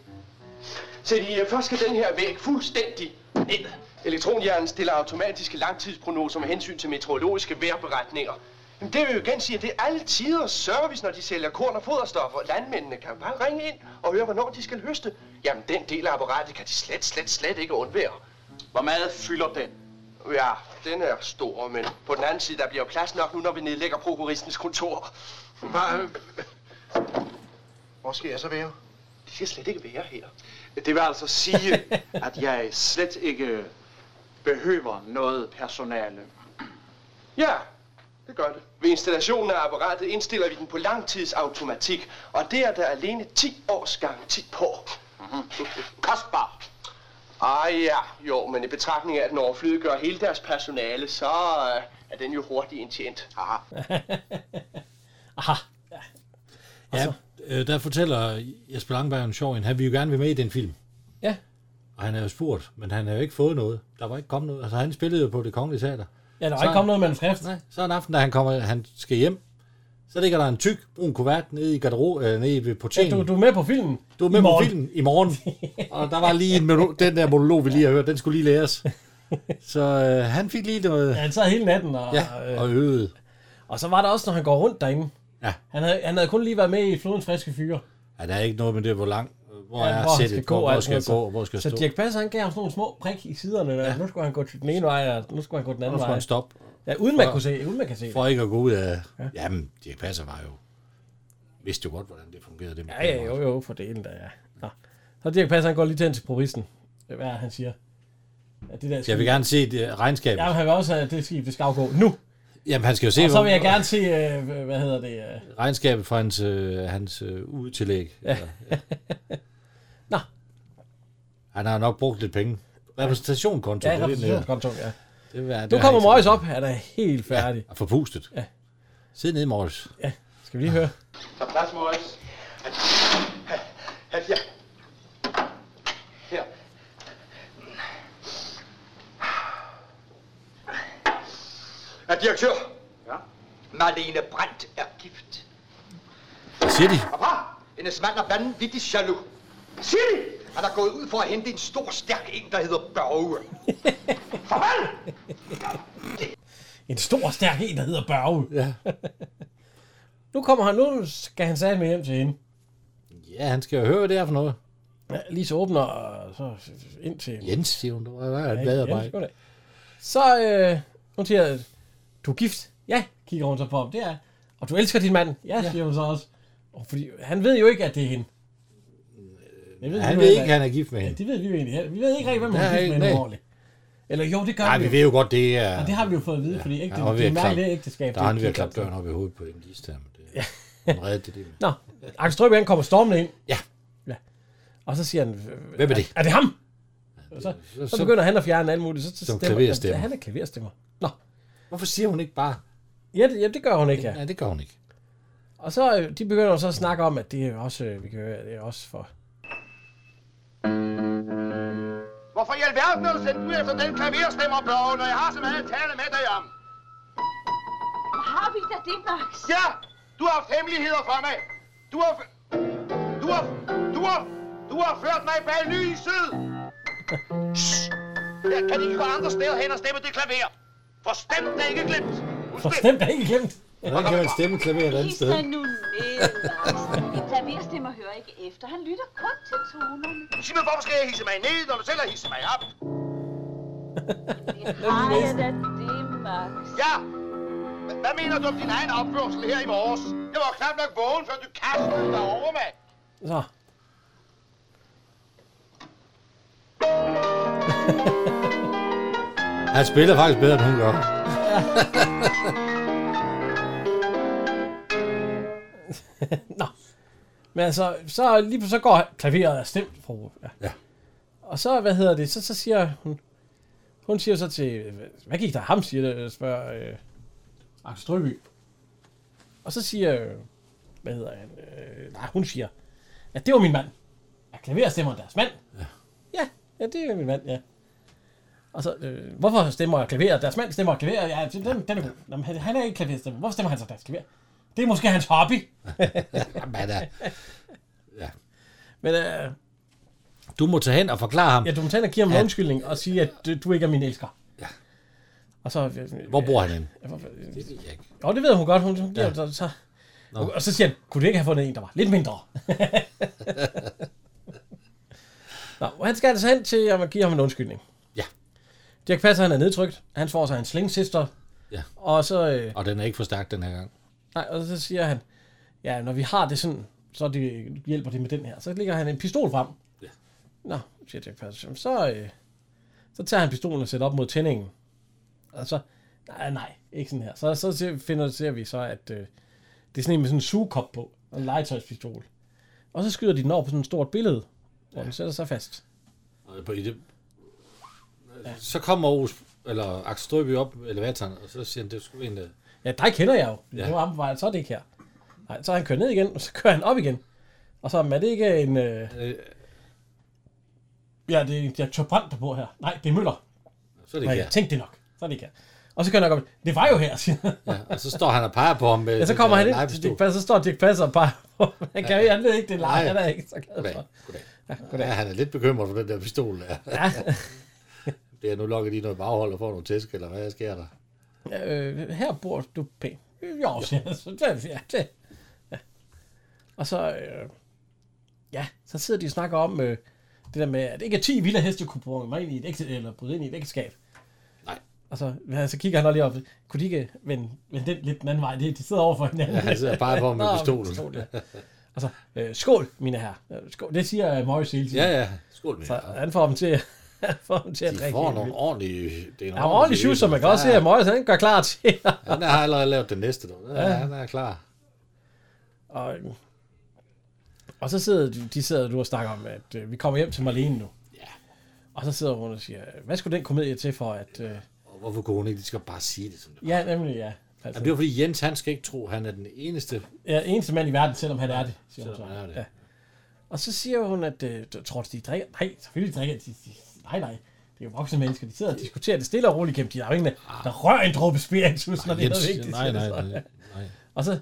Speaker 11: Se, de, øh, først skal den her væg fuldstændig ned. Elektronhjernen stiller automatiske langtidsprognoser med hensyn til meteorologiske vejrberetninger. Jamen, det vil jo igen sige, at det er alle tiders service, når de sælger korn og foderstoffer. Landmændene kan jo bare ringe ind og høre, hvornår de skal høste. Jamen, den del af apparatet kan de slet, slet, slet ikke undvære. Hvor meget fylder den?
Speaker 20: Ja, den er stor, men på den anden side, der bliver jo plads nok nu, når vi nedlægger prokuristens kontor. Hvad?
Speaker 11: øh,
Speaker 20: Hvor skal jeg så være? Det skal slet ikke være her. Det vil altså sige, at jeg slet ikke behøver noget personale. Ja, det gør det. Ved installationen af apparatet indstiller vi den på langtidsautomatik, og det er der alene 10 års garanti på. Kostbar. Ah ja, jo, men i betragtning af, at den overflødiggør hele deres personale, så øh, er den jo hurtigt indtjent. Aha.
Speaker 3: Aha.
Speaker 4: Ja. Altså, øh, der fortæller Jesper Langberg en sjov en. Han ville jo gerne være med i den film.
Speaker 3: Ja.
Speaker 4: Og han er jo spurgt, men han har jo ikke fået noget. Der var ikke kommet noget. Altså, han spillede jo på det kongelige teater.
Speaker 3: Ja, der var
Speaker 4: Så-
Speaker 3: ikke kommet noget manuskript.
Speaker 4: Nej, så en aften, da han, kommer, han skal hjem, så ligger der en tyk brun kuvert nede i garderob, øh, nede ved portalen.
Speaker 3: Ja, du, du er med på filmen.
Speaker 4: Du er med på filmen i morgen. Og der var lige en mono- den der monolog, vi lige har hørt, den skulle lige læres. Så øh, han fik lige noget...
Speaker 3: Ja, han sad hele natten og, øh,
Speaker 4: ja, og øvede.
Speaker 3: Og så var der også, når han går rundt derinde.
Speaker 4: Ja.
Speaker 3: Han havde, han havde kun lige været med i Flodens Friske Fyre.
Speaker 4: Ja, der er ikke noget med det, hvor lang... Hvor
Speaker 3: Ja,
Speaker 4: er
Speaker 3: han
Speaker 4: sættet? Hvor,
Speaker 3: og
Speaker 4: hvor
Speaker 3: alt
Speaker 4: skal jeg
Speaker 3: sådan noget.
Speaker 4: gå? Hvor skal jeg
Speaker 3: så
Speaker 4: stå?
Speaker 3: Dirk Passer, han gav ham sådan nogle små prik i siderne. Ja. Nu skulle han gå til den ene vej, og nu skulle han gå den anden
Speaker 4: Nu skulle
Speaker 3: vej.
Speaker 4: han stoppe.
Speaker 3: Ja, uden man
Speaker 4: For-
Speaker 3: kunne se, uden man kan se det.
Speaker 4: For ikke at gå ud af... Ja. Jamen, Dirk Passer var jo... Vidste jo godt, hvordan det fungerede. Det med
Speaker 3: Ja, ja, jo, jo, for delen der, ja. Nå. Så Dirk Passer, han går lige til hen til provinsen. Hvad er det, han siger? Ja, det der
Speaker 4: Jeg vil gerne se det, regnskabet.
Speaker 3: Ja, han vil også have det skib, det skal afgå nu.
Speaker 4: Jamen, han skal jo se...
Speaker 3: og så vil jeg
Speaker 4: hvor-
Speaker 3: gerne se, øh, hvad hedder det? Øh.
Speaker 4: Regnskabet fra hans, øh, hans øh, udtillæg.
Speaker 3: Ja. Nå.
Speaker 4: Han har nok brugt lidt penge. Repræsentationskonto.
Speaker 3: Ja,
Speaker 4: det er lidt, øh,
Speaker 3: repræsentationskonto, ja.
Speaker 4: Det er,
Speaker 3: Nu kommer Morris op, han er helt færdig.
Speaker 4: Ja, og forpustet.
Speaker 3: Ja.
Speaker 4: Sid ned, Morris.
Speaker 3: Ja, skal vi lige høre.
Speaker 20: Så plads, Morris. Ja. Her.
Speaker 17: Er direktør? Ja? Marlene Brandt er gift.
Speaker 4: Hvad siger de?
Speaker 17: Papa, hendes mand er vanvittigt jaloux. Sig det! Han er gået ud for at hente en stor, stærk en, der hedder Børge.
Speaker 3: En stor, stærk en, der hedder Børge.
Speaker 4: Ja.
Speaker 3: nu kommer han, nu skal han sætte med hjem til hende.
Speaker 4: Ja, han skal jo høre, hvad det er for noget.
Speaker 3: Ja, lige så åbner og så ind til...
Speaker 4: Jens, siger hun. Der er et
Speaker 3: Ja,
Speaker 4: blad
Speaker 3: Jens, goddag. Så, øh, hun siger, du er gift. Ja, kigger hun så på ham. Det er. jeg. Og du elsker din mand. Ja,
Speaker 4: Ja.
Speaker 3: siger hun så også. Og fordi, han ved jo ikke, at det er hende. Det
Speaker 4: han
Speaker 3: vi
Speaker 4: ved
Speaker 3: jo
Speaker 4: ikke, han er gift med
Speaker 3: Ja,
Speaker 4: hende.
Speaker 3: det ved vi jo egentlig. heller. Vi ved ikke rigtig, hvem hun
Speaker 4: Nej,
Speaker 3: er gift med
Speaker 4: nej.
Speaker 3: hende ordentligt. Eller jo, det gør
Speaker 4: Nej,
Speaker 3: vi
Speaker 4: vi ved jo godt, det er...
Speaker 3: Ja, det har vi jo fået at vide, fordi ikke,
Speaker 4: han
Speaker 3: det,
Speaker 4: var
Speaker 3: det,
Speaker 4: ved
Speaker 3: det
Speaker 4: at
Speaker 3: mærkelige
Speaker 4: klappe-
Speaker 3: ægteskab.
Speaker 4: Der har han ved at klappe døren op i hovedet på en liste her. men det- Han reddede det. det.
Speaker 3: Nå, Axel Strøby, han kommer stormende ind.
Speaker 4: Ja.
Speaker 3: ja. Og så siger han...
Speaker 4: Hvem er det?
Speaker 3: Er det ham? Og så,
Speaker 4: så-
Speaker 3: så, så, begynder han at fjerne alt muligt. Så, så
Speaker 4: Som
Speaker 3: stemmer-
Speaker 4: klaverstemmer.
Speaker 3: Ja, han er klaverstemmer. Nå.
Speaker 4: Hvorfor siger hun ikke bare?
Speaker 3: Ja, det, ja, det gør hun ikke, ja.
Speaker 4: Nej, det gør hun ikke.
Speaker 3: Og så øh, de begynder så at snakke om, at det er også, øh, vi kan høre, det er også for...
Speaker 11: Hvorfor i alverden er du sendt ud efter den klaverstemmer, Børge, når jeg har så meget at tale med dig om?
Speaker 21: Har vi da det, Max?
Speaker 11: Ja, du har haft hemmeligheder fra mig. Du har... f- Du har... Du har... Du har ført mig bag lyset. Shh. Jeg kan ikke gå andre steder hen og stemme det klaver. For stemt er ikke glemt.
Speaker 3: For stemt er ikke glemt.
Speaker 4: Hvordan kan man stemme klaver et andet
Speaker 11: Hist
Speaker 4: sted?
Speaker 11: dig
Speaker 21: Nu ned, Max. En klaverstemmer hører ikke efter. Han lytter kun til tonerne.
Speaker 11: Sig mig, hvorfor skal jeg hisse mig ned, når du selv har hisset mig op?
Speaker 21: Har jeg da det, Max?
Speaker 11: Ja! H- Hvad mener du om din egen opførsel her i morges? Jeg var knap nok vågen, før du kastede dig over mig.
Speaker 3: Så.
Speaker 4: Han spiller faktisk bedre, end hun gør.
Speaker 3: Nå. Men altså, så lige pludselig så går klaveret af stemt, fru. Ja.
Speaker 4: ja.
Speaker 3: Og så, hvad hedder det, så, så siger hun... Hun siger så til... Hvad gik der ham, siger det, spørger øh, Axel Strøby. Og så siger... øh, Hvad hedder han? Øh, nej, hun siger... Ja, det var min mand. Ja, klaver stemmer deres mand. Ja. ja, ja, det er min mand, ja. Og så, øh, hvorfor stemmer klaveret? Deres mand stemmer klaveret. Ja, den, den, den er god. Nå, men han, han er ikke klaverstemmer. Hvorfor stemmer han så deres klaver? Det er måske hans hobby.
Speaker 4: Jamen, da. Ja.
Speaker 3: Men øh,
Speaker 4: Du må tage hen og forklare ham.
Speaker 3: ja, du må tage og give ham en
Speaker 4: Ja.
Speaker 3: undskyldning og sige, at du, du ikke er min elsker. Ja. Og så... øh,
Speaker 4: Hvor bor han henne?
Speaker 3: Ja, hvorfor-
Speaker 4: Det ved jeg ikke.
Speaker 3: Jo, øh, det ved hun godt. Hun, hun
Speaker 4: Ja.
Speaker 3: ja. så, så.
Speaker 4: Nå.
Speaker 3: Og så siger han, kunne du ikke have fundet en, der var lidt mindre? Nå, han skal altså hen til at man giver ham en undskyldning.
Speaker 4: Ja.
Speaker 3: Dirk Passer, han er nedtrykt. Han får sig en slingsister.
Speaker 4: Ja.
Speaker 3: Og så... Øh,
Speaker 4: Og den er ikke for stærk den her gang.
Speaker 3: Nej, og så siger han, ja, når vi har det sådan, så det, hjælper det med den her. Så lægger han en pistol frem.
Speaker 4: Ja.
Speaker 3: Nå, siger Jack Patterson. Så, øh, så tager han pistolen og sætter op mod tændingen. Og så, nej, nej, ikke sådan her. Så, så ser, finder, ser vi så, at øh, det er sådan en med sådan en sugekop på, og en legetøjspistol. Og så skyder de den over på sådan et stort billede, hvor den sætter sig fast.
Speaker 4: Og på i det... Så kommer Aarhus, eller Axel Strøby op elevatoren, og så siger han, det er sgu en... øh,
Speaker 3: Ja, dig kender jeg jo.
Speaker 4: Ja.
Speaker 3: Ja. Nu er han på vej, så er det ikke her. Nej, så er han kørt ned igen, og så kører han op igen. Og så er det ikke en... Øh... Ja, det er, jeg tør brændt der på her. Nej, det er Møller.
Speaker 4: Så er det
Speaker 3: Nej,
Speaker 4: ikke her.
Speaker 3: Tænk det nok. Så er det ikke her. Og så kører han nok op. Det var jo her, siger han.
Speaker 4: Ja, og så står han og peger på ham med
Speaker 3: Ja, så kommer han
Speaker 4: den der
Speaker 3: ind til
Speaker 4: legepistol.
Speaker 3: Dirk Passer, så står Dirk Passer og bare... han, kan, ja. han ved ikke, det er
Speaker 4: Nej.
Speaker 3: leje, han er ikke så glad
Speaker 4: Goddag.
Speaker 3: for.
Speaker 4: Goddag.
Speaker 3: Ja,
Speaker 4: Ja, han er lidt bekymret for den der pistol. Der.
Speaker 3: Ja.
Speaker 4: det er nu lukket i noget baghold og får nogle tæsk, eller hvad sker der?
Speaker 3: Øh, her bor du pænt. Jo, siger han. Så det, ja, det. Ja. Og så, øh, ja, så sidder de og snakker om øh, det der med, at ikke 10 vilde heste kunne bryde mig ind i et ægte, eller bryde ind i et ægteskab.
Speaker 4: Nej.
Speaker 3: Og så, ja, så kigger han også lige op. Kunne de ikke vende, vende den lidt den anden vej? De, de sidder over for hinanden.
Speaker 4: Ja, han sidder og peger på ham med
Speaker 3: Nå,
Speaker 4: pistolen.
Speaker 3: ja. Og så, øh, skål, mine herrer. Øh, Skål. Det siger øh, Morris hele tiden.
Speaker 4: Ja, ja. Skål, mine
Speaker 3: Så han får dem til, han får dem til at
Speaker 4: De
Speaker 3: drikke.
Speaker 4: får
Speaker 3: helt
Speaker 4: nogle
Speaker 3: vildt.
Speaker 4: ordentlige... Det er en
Speaker 3: Ja, ordentlig shoes, som man kan også se, at Morris han gør klar til.
Speaker 4: Han har allerede lavet den næste, du. Ja,
Speaker 3: Ja.
Speaker 4: han er klar.
Speaker 3: Og, og så sidder de, de sidder du og snakker om, at øh, vi kommer hjem til Marlene nu. Ja. Og så sidder hun og siger, hvad skulle den komedie til for, at... Øh,
Speaker 4: Og hvorfor kunne hun ikke? De skal bare sige det. Som det.
Speaker 3: ja, nemlig, ja. Altså,
Speaker 4: Jamen, det var fordi Jens, han skal ikke tro, at han er den eneste.
Speaker 3: ja, eneste mand i verden, selvom han er det, siger hun så.
Speaker 4: Selvom han er det.
Speaker 3: Ja. Og så siger hun, at øh, tror du, de drikker? Nej, selvfølgelig drikker de. de nej, nej. Det er jo voksne mennesker, de sidder og diskuterer det stille og roligt gennem de der ingen, der rører en dråbe spiritus, når det er
Speaker 4: Ah. Jens,
Speaker 3: noget vigtigt.
Speaker 4: nej,
Speaker 3: siger det
Speaker 4: nej,
Speaker 3: så.
Speaker 4: nej, nej.
Speaker 3: Og så,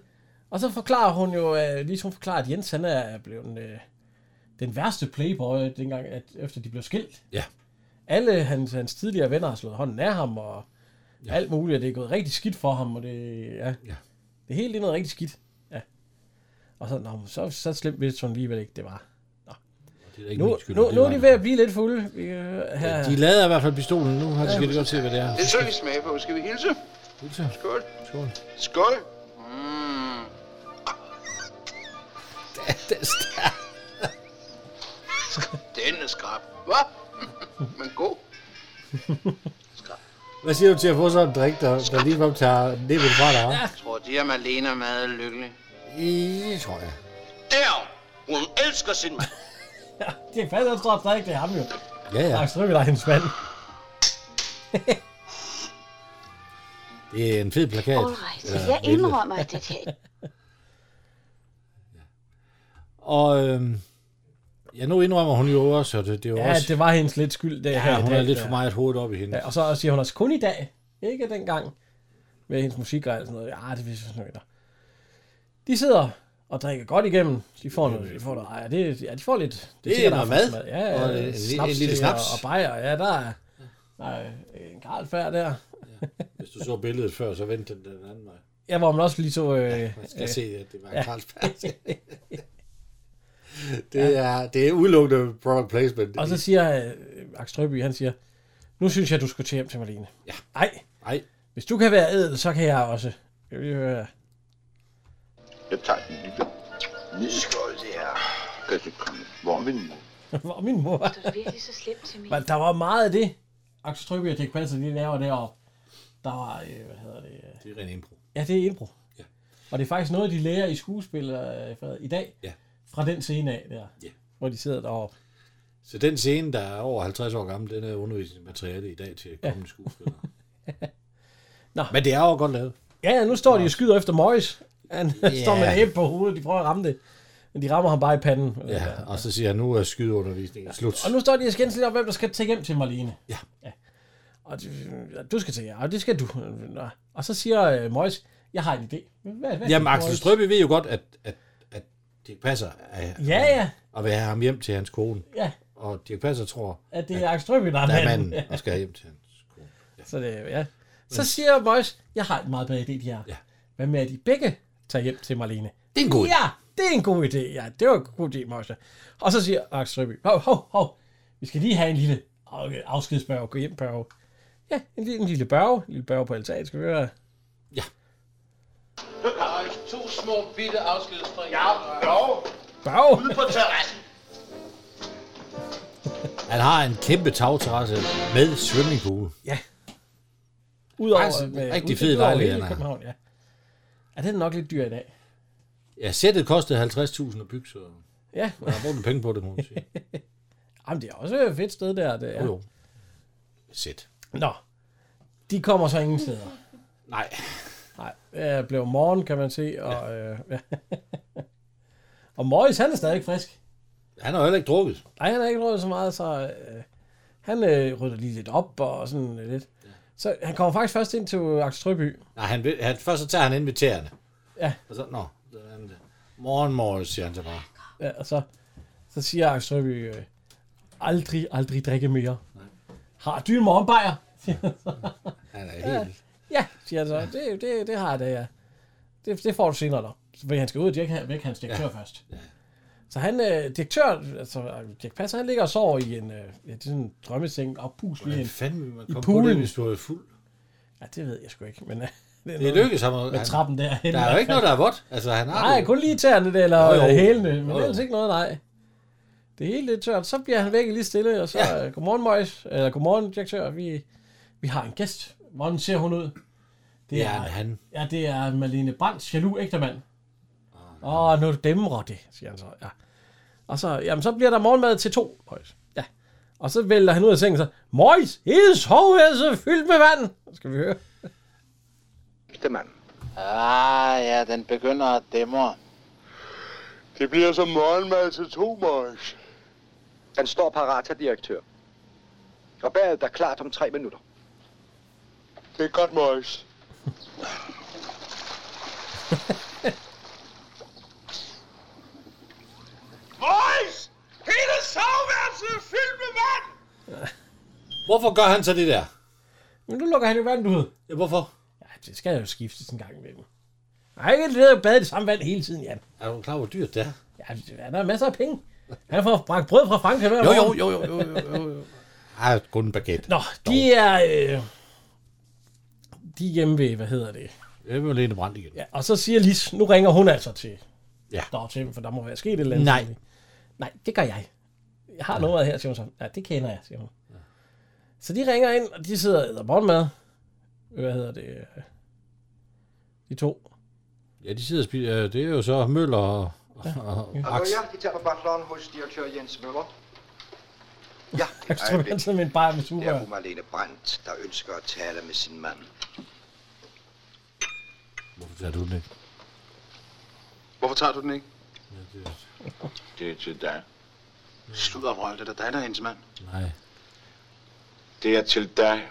Speaker 3: og så forklarer hun jo, øh, ligesom hun forklarer, at Jens han er blevet øh, den værste playboy, dengang, at, efter de blev skilt.
Speaker 4: Ja.
Speaker 3: Alle hans, hans tidligere venner har slået hånden af ham, og ja. alt muligt, og det er gået rigtig skidt for ham, og det, ja. ja. Det hele det er noget rigtig skidt. Ja. Og så, nå, men så, så slemt vidste hun alligevel ikke, det var.
Speaker 4: Det er da ikke
Speaker 3: Nu,
Speaker 4: min skyld,
Speaker 3: nu,
Speaker 4: det
Speaker 3: nu
Speaker 4: var
Speaker 3: er de
Speaker 4: det.
Speaker 3: ved at blive lidt fulde. Vi, øh, her.
Speaker 4: De lader i hvert fald pistolen. Nu har de
Speaker 3: Ja.
Speaker 4: skal de godt se, hvad det er.
Speaker 11: Det skal vi smage på. Skal vi hilse?
Speaker 4: Hilse.
Speaker 11: Skål.
Speaker 4: Skål.
Speaker 11: Skål. Mm.
Speaker 4: Den er stærk.
Speaker 11: Den er skrab. Hvad? Men god.
Speaker 4: Hvad siger du til at få sådan en drik, der, der lige om tager nippet fra dig?
Speaker 11: Jeg tror, de er Malene er meget lykkelig.
Speaker 4: Det tror jeg.
Speaker 11: Der! Hun elsker sin mand.
Speaker 3: Det er fast, at tror stadig, det er ham jo.
Speaker 4: Ja, ja.
Speaker 3: Tak, Strøby, der er hendes mand.
Speaker 4: Det er en fed plakat.
Speaker 9: Alright,
Speaker 4: Eller
Speaker 9: jeg
Speaker 4: billede.
Speaker 9: indrømmer, at det er ikke.
Speaker 4: Og øhm, ja, nu indrømmer hun jo også, at det, det er jo
Speaker 3: Ja,
Speaker 4: også...
Speaker 3: det var hendes lidt skyld. Det her
Speaker 4: ja,
Speaker 3: i
Speaker 4: hun
Speaker 3: dag,
Speaker 4: er lidt
Speaker 3: der.
Speaker 4: for meget hovedet op i hende.
Speaker 3: Ja, og så siger hun også kun i dag, ikke dengang, med hendes musik og alt sådan noget. Ja, det vidste jeg ikke. De sidder og drikker godt igennem. De får noget, de får noget, ej, det, ja, de får lidt... Det,
Speaker 4: Det er
Speaker 3: sikkert
Speaker 4: noget
Speaker 3: aftensmad.
Speaker 4: mad,
Speaker 3: Ja,
Speaker 4: og en-
Speaker 3: ja,
Speaker 4: en- en
Speaker 3: snaps
Speaker 4: lille
Speaker 3: til
Speaker 4: snaps.
Speaker 3: Og, og bajer, ja, der er, der er en karlfærd der.
Speaker 4: Hvis du så billedet før, så vendte den den anden vej.
Speaker 3: Ja, hvor man også lige så... Øh,
Speaker 4: Man skal
Speaker 3: øh,
Speaker 4: se, at det var en
Speaker 3: ja.
Speaker 4: Carlsberg. Det er, det er udelukkende product placement.
Speaker 3: Og så siger øh, Axel Strøby, han siger, nu synes jeg, du skulle til hjem til Marlene. Ja. Ej.
Speaker 4: Ej.
Speaker 3: Hvis du kan være ædel, så kan jeg også. Jeg vil høre jer.
Speaker 11: Jeg tager den lille. Nede skål, det er. Kan du komme? Hvor er min mor?
Speaker 3: Hvor er min mor?
Speaker 10: Det er virkelig så slemt til mig.
Speaker 3: Men der var meget af det, Axel Strøby og Dirk Passer, de laver deroppe. Der var, øh, hvad hedder det? øh,
Speaker 4: Det er ren impro.
Speaker 3: Ja, det er impro. Ja. Og det er faktisk noget, de lærer i skuespil øh, fra- i dag.
Speaker 4: Ja.
Speaker 3: Fra den scene af der.
Speaker 4: Ja.
Speaker 3: Hvor de sidder deroppe.
Speaker 4: Så den scene, der er over 50 år gammel, den er undervisningsmateriale i dag til kommende skuespillere.
Speaker 3: Nå.
Speaker 4: Men det er jo godt lavet.
Speaker 3: Ja, ja, nu står de og skyder efter Morris. Han
Speaker 4: Ja.
Speaker 3: står med en æb på hovedet, de prøver at ramme det. Men de rammer ham bare i panden.
Speaker 4: Ja, og så siger jeg, nu er skydeundervisningen slut.
Speaker 3: Og nu står de og skændes lidt om, hvem der skal tage hjem til Marlene. Ja. ja. Og du, ja, du skal tage hjem, og det skal du. Nå. Og så siger øh, Mois, jeg har en idé. Hvad, hvad
Speaker 4: Jamen,
Speaker 3: siger
Speaker 4: Axel
Speaker 3: Mois?
Speaker 4: Strøby ved jo godt, at, at, at Dirk Passer er,
Speaker 3: Ja, ja.
Speaker 4: og vil have ham hjem til hans kone.
Speaker 3: Ja.
Speaker 4: Og Dirk Passer tror,
Speaker 3: At det er Axel Strøby, der er
Speaker 4: der er
Speaker 3: manden.
Speaker 4: manden, og skal hjem til hans
Speaker 3: Ja. Så, det, ja. så siger Mois, jeg har en meget bedre idé, de her. Ja. Hvad med, at de begge tager hjem til Marlene?
Speaker 4: Det er en god idé.
Speaker 3: Ja, det er en god idé. Ja, det var en god idé, Mois. Og så siger Axel Strøby, hov, hov, hov, vi skal lige have en lille afskedsbørg, gå hjem, børg. Ja, en lille, en lille børge. En lille børge på altan, skal vi høre.
Speaker 19: Og to små bitte afskedsdrikker.
Speaker 15: Ja, jo.
Speaker 3: Børge?
Speaker 15: Ude på terrassen.
Speaker 4: Han har en kæmpe tagterrasse med swimmingpool.
Speaker 3: Ja. Udover
Speaker 4: Faktisk en rigtig
Speaker 3: ud-
Speaker 4: fed
Speaker 3: udover hele
Speaker 4: lejlighed, han har.
Speaker 3: København, ja. Ja, den er nok lidt dyr i dag.
Speaker 4: Ja, sættet kostede 50.000 at bygge, så
Speaker 3: Ja.
Speaker 4: man har brugt nogle penge på det, kan man sige.
Speaker 3: Jamen, det er også et fedt sted der. Det er.
Speaker 4: Jo, jo. Sæt.
Speaker 3: Nå. De kommer så ingen steder.
Speaker 4: Nej.
Speaker 3: Nej. Ja, det blev morgen, kan man se. Og, ja. Øh, ja. og Morris, han er stadig frisk.
Speaker 4: Han har heller ikke drukket.
Speaker 3: Nej, han har ikke drukket så meget, så øh, han øh, rydder lige lidt op og sådan lidt. Så han kommer faktisk først ind til Axel Strøby.
Speaker 4: Nej, han, vil- han, først så tager han inviterende.
Speaker 3: Ja.
Speaker 4: Og så, nå, så er han, morgen, morgen, siger han så bare.
Speaker 3: Ja, og så, så siger Axel Strøby, øh, aldrig, aldrig drikke mere. Har du en morgenbajer? siger han så.
Speaker 4: Han er
Speaker 3: Ja.
Speaker 4: helt...
Speaker 3: Ja, siger han så. Det, det, det har jeg da, ja. Det, det får du senere, dog. Fordi han skal ud og dirke- væk hans direktør ja. først. Så han, øh, direktør, altså øh, Dirk Passer, han ligger og sover i en, øh, ja, det er sådan en drømmeseng, oppuslig i,
Speaker 4: Hvordan
Speaker 3: en-
Speaker 4: fanden vil man
Speaker 3: i
Speaker 4: komme på det,
Speaker 3: poolen.
Speaker 4: hvis du er fuld?
Speaker 3: Ja, det ved jeg sgu ikke, men... øh,
Speaker 4: Det,
Speaker 3: noget
Speaker 4: lykkes ham. at-
Speaker 3: Med
Speaker 4: han-
Speaker 3: trappen der.
Speaker 4: Der er jo ikke noget, der er vådt. Altså, han har
Speaker 3: Nej,
Speaker 4: det.
Speaker 3: kun lige tæerne der, eller
Speaker 4: Jo,
Speaker 3: jo,
Speaker 4: jo.
Speaker 3: jo. hælene, men
Speaker 4: Jo, jo.
Speaker 3: ellers ikke noget, nej. Det er helt lidt tørt. Så bliver han væk lige stille, og så, ja. godmorgen, Møjs, eller godmorgen, direktør, vi, vi har en gæst. Hvordan ser hun ud?
Speaker 4: Det er en han.
Speaker 3: Ja, det er Malene Brands jaloux ægtemand. Åh, oh, nu dæmrer det, siger han så. Ja. Og så, jamen, så bliver der morgenmad til to, Møjs. Ja. Og så vælter han ud af sengen så, Møjs, hele soveværelset er fyldt med vand. Skal vi høre?
Speaker 7: Det mand.
Speaker 2: Ah, ja, den begynder at dæmre.
Speaker 7: Det bliver som morgenmad til to møjs. Han står parat til direktør. Og badet er klart om tre minutter. Det er godt, møjs.
Speaker 15: Boys! Hele soveværelset er fyldt med vand!
Speaker 4: Hvorfor gør han så det der?
Speaker 3: Men nu lukker han jo vandet ud.
Speaker 4: Ja, hvorfor?
Speaker 3: Ja, det skal jo skiftes en gang imellem. Nej, ikke det der bade i det samme vand hele tiden, Jan.
Speaker 4: Er du klar, hvor dyrt det er?
Speaker 3: Ja, der er masser af penge. Han får bragt brød fra Frankrig hver
Speaker 4: Jo, jo,
Speaker 3: morgen.
Speaker 4: jo, jo, jo, jo, jo, jo. Ej, kun en baguette.
Speaker 3: Nå, de er... Øh, de er hjemme ved, hvad hedder det?
Speaker 4: Det er Malene Brandt igen.
Speaker 3: Ja, og så siger Lis, nu ringer hun altså til
Speaker 4: Ja.
Speaker 3: der til, for der må være sket et eller andet.
Speaker 4: Nej.
Speaker 3: selvfølgelig. Nej, det gør jeg. Jeg har nummeret her, siger hun så. Ja, det kender jeg, siger hun. Så de ringer ind, og de sidder og æder morgenmad. Hvad hedder det? øh, De to.
Speaker 4: Ja, de sidder og spiser. øh, Det er jo så Møller og, og, og Aks.
Speaker 7: ja, de tager på butleren hos direktør Jens Møller. Ja,
Speaker 3: Jeg tror, han sidder med en bajer med
Speaker 7: Det er
Speaker 3: sugerør.
Speaker 7: fru Marlene Brandt, der ønsker at tale med sin mand.
Speaker 4: Hvorfor tager du den ikke?
Speaker 19: Hvorfor tager du den ikke?
Speaker 20: Det er til dig. Slut om det er dig, der er hendes mand.
Speaker 4: Nej.
Speaker 20: Det er til dig.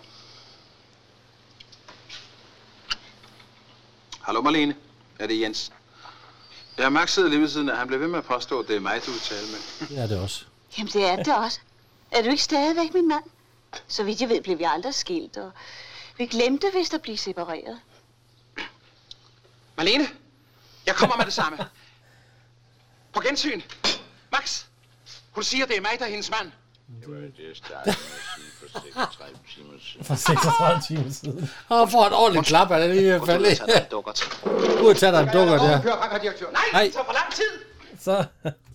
Speaker 20: Hallo Marlene, er det Jens? Jeg har Max siddet lige ved siden, og han blev ved med at påstå, at det er mig, du vil tale med.
Speaker 4: Det er det også.
Speaker 21: Jamen, det er det også. Er du ikke stadigvæk min mand? Så vidt jeg ved, blev vi aldrig skilt, og vi glemte vist at blive separeret.
Speaker 20: Marlene, jeg kommer med det samme. På gensyn. Max, hun siger, det er mig, der er hendes mand.
Speaker 11: Det var jo det, jeg startede med at sige for 36 timer siden.
Speaker 3: For 36 timer siden.
Speaker 4: Og får et ordentligt klap, er det lige faldet. Burde tage dig en dukker der.
Speaker 20: Nej, det tager for lang tid.
Speaker 3: Så,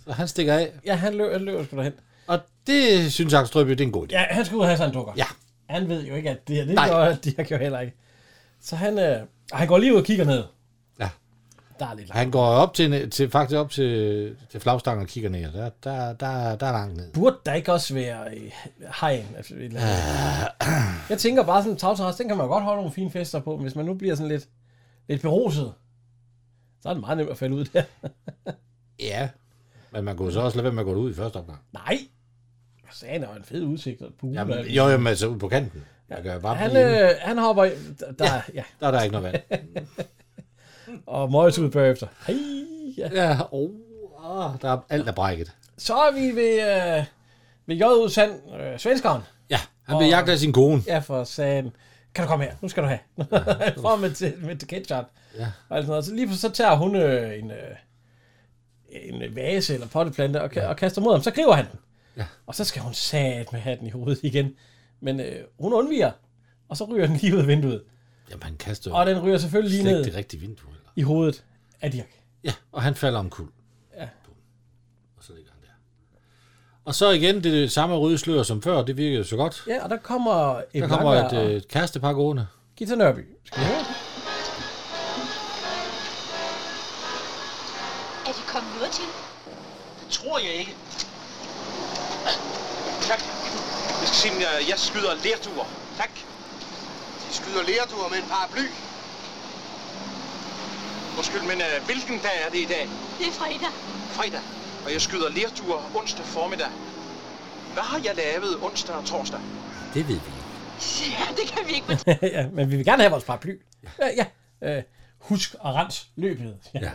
Speaker 4: så han stikker af.
Speaker 3: Ja, han løber, han løber sgu derhen.
Speaker 4: Og det synes Axel Strøby, det er en god idé.
Speaker 3: Ja, han skulle ud og have sig en dukker.
Speaker 4: Ja.
Speaker 3: Han ved jo ikke, at det er det,
Speaker 4: Nej.
Speaker 3: og at de har gjort heller ikke. Så han, øh, og han går lige ud og kigger ned.
Speaker 4: Ja.
Speaker 3: Der er lidt langt.
Speaker 4: Han går op til, til faktisk op til, til flagstangen og kigger ned. og Der, der, der, der er langt ned.
Speaker 3: Burde der ikke også være øh, hegn? Altså, et eller andet?
Speaker 4: Ah.
Speaker 3: Jeg tænker bare sådan en tagterrasse, den kan man jo godt holde nogle fine fester på, men hvis man nu bliver sådan lidt, lidt beruset, så er det meget nemt at falde ud der.
Speaker 4: Ja. Men man kunne jo så også lade være med at gå ud i første omgang.
Speaker 3: Nej! Hvad sagde han? en fed udsigt. Og pool,
Speaker 4: Jamen,
Speaker 3: og alt
Speaker 4: jo,
Speaker 3: muligt.
Speaker 4: jo, men så ud på kanten. Jeg kan jo bare
Speaker 3: Han,
Speaker 4: blive inde.
Speaker 3: øh, han hopper... i- Der, der, ja. ja.
Speaker 4: Der er der ikke noget vand.
Speaker 3: Og Møjes ud bagefter. Hej!
Speaker 4: Ja, oh, ah, der er alt er brækket.
Speaker 3: Så er vi ved, øh, ved J.U. Sand, øh, svenskeren.
Speaker 4: Ja, han bliver
Speaker 3: Og-
Speaker 4: jagtet af sin kone.
Speaker 3: Ja, for satan. Kan du komme her? Nu skal du have. Ja, for med til, med til ketchup.
Speaker 4: Ja.
Speaker 3: Og alt sådan noget. Så lige pludselig så tager hun øh, en, øh, en øh, vase eller potteplante og, ka- og kaster mod ham. Så griber han den. Ja. Og så skal hun sat med have den i hovedet igen. Men øh, hun undviger. og så ryger den lige ud af vinduet.
Speaker 4: Jamen, han kaster
Speaker 3: Og den ryger selvfølgelig lige
Speaker 4: slet
Speaker 3: ned.
Speaker 4: ikke det rigtige vindue.
Speaker 3: I hovedet af Dirk.
Speaker 4: Ja, og han falder om kul.
Speaker 3: Ja.
Speaker 4: Og så ligger han der. Og så igen, det, er det samme røde slør som før, det virkede så godt.
Speaker 3: Ja, og der kommer et
Speaker 4: Der kommer
Speaker 3: langvejr
Speaker 4: et, øh, et kærestepar gående.
Speaker 3: og Gita Nørby.
Speaker 9: Er de kommet noget til?
Speaker 20: Det tror jeg ikke. Tak. Jeg skal se, om jeg, jeg skyder lerduer. Tak. De skyder lerduer med en paraply. Undskyld, men øh, hvilken dag er det i dag?
Speaker 21: Det er fredag.
Speaker 20: Fredag. Og jeg skyder lerduer onsdag formiddag. Hvad har jeg lavet onsdag og torsdag?
Speaker 4: Det ved vi.
Speaker 21: Ja, det kan vi ikke.
Speaker 3: ja, men vi vil gerne have vores paraply. Ja, ja. Øh, husk at rense løbet. Ja.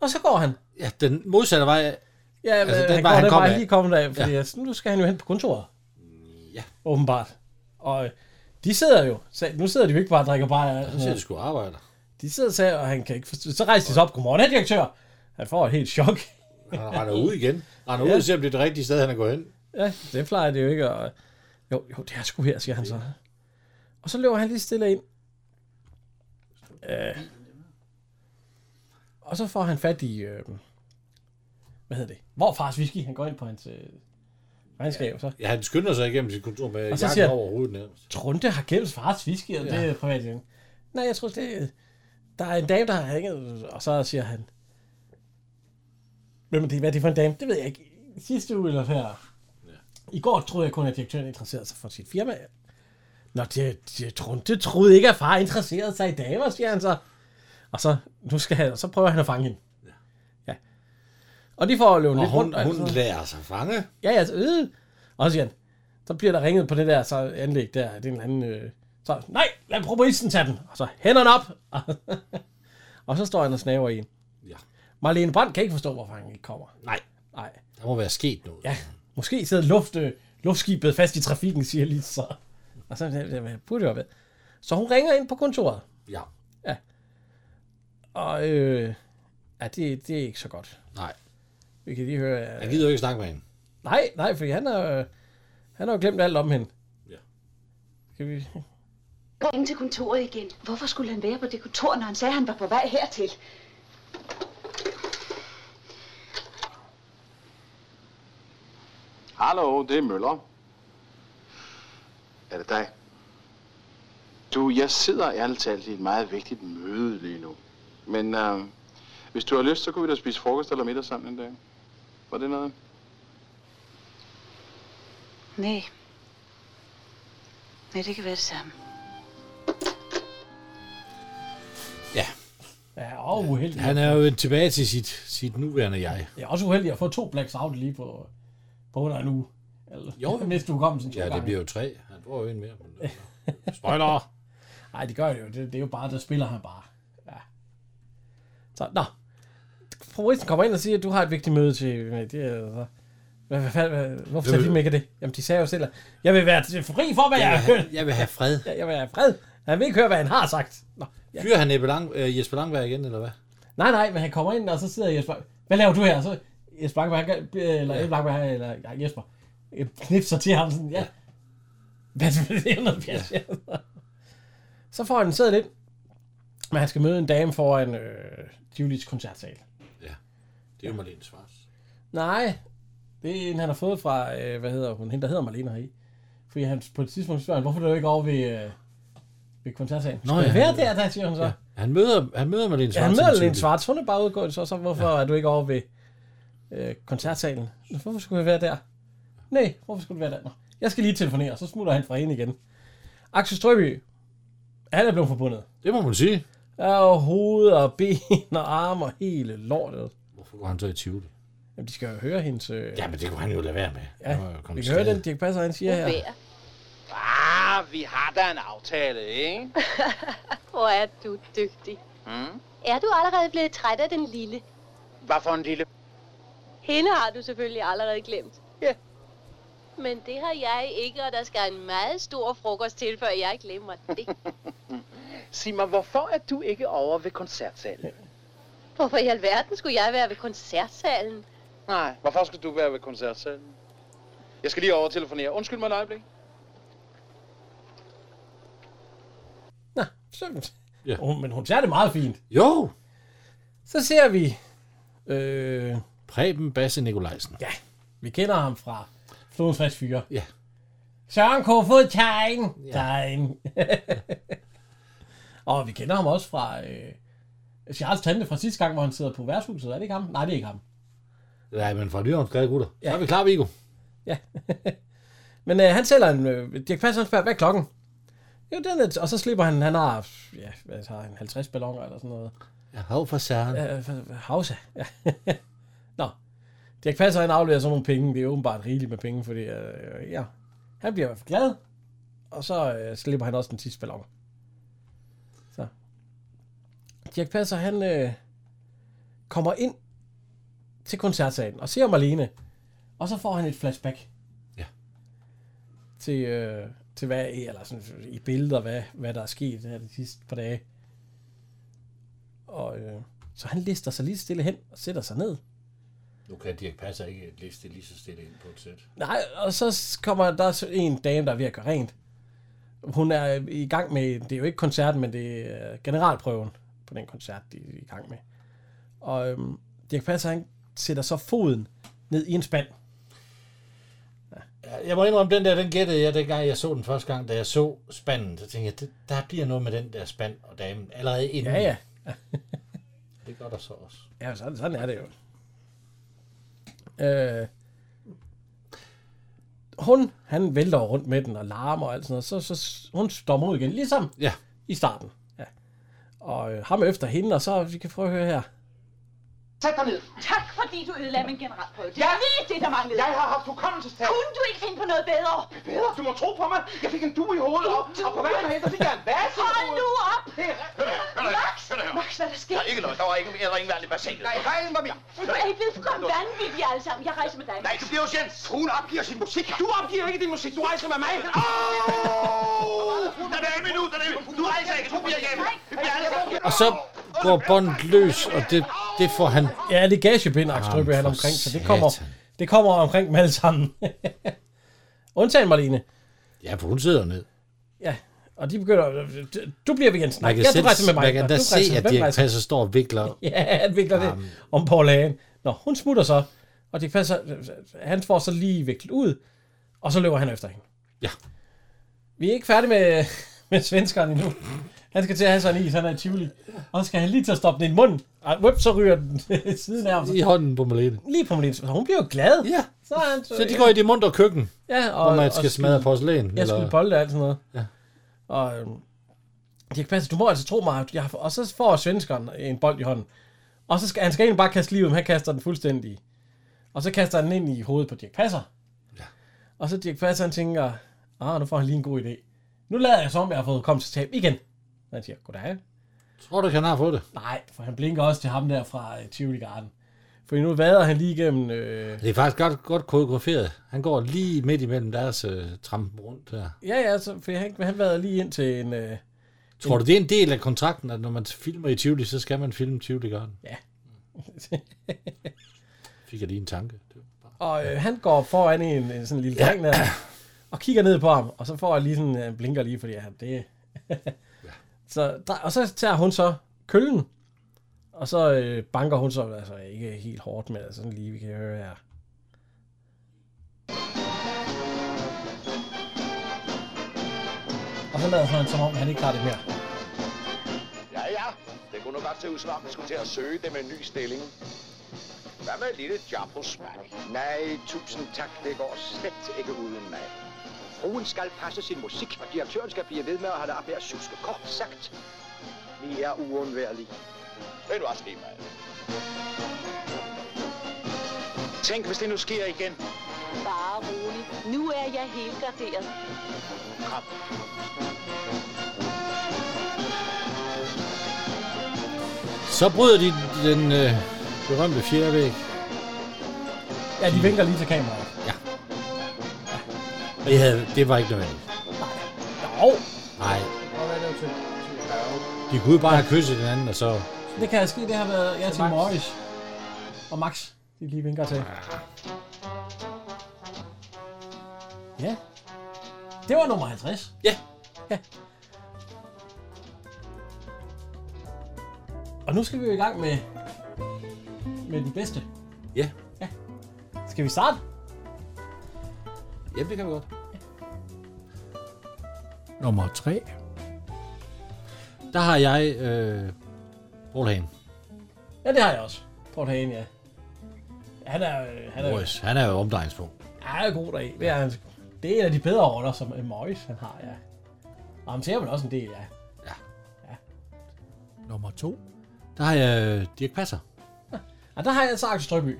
Speaker 3: og så går han.
Speaker 4: Ja, den modsatte vej.
Speaker 3: Ja, altså, den han, går
Speaker 4: vej, han
Speaker 3: den
Speaker 4: kom
Speaker 3: vej
Speaker 4: af.
Speaker 3: lige kommet af, fordi ja. nu skal han jo hen på kontoret. Ja. Åbenbart. Og øh, de sidder jo, så nu sidder de jo ikke bare og drikker bare. Ja,
Speaker 4: sidder de sgu og arbejder.
Speaker 3: De sidder så, og han kan ikke forstå. Så rejser de sig op, godmorgen, her direktør. Han får et helt chok.
Speaker 4: Han render ud igen. Render ud og ser, om det er det rigtige sted, han er gået hen.
Speaker 3: Ja, det plejer det jo ikke. Og... øh, Jo, jo, det er sgu her, siger han så. Og så løber han lige stille ind. Øh. Og så får han fat i... Øh... Hvad hedder det? Morfars whisky. Han går ind på hans øh... regnskab. Så.
Speaker 4: Ja, han skynder sig igennem sit kontor med
Speaker 3: Og så siger
Speaker 4: jakken
Speaker 3: han-
Speaker 4: over hovedet nærmest.
Speaker 3: Trunte har gældt fars whisky, og det
Speaker 4: Ja.
Speaker 3: er privat hjem. Nej, jeg tror, det er... Der er en dame, der har ringet, og så siger han... Hvem er det? Hvad er det for en dame? Det ved jeg ikke. I Sidste uge eller her. I går troede jeg kun, at direktøren interesserede sig for sit firma. Nå, det, det, Trunte troede ikke, at far interesserede sig i damer, siger han så. Og så, nu skal han, så prøver han at fange hende. Ja. Og de får løbet
Speaker 4: Og
Speaker 3: lidt
Speaker 4: hun,
Speaker 3: rundt.
Speaker 4: hun
Speaker 3: altså.
Speaker 4: lærer sig fange.
Speaker 3: Ja, ja, så, øh. Og så siger han, så bliver der ringet på det der så anlæg der, det er en eller anden, øh, så, nej, lad proboisten tage den, og så hænderne op, og så står han og snaver i en.
Speaker 4: Ja.
Speaker 3: Marlene Brandt kan ikke forstå, hvorfor han ikke kommer.
Speaker 4: Nej.
Speaker 3: Nej.
Speaker 4: Der må være sket noget.
Speaker 3: Ja, måske sidder luft, øh, luftskibet fast i trafikken, siger lige så. Og så det, det burde jo være. Så hun ringer ind på kontoret,
Speaker 4: Ja.
Speaker 3: og øh, ja, det, det er ikke så godt.
Speaker 4: Nej.
Speaker 3: Vi kan lige høre... Øh,
Speaker 4: Jeg gider jo ikke snakke med hende.
Speaker 3: Nej, nej, fordi han har, øh, han har jo glemt alt om hende.
Speaker 4: Ja.
Speaker 3: Skal vi...
Speaker 9: Gå ind til kontoret igen. Hvorfor skulle han være på det kontor, når han sagde, at han var på vej hertil?
Speaker 19: Hallo, det er Møller. Er det dig? Du, jeg sidder ærligt talt i et meget vigtigt møde lige nu. Men øh, hvis du har lyst, så kunne vi da spise frokost eller middag sammen en dag. Var det noget?
Speaker 21: Nej. Nej, det kan være det samme.
Speaker 3: Ja, og uheldig.
Speaker 4: Han er jo tilbage til sit, sit nuværende jeg.
Speaker 3: Det er også uheldigt at få to Blacks Out lige på, på under en uge. Eller, jo. Næste uge kommer sådan to
Speaker 4: Ja, det
Speaker 3: gange.
Speaker 4: bliver jo tre. Han får jo en mere. men- øh. Spoiler!
Speaker 3: Nej, det gør det jo. Det, det er jo bare, der spiller han bare. Ja. Så, nå. Provinsen kommer ind og siger, at du har et vigtigt møde til... med Det, er- så. Hvad, hvad, hvad, hvad, hvorfor sagde de mig ikke det? Jamen, de sagde jo selv, at jeg vil være fri for, hvad jeg,
Speaker 4: Jeg vil
Speaker 3: har
Speaker 4: have-
Speaker 3: hørt.
Speaker 4: jeg vil have fred.
Speaker 3: Ja, jeg vil have fred. Han vil ikke høre, hvad han har sagt. Nå, ja.
Speaker 4: Fyrer han Ebbe Lang, øh, Jesper Langberg igen, eller hvad?
Speaker 3: Nej, nej, men han kommer ind, og så sidder Jesper... Hvad laver du her? Så Jesper Langberg, han gør- eller
Speaker 4: Ja.
Speaker 3: ja. Langberg, eller ja, Jesper, øh, knipser til ham sådan, ja. Hvad det er noget pjat. Ja. Så får han siddet ind, men han skal møde en dame foran øh, Julies koncertsal.
Speaker 4: Det er jo Marlene Svars.
Speaker 3: Nej, det er en, han har fået fra, øh, hvad hedder hun, hende der hedder Marlene heri. Fordi han på et tidspunkt spørger, han, hvorfor er du ikke over ved, øh, ved koncertsalen? Nå, skal jeg være der, der, siger hun så.
Speaker 4: Ja. Han møder, han møder Marlene
Speaker 3: Ja,
Speaker 4: Svars.
Speaker 3: han
Speaker 4: som
Speaker 3: møder
Speaker 4: type.
Speaker 3: Lene Svarts. Hun er bare udgået, så, så hvorfor ja. er du ikke over ved øh, koncertsalen? Hvorfor skulle jeg være der? Nej, hvorfor skulle du være der? Nå, jeg skal lige telefonere, så smutter han fra hende igen. Axel Strøby, han er blevet forbundet.
Speaker 4: Det må man sige.
Speaker 3: Og hoved og ben og arme og hele lortet.
Speaker 4: Hvorfor går han så i Tivoli?
Speaker 3: Jamen, de skal jo høre hendes... Øh...
Speaker 4: Jamen, det kunne han jo lade være med.
Speaker 3: Ja,
Speaker 4: Han var jo kommet
Speaker 3: vi
Speaker 4: til
Speaker 3: kan høre
Speaker 4: skade.
Speaker 3: den, Dirk Passer, han siger her.
Speaker 13: Ah, vi har da en aftale, ikke?
Speaker 5: Hvor er du dygtig.
Speaker 13: Mm.
Speaker 5: Er du allerede blevet træt af den lille?
Speaker 13: Hvad for en lille...
Speaker 5: Hende har du selvfølgelig allerede glemt.
Speaker 13: Ja.
Speaker 5: Men det har jeg ikke, og der skal en meget stor frokost til, før jeg glemmer det.
Speaker 13: Sig mig, hvorfor er du ikke over ved koncertsalen?
Speaker 5: Hvorfor i alverden skulle jeg være ved koncertsalen?
Speaker 13: Nej. Hvorfor skal du være ved koncertsalen? Jeg skal lige over og telefonere. Undskyld mig et øjeblik.
Speaker 3: Så,
Speaker 4: Ja.
Speaker 3: ja. hun, men hun tager det meget fint.
Speaker 4: Jo!
Speaker 3: Så ser vi... Øh,
Speaker 4: Preben Basse Nikolajsen.
Speaker 3: Ja, vi kender ham fra Flodens Frisk Fyre.
Speaker 4: Ja.
Speaker 3: Søren K. Fod Tegn. Tegn. og vi kender ham også fra øh, Charles Tante fra sidste gang, hvor han sidder på værtshuset. Er det ikke ham? Nej, det er ikke ham.
Speaker 4: Nej, men fra Nyhavns Glade Gutter. Ja. Så er vi klar, Viggo.
Speaker 3: Ja. Men øh, han sælger en... Øh, Dirk Passer han spørger, hvad er klokken? Jo, den er, og så slipper han, han har, ja, hvad har han, 50 balloner eller sådan noget.
Speaker 4: Ja, hav for særen.
Speaker 3: Øh, for- Havsa, ja. Nå, Dirk Passer han afleverer sådan nogle penge, det er åbenbart rigeligt med penge, fordi øh, ja, han bliver i hvert fald glad, og så øh, slipper han også den sidste ballon. Så. Dirk Passer han øh, kommer ind til koncertsalen og ser Marlene, og så får han et flashback. Ja. Til, øh, til hvad, eller sådan i billeder, hvad, hvad der er sket her de sidste par dage. Og øh, så han lister sig lige stille hen og sætter sig ned.
Speaker 4: Nu kan Dirk Passer ikke liste lige så stille ind på et sæt.
Speaker 3: Nej, og så kommer der så en dame, der er ved at gøre rent. Hun er øh, i gang med, det er jo ikke koncerten, men det er øh, generalprøven på den koncert, de er i gang med. Og øhm, Dirk Passer, han sætter så foden ned i en spand.
Speaker 4: Jeg må indrømme, den der, den gættede jeg, dengang jeg så den første gang, da jeg så spanden. Så tænkte jeg, det, der bliver noget med den der spand og damen allerede inden.
Speaker 3: Ja, ja.
Speaker 4: Det gør der så også.
Speaker 3: Ja, sådan, sådan er det jo. Øh, hun, han vælter jo rundt med den og larmer og alt sådan noget, så, så s- hun stormer ud igen, ligesom
Speaker 4: ja.
Speaker 3: i starten. Ja. Og øh, ham efter hende, og så vi kan prøve at høre her.
Speaker 1: Sæt dig ned. Tak, fordi du ødelagde min generalprøve. Det er lige det, der manglede. Jeg har haft hukommelsestab. Kunne du ikke finde på noget bedre?
Speaker 15: Bedre, du må tro på mig. Jeg fik en due i hovedet, og, og på vejen herhen, der fik jeg en vasse.
Speaker 1: Hold nu op!
Speaker 15: Max! Max, hvad der sker? Der er ikke noget. Der var ikke mere rengværende i bassinet.
Speaker 1: Nej,
Speaker 15: regn mig mere.
Speaker 1: Du er I blevet fuldkommen vanvittige alle sammen. Jeg rejser med dig.
Speaker 15: Nej, du bliver jo Jens. Fruen opgiver sin musik. Du opgiver ikke din musik. Du rejser med mig. Åh! Den er hjemme nu. Den er hjemme. Du rejser ikke. Du bliver hjemme. Vi bliver alle sammen
Speaker 4: Og så går båndet løs, og det, det får han...
Speaker 3: Ja, det er gagebind, Axel
Speaker 4: Jamen,
Speaker 3: Strøbye, han
Speaker 4: Ah,
Speaker 3: er
Speaker 4: for
Speaker 3: omkring, så det
Speaker 4: satan.
Speaker 3: kommer, det kommer omkring dem alle sammen. Undtagen Marlene.
Speaker 4: Ja, for hun sidder ned.
Speaker 3: Ja, og de begynder, du bliver ved Jensen.
Speaker 4: Man kan,
Speaker 3: ja,
Speaker 4: selv,
Speaker 3: du rejser med mig.
Speaker 4: man kan
Speaker 3: Nå,
Speaker 4: da
Speaker 3: du
Speaker 4: se,
Speaker 3: rejser.
Speaker 4: at
Speaker 3: Hvem
Speaker 4: Dirk
Speaker 3: rejser?
Speaker 4: Passer står og vikler.
Speaker 3: Ja, han vinkler det om Paul Hagen. Nå, hun smutter så, og det passer, han får så lige viklet ud, og så løber han efter hende.
Speaker 4: Ja.
Speaker 3: Vi er ikke færdige med, med svenskeren endnu. Han skal til at have sådan en is, han er i Tivoli. Og så skal han lige til at stoppe den i munden. Og whip, så ryger den siden af ham.
Speaker 4: I hånden på Malene.
Speaker 3: Lige på Malene. Så hun bliver jo glad.
Speaker 4: Ja.
Speaker 3: Så, er han,
Speaker 4: Så de går i det mundre køkken,
Speaker 3: Ja,
Speaker 4: hvor man skal
Speaker 3: og
Speaker 4: smadre
Speaker 3: skyde-
Speaker 4: porcelæn.
Speaker 3: Ja,
Speaker 4: eller-
Speaker 3: spille bolde og alt sådan noget.
Speaker 4: Ja.
Speaker 3: Og øhm, Dirk Passer, du må altså tro mig, at jeg har, og så får svenskeren en bold i hånden. Og så skal han skal egentlig bare kaste livet, men han kaster den fuldstændig. Og så kaster han den ind i hovedet på Dirk Passer. Ja. Og så Dirk Passer, han tænker, ah, nu får han lige en god idé. Nu lader jeg som, om jeg har fået kommet til tab igen. Og Han siger, goddag.
Speaker 4: Tror du, han har fået det?
Speaker 3: Nej, for han blinker også til ham der fra øh, Tivoli Garden. For nu vader han lige igennem... Øh,
Speaker 4: Det er faktisk godt, godt koreograferet. Han går lige midt imellem deres øh, trampe rundt her.
Speaker 3: Ja, ja, så, for han, han vader lige ind til en... Øh,
Speaker 4: Tror du, det er en del af kontrakten, at når man filmer i Tivoli, så skal man filme Tivoli Garden?
Speaker 3: Ja.
Speaker 4: Fik jeg lige en tanke.
Speaker 3: Og øh, han går foran en, en sådan lille dreng der, og kigger ned på ham, og så får han lige sådan, han blinker lige, fordi han, det... så, dre- og så tager hun så køllen, og så øh, banker hun så, altså ikke helt hårdt, men altså sådan lige, vi kan høre her. Og så lader han som om, han ikke har det mere.
Speaker 15: Ja, ja. Det kunne nu godt se ud som om, vi skulle til at søge dem en ny stilling. Hvad med et lille job hos mig?
Speaker 7: Nej, tusind tak. Det går slet ikke uden mig. Fruen skal passe sin musik, og direktøren skal blive ved med at holde op med at suske. Kort sagt, vi er uundværlige.
Speaker 15: Det er nu også lige meget. Tænk, hvis det nu sker igen.
Speaker 21: Bare rolig. Nu er jeg helt garderet.
Speaker 15: Kom.
Speaker 4: Så bryder de den øh, berømte fjerde væg.
Speaker 3: Ja, de vinker lige til kameraet.
Speaker 4: Ja. Og jeg havde, det var ikke nødvendigt.
Speaker 3: Jo,
Speaker 4: Nej,
Speaker 12: Og hvad er det til?
Speaker 4: de kunne jo bare have kysset hinanden, og så...
Speaker 3: det kan ske, det har været jeg til Morris og Max, de lige vinker til. Ja. Det var nummer 50.
Speaker 4: Ja.
Speaker 3: ja. Og nu skal vi jo i gang med, med den bedste.
Speaker 4: Ja.
Speaker 3: ja. Skal vi starte?
Speaker 4: Jamen, det kan vi godt.
Speaker 12: Nummer 3.
Speaker 4: Der har jeg øh, Paul Hagen.
Speaker 3: Ja, det har jeg også. Paul Hagen, ja. Han er, øh, han er,
Speaker 4: Morris. Han er jo omdrejningspunkt.
Speaker 3: han er god deri. Det er, han sgu. det er en af de bedre roller, som øh, Morris han har, ja. Og ham ser man også en del af.
Speaker 12: Nummer 2.
Speaker 4: Der har jeg øh, Dirk Passer.
Speaker 3: Og der har jeg altså Axel Strøby.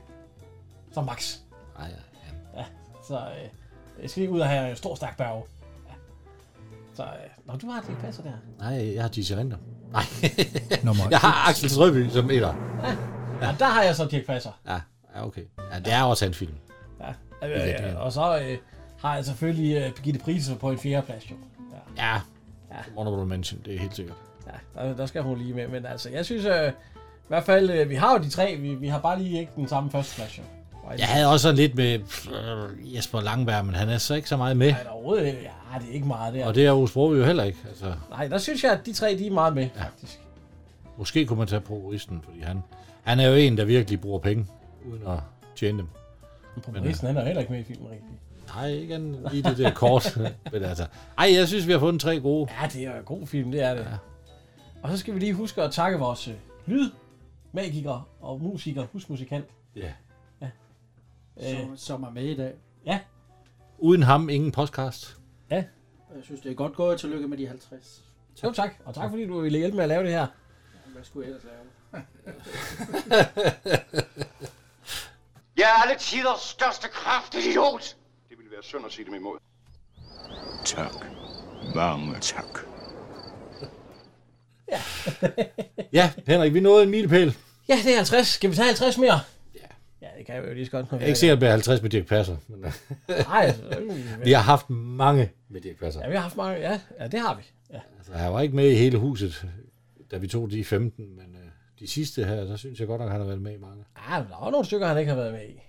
Speaker 3: Som Max.
Speaker 4: Ej, ja.
Speaker 3: Ja, så øh, jeg skal lige ud og have en stor stærk bærge. Ja. Så, øh, nå, du har det passer der.
Speaker 4: Nej, jeg har Dizzy Rinder. Nej,
Speaker 12: Nummer
Speaker 4: jeg har Axel Strøby som etter.
Speaker 3: Ja. ja, der har jeg så Dirk Passer.
Speaker 4: Ja, ja okay. Ja, det er også en film.
Speaker 3: Ja.
Speaker 4: Det er
Speaker 3: Øh,
Speaker 4: det,
Speaker 3: ja.
Speaker 4: ja.
Speaker 3: Og så øh, har jeg selvfølgelig øh, Birgitte Prise på en fjerdeplads, jo.
Speaker 4: Ja, ja. honorable mention, det er helt sikkert.
Speaker 3: Ja, der, der skal hun lige med. Men altså, jeg synes øh, i hvert fald, øh, vi har jo de tre. Vi, vi har bare lige ikke den samme førsteplads, jo. Og
Speaker 4: Jeg havde også sådan lidt med øh, Jesper Langberg, men han er så ikke så meget med.
Speaker 3: Nej, der er overhovedet ikke. Ja, det er ikke meget der.
Speaker 4: Og det er Ove Sprogøe jo heller ikke. Altså,
Speaker 3: Nej, der synes jeg, at de tre, de er meget med, ja. faktisk.
Speaker 4: måske kunne man tage prokuristen, fordi han, han er jo en, der virkelig bruger penge, uden at tjene dem.
Speaker 3: Men
Speaker 4: øh,
Speaker 3: Prokuristen, han er jo heller ikke med i filmen, rigtig.
Speaker 4: Nej, ikke andet lige det der kort. men altså, ej, jeg synes, vi har fundet tre gode.
Speaker 3: Ja, det er jo en god film, det er det. Ja. Og så skal vi lige huske at takke vores øh, lydmagiker og musiker, husmusikant. Øh,
Speaker 4: Ja.
Speaker 12: Som, som er med i dag.
Speaker 3: Ja.
Speaker 4: Uden ham, ingen podcast.
Speaker 12: Jeg synes, det er godt gået. Tillykke med de 50.
Speaker 3: Jo tak, og tak fordi du ville hjælpe med at lave det her.
Speaker 12: Hvad skulle jeg ellers lave?
Speaker 17: Jeg er alle tiders største kraftidiot.
Speaker 20: Det ville være synd at sige dem imod.
Speaker 8: Tak. Mange tak.
Speaker 4: Ja, Henrik, vi nåede en milepæl.
Speaker 3: Ja, det er 50. Skal vi tage 50 mere? Ja. Ja, det kan jeg jo lige så godt. når
Speaker 4: Jeg
Speaker 3: vi
Speaker 4: er ikke
Speaker 3: er-
Speaker 4: sikkert, at det bliver 50 med Dirk Passer. Men, øh,
Speaker 3: Nej, altså,
Speaker 4: vi har haft mange med Dirk Passer.
Speaker 3: Ja, vi har haft mange. Ja, ja det har vi. Ja.
Speaker 4: Altså, han var ikke med i hele huset, da vi tog de 15, men øh, de sidste her, der synes jeg godt nok, han har været med i mange.
Speaker 3: Ah, men der er også nogle stykker, han ikke har været med i.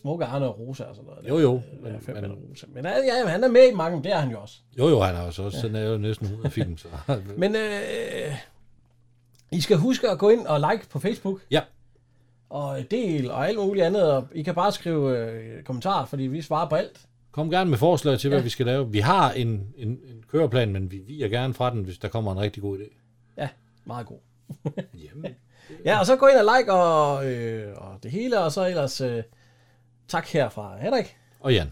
Speaker 3: Smukke Arne og Rosa og sådan noget.
Speaker 4: Jo, jo.
Speaker 3: Men,
Speaker 4: Men,
Speaker 3: men,
Speaker 4: men,
Speaker 3: Rosa. men ja, ja, han er med i mange, det er han jo også.
Speaker 4: jo, jo, han har også også. Sådan er jo næsten 100 film, så.
Speaker 3: Men øh, I skal huske at gå ind og like på Facebook.
Speaker 4: Ja.
Speaker 3: Og del og alt muligt andet. Og I kan bare skrive øh, kommentarer, fordi vi svarer på alt.
Speaker 4: Kom gerne med forslag til, hvad
Speaker 3: Ja.
Speaker 4: ja. vi skal lave. Vi har en, en, en køreplan, men vi viger gerne fra den, hvis der kommer en rigtig god idé.
Speaker 3: Ja, meget god.
Speaker 4: Jamen.
Speaker 3: Ja, og så gå ind og like og, øh, og det hele, og så ellers øh, tak her fra Henrik.
Speaker 4: Og Jan.